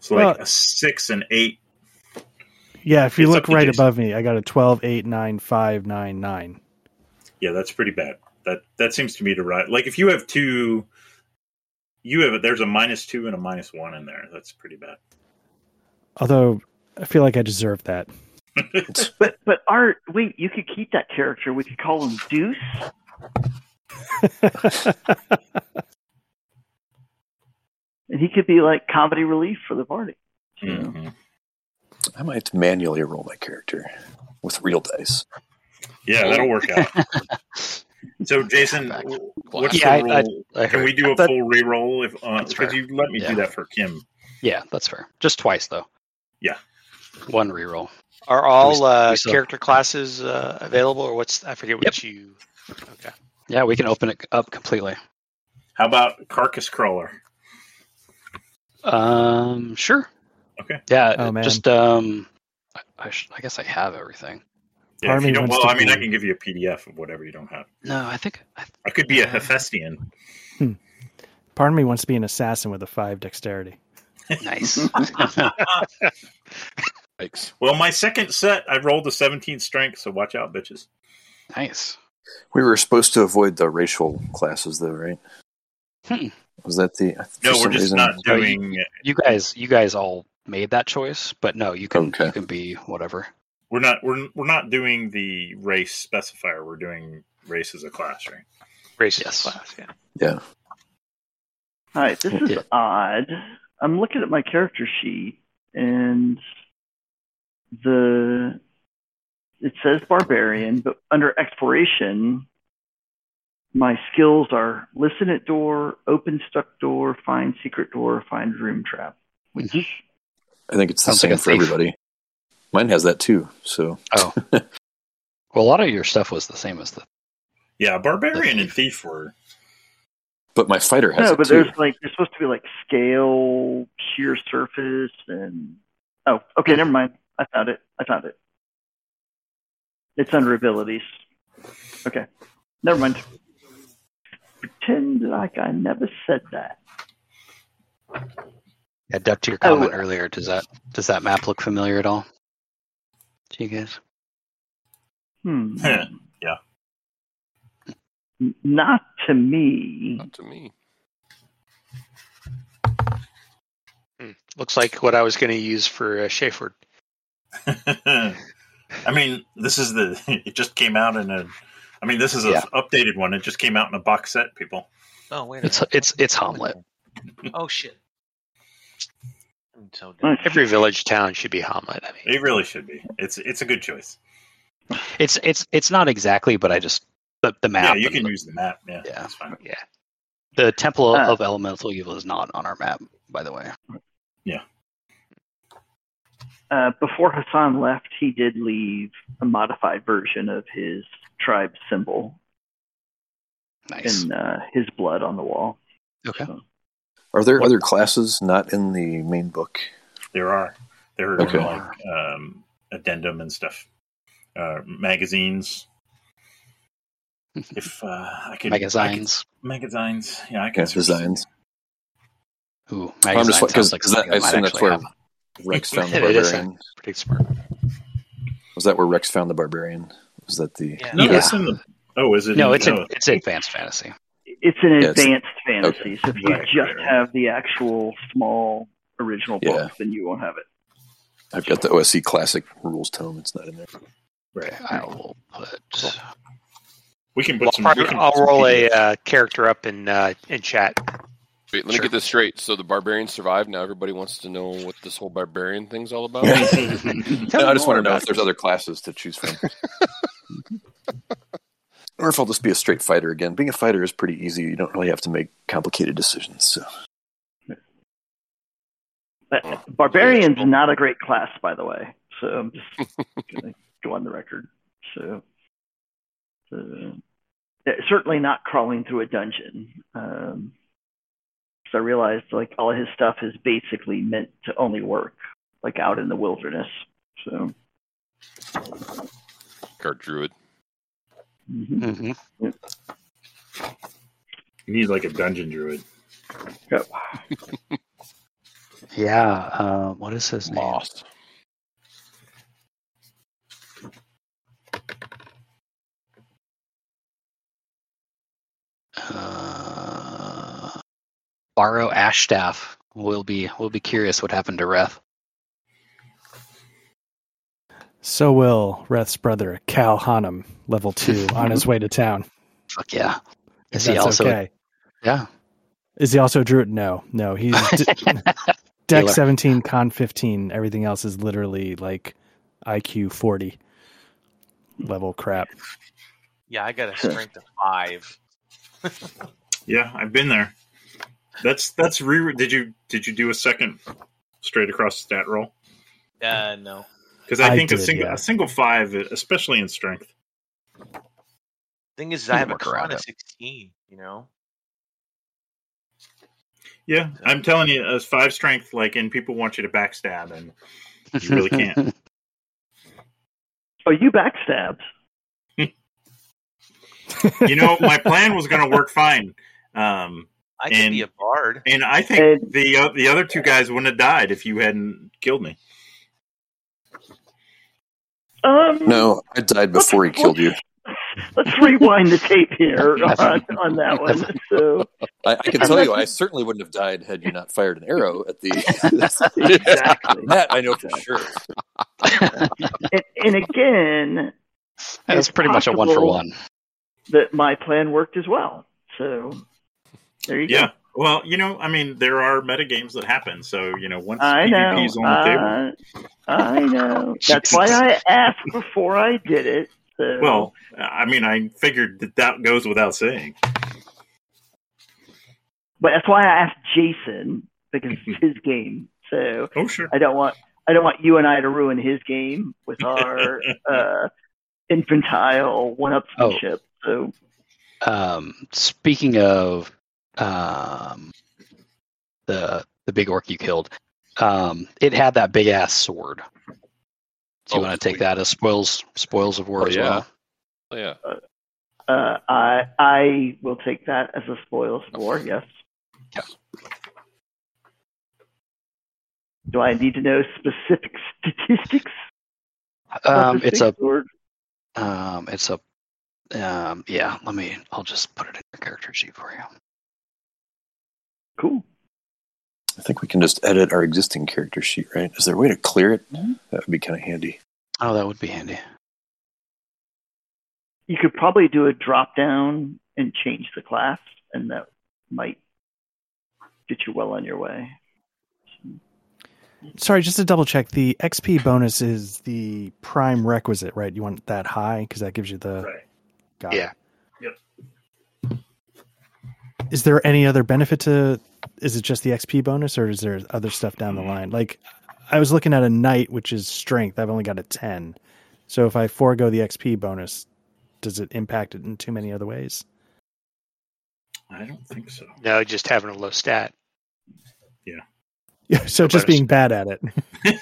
So like
Well-
a six and eight.
Yeah, if you
It's up
look
to
right
Jason.
above me, I got a 12, 8, 9, 5, 9, 9.
Yeah, that's pretty bad. That that seems to me to right. Like if you have two, you have there's a minus two and a minus one in there. That's pretty bad.
Although I feel like I deserve that.
But but Art, wait, you could keep that character. We could call him Deuce. And he could be like comedy relief for the party.
Mm-hmm.
Mhm.
I might manually roll my character with real dice.
Yeah, that'll work out. So Jason,
Back.
w- what's
Yeah,
the
I- I-
rule?
I
Can
heard.
we do a
But-
full re-roll if
That's
because
fair.
you let me
Yeah.
do that for Kim?
Yeah, that's fair. Just twice though.
Yeah.
One reroll.
Are all uh,
we still-
character classes uh, available, or what's I forget what you? Okay.
Yeah, we can open it up completely.
How about carcass crawler?
Um, sure.
Okay.
Yeah,
Oh,
it-
man.
just um, I, I, sh- I guess I have everything.
Yeah, if
Army
you don't,
wants
well,
to
I mean, I
be-
can give you a PDF of whatever you don't have.
No, I think I,
I could be a
Uh,
Hephaestian.
Pardon me wants to be an assassin with a 5 dexterity.
nice.
Yikes.
Well, my second set, I rolled a 17 strength, so watch out, bitches.
nice.
We were supposed to avoid the racial classes, though, right?
Hmm.
Was that the? for
No, we're
some
just
reason-
not
Oh, you-
doing.
You guys, you guys all made that choice, but no, you can
Okay.
you can be whatever.
We're not. We're we're not doing the race specifier. We're doing race as a class, right?
Racist
Yes.
class. Yeah.
Yeah.
All right, this is
Yeah.
odd. I'm looking at my character sheet, and the it says barbarian, but under exploration, my skills are listen at door, open stuck door, find secret door, find room trap. Which
Mhm.
I think it's the
Sounds like a
same for
thief.
everybody. Mine has that too. So
Oh, well, a lot of your stuff was the same as the.
Yeah, barbarian and thief were.
But my fighter has
no,
it
but
too.
there's like there's supposed to be like scale, sheer surface, and oh, okay, never mind. I found it. I found it. It's under abilities. Okay, never mind. Pretend like I never said that.
Yeah, Deb, to your
Oh.
comment earlier, does that does that map look familiar at all? To you guys?
Hmm.
Yeah.
N- Not to me.
Hmm.
Not to me.
Looks like what I was going to use for uh, Shaford.
I mean, this is the. It just came out in a. I mean, this is an
Yeah.
updated one. It just came out in a box set, people.
Oh wait, a
It's
minute.
it's it's Hamlet.
Oh shit. I'm so dumb.
Nice.
Every village town should be Hamlet. I mean,
It really should be. It's it's a good choice.
It's it's it's not exactly, but I just the the
yeah,
map.
you
and
can
the,
use the map. Yeah,
Yeah.
that's fine.
yeah.
the Temple
Ah.
of Elemental Evil is not on our map, by the way.
uh, before Hassan left, he did leave a modified version of his tribe symbol
Nice.
in uh, his blood on the wall.
Okay.
So,
Are there
What-
other classes not in the main book?
There are there are
Okay.
like um, addendum and stuff, uh, magazines. If uh, I could, I could-
Magazines.
magazines. Yeah, I could
Yeah,
search
designs.
Ooh,
I'm
magazines
just because
sounds like
that,
something
I
that might
assume that's
actually
where
happen.
Rex found the
It is a-
barbarian.
Pretty smart.
Was that where Rex found the barbarian? Was that the?
Yeah.
No,
Yeah.
it's in the. Oh, is it?
No,
in,
it's a,
oh,
it's advanced fantasy.
it's an
Yeah, it's-
advanced fantasy, so if you
Right,
just
right, right.
have the actual small original book,
Yeah.
then you won't have it.
I've got the OSC classic rules tome. It's not in there.
right.
Okay, I will put.
We can put
Well,
some.
I'll,
we
probably-
can
I'll
put some
roll a
PDFs.
uh, character up in uh, in chat.
Wait, let
Sure.
me get this straight. So the barbarian survived. Now everybody wants to know what this whole barbarian thing's all about.
Tell
I
me
just
more
want to know
about
if there's other classes to choose from. or if I'll just be a straight fighter again. Being a fighter is pretty easy. You don't really have to make complicated decisions. So.
But
Oh.
barbarian's not a great class, by the way. So I'm just gonna go on the record. So, uh, yeah, certainly not crawling through a dungeon. Um, so I realized like all of his stuff is basically meant to only work like out in the wilderness. So
Card druid.
Hmm.
mhm.
Mhm.
You need like a dungeon druid.
Yep.
Yeah. Uh, what is his name?
Lost.
Uh, borrow Ashstaff. We'll be we'll be curious what happened to Reth.
So will Reth's brother, Cal Hanem, level two, on his way to town.
Fuck yeah.
If
Is he
that's
also-
okay.
Yeah.
Is he also a druid? No, no. He's d- deck
Healer.
17, con 15. Everything else is literally like IQ 40 level crap.
Yeah, I got a strength of five.
Yeah, I've been there. That's that's re. Did you did you do a second straight across stat roll?
Uh, no.
Because I,
I
think a
did,
single
yeah.
a single five, especially in strength.
Thing is,
You
I
can
have a
work around
con of
it.
sixteen. You know.
Yeah, I'm telling you, uh, five strength, like, and people want you to backstab, and You really can't.
Oh, you backstabbed.
you know, my plan was going to work fine. Um,
I could
And-
be a bard.
and I think
And-
the uh, the other two guys wouldn't have died if you hadn't killed me.
Um,
No, I died before he
let's-
killed you.
let's- Let's rewind the tape here on, on that one. So
I, I can tell you, I certainly wouldn't have died had you not fired an arrow at the.
exactly.
that I know for sure.
And, and again,
That's pretty much a one for
possible.
one.
that my plan worked as well. So there you
Yeah.
go.
Well, you know, I mean, there are metagames that happen. So, you know, once
I know.
PvP is on the table.
I, I know. That's why I asked before I did it. So
Well, I mean, I figured that that goes without saying.
but that's why I asked Jason because it's his game. So
Oh, sure.
I don't want I don't want you and I to ruin his game with our uh, infantile one-upsmanship. So
Um, speaking of um, the the big orc you killed, um, it had that big ass sword. Do you
Oh,
want to take
sweet.
that as spoils spoils of war
Oh,
as
yeah.
well?
Oh, yeah.
uh, I I will take that as a spoils of war. Yes. Do I need to know specific statistics? about
Um,
this
it's
big
a
sword?
um, it's a um, yeah. Let me. I'll just put it in the character sheet for you.
Cool.
I think we can just edit our existing character sheet, right? Is there a way to clear it? That would be kind of handy.
Oh, that would be handy.
You could probably do a drop down and change the class, and that might get you well on your way.
Sorry, just to double check, the XP bonus is the prime requisite, right? You want that high because that gives you the.
Right.
Got it.
Yeah.
Is
Mm-hmm.
there any other benefit to? Is it just the XP bonus, or is there other stuff down the line? Like, I was looking at a knight, which is strength. I've only got a ten. So if I forego the XP bonus, does it impact it in too many other ways?
I don't think so.
No, just having a low stat.
Yeah. So just
bonus.
being bad at
yeah,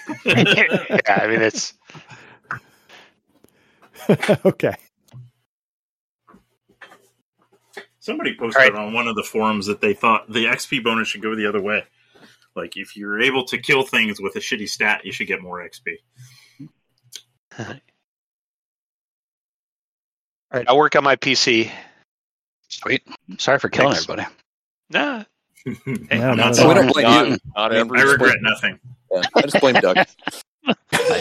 I mean it's
it. okay.
Somebody posted
Alright.
on one of the forums that they thought the XP bonus should go the other way. Like if you're able to kill things with a shitty stat, you should get more XP.
all right. I'll work on my PC.
Sweet. Sorry for killing
Thanks.
everybody.
Nah,
No,
Not
not
so
at
we
Um,
don't blame
all.
Not,
you.
not
I mean,
every.
I regret nothing.
Yeah, I just blame Doug.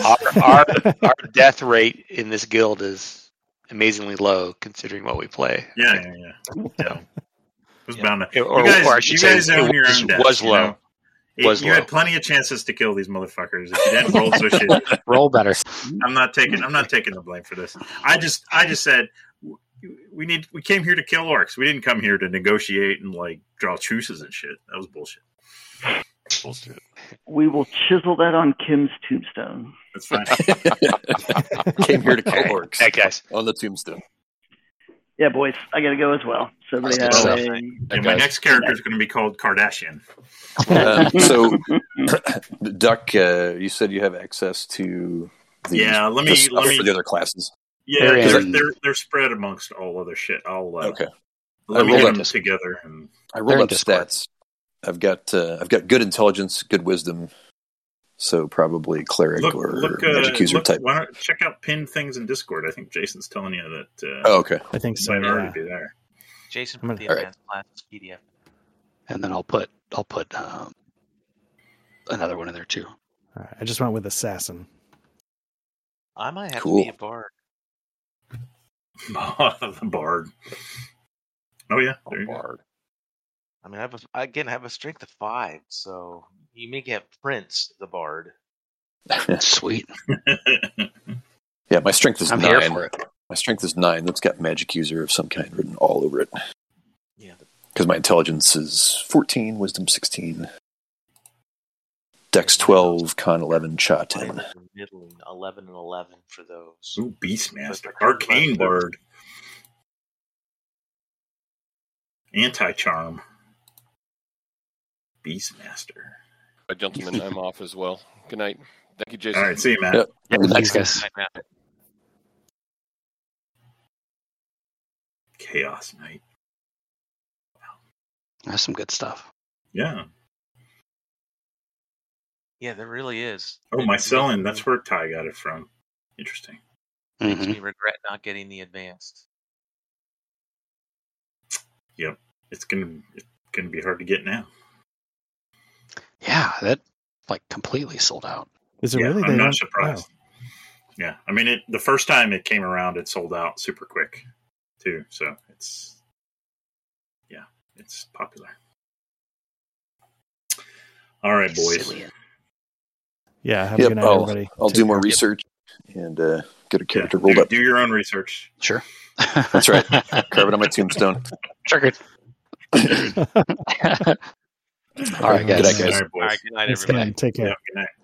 our, our our death rate in this guild is amazingly low considering what we play.
Yeah, yeah, yeah. yeah. It was
Yeah.
bound to.
Or,
you guys,
or I should
you
say,
guys own
it
your
was,
own death.
was
you
low.
know? It-
Was
you
low.
had plenty of chances to kill these motherfuckers. If you didn't roll so shitty,
Roll better.
I'm not taking. I'm not taking the blame for this. I just, I just said w- we need. We came here to kill orcs. We didn't come here to negotiate and like draw truces and shit. That was bullshit.
Bullshit.
We will chisel that on Kim's tombstone.
That's fine.
Came here to kill
Okay.
orcs
Hey, guys.
on the tombstone.
Yeah, boys, I gotta go as well. So everybody
Good
have
stuff.
a.
Yeah,
That
my
guy's-
next character is going to be called Kardashian.
Um, so, Duck, uh, you said you have access to the,
Yeah, let
the
me
stuff
let me.
for the other classes.
Yeah,
They're
they're,
in.
they're they're spread amongst all other shit. I'll uh,
Okay,
let me
rolled
get
up
them together and
I
They're
rolled
in
up
Discord.
stats. I've got uh, I've got good intelligence, good wisdom, so probably cleric
look,
or
look, uh,
magic user
look
type.
why don't check out pinned things in Discord. I think Jason's telling you that uh,
Oh, okay.
I think
it
so.
might already
Yeah.
be there.
Jason
I'm
put
gonna-
the
All right.
advanced classes PDF.
And then I'll put I'll put um, another one in there too.
All right, I just went with assassin.
I might have
Cool.
to be a bard.
the bard. Oh yeah, there you go.
Bard.
I mean, I have a, again, I have a strength of five, so you may get Prince the bard.
Sweet.
Yeah, my strength is
I'm here
nine.
for it.
My strength is nine. That's got magic user of some kind written all over it.
Yeah.
Because my intelligence is fourteen, wisdom sixteen, dex
Mine
twelve, con eleven, cha
Mine
ten.
is a middling eleven and eleven for those.
Ooh, Beastmaster, Arcane Bard, Anti Charm, Beastmaster.
Uh, Gentlemen, I'm off as well. Good night. Thank you, Jason.
All right, see you, Matt.
Yep.
Good night,
Nice.
guys.
Chaos Knight.
That's some good stuff.
Yeah.
Yeah, there really is.
Oh, my
selling.
selling. That's where Ty got it from. Interesting.
makes
Mhm.
me regret not getting the advanced.
It's gonna it's gonna be hard to get now.
Yeah, that like completely sold out.
Is it
yeah,
really?
I'm
Oh. don't-
not
wow.
surprised. Yeah, I mean, it the first time it came around, it sold out super quick, too. So it's yeah, it's popular. All right, boys.
Silly.
Yeah. Have a
Yep,
good night,
I'll-
everybody.
I'll
Take
do more
care.
research and uh, get a
Yeah,
character rolled
do,
up.
do your own research.
Sure.
That's right. Carve it on my tombstone.
Triggered. All right,
Good
guys.
night,
All right, boys.
All right, good night,
Thanks,
everybody.
Tim. Take care.
Yeah, good night.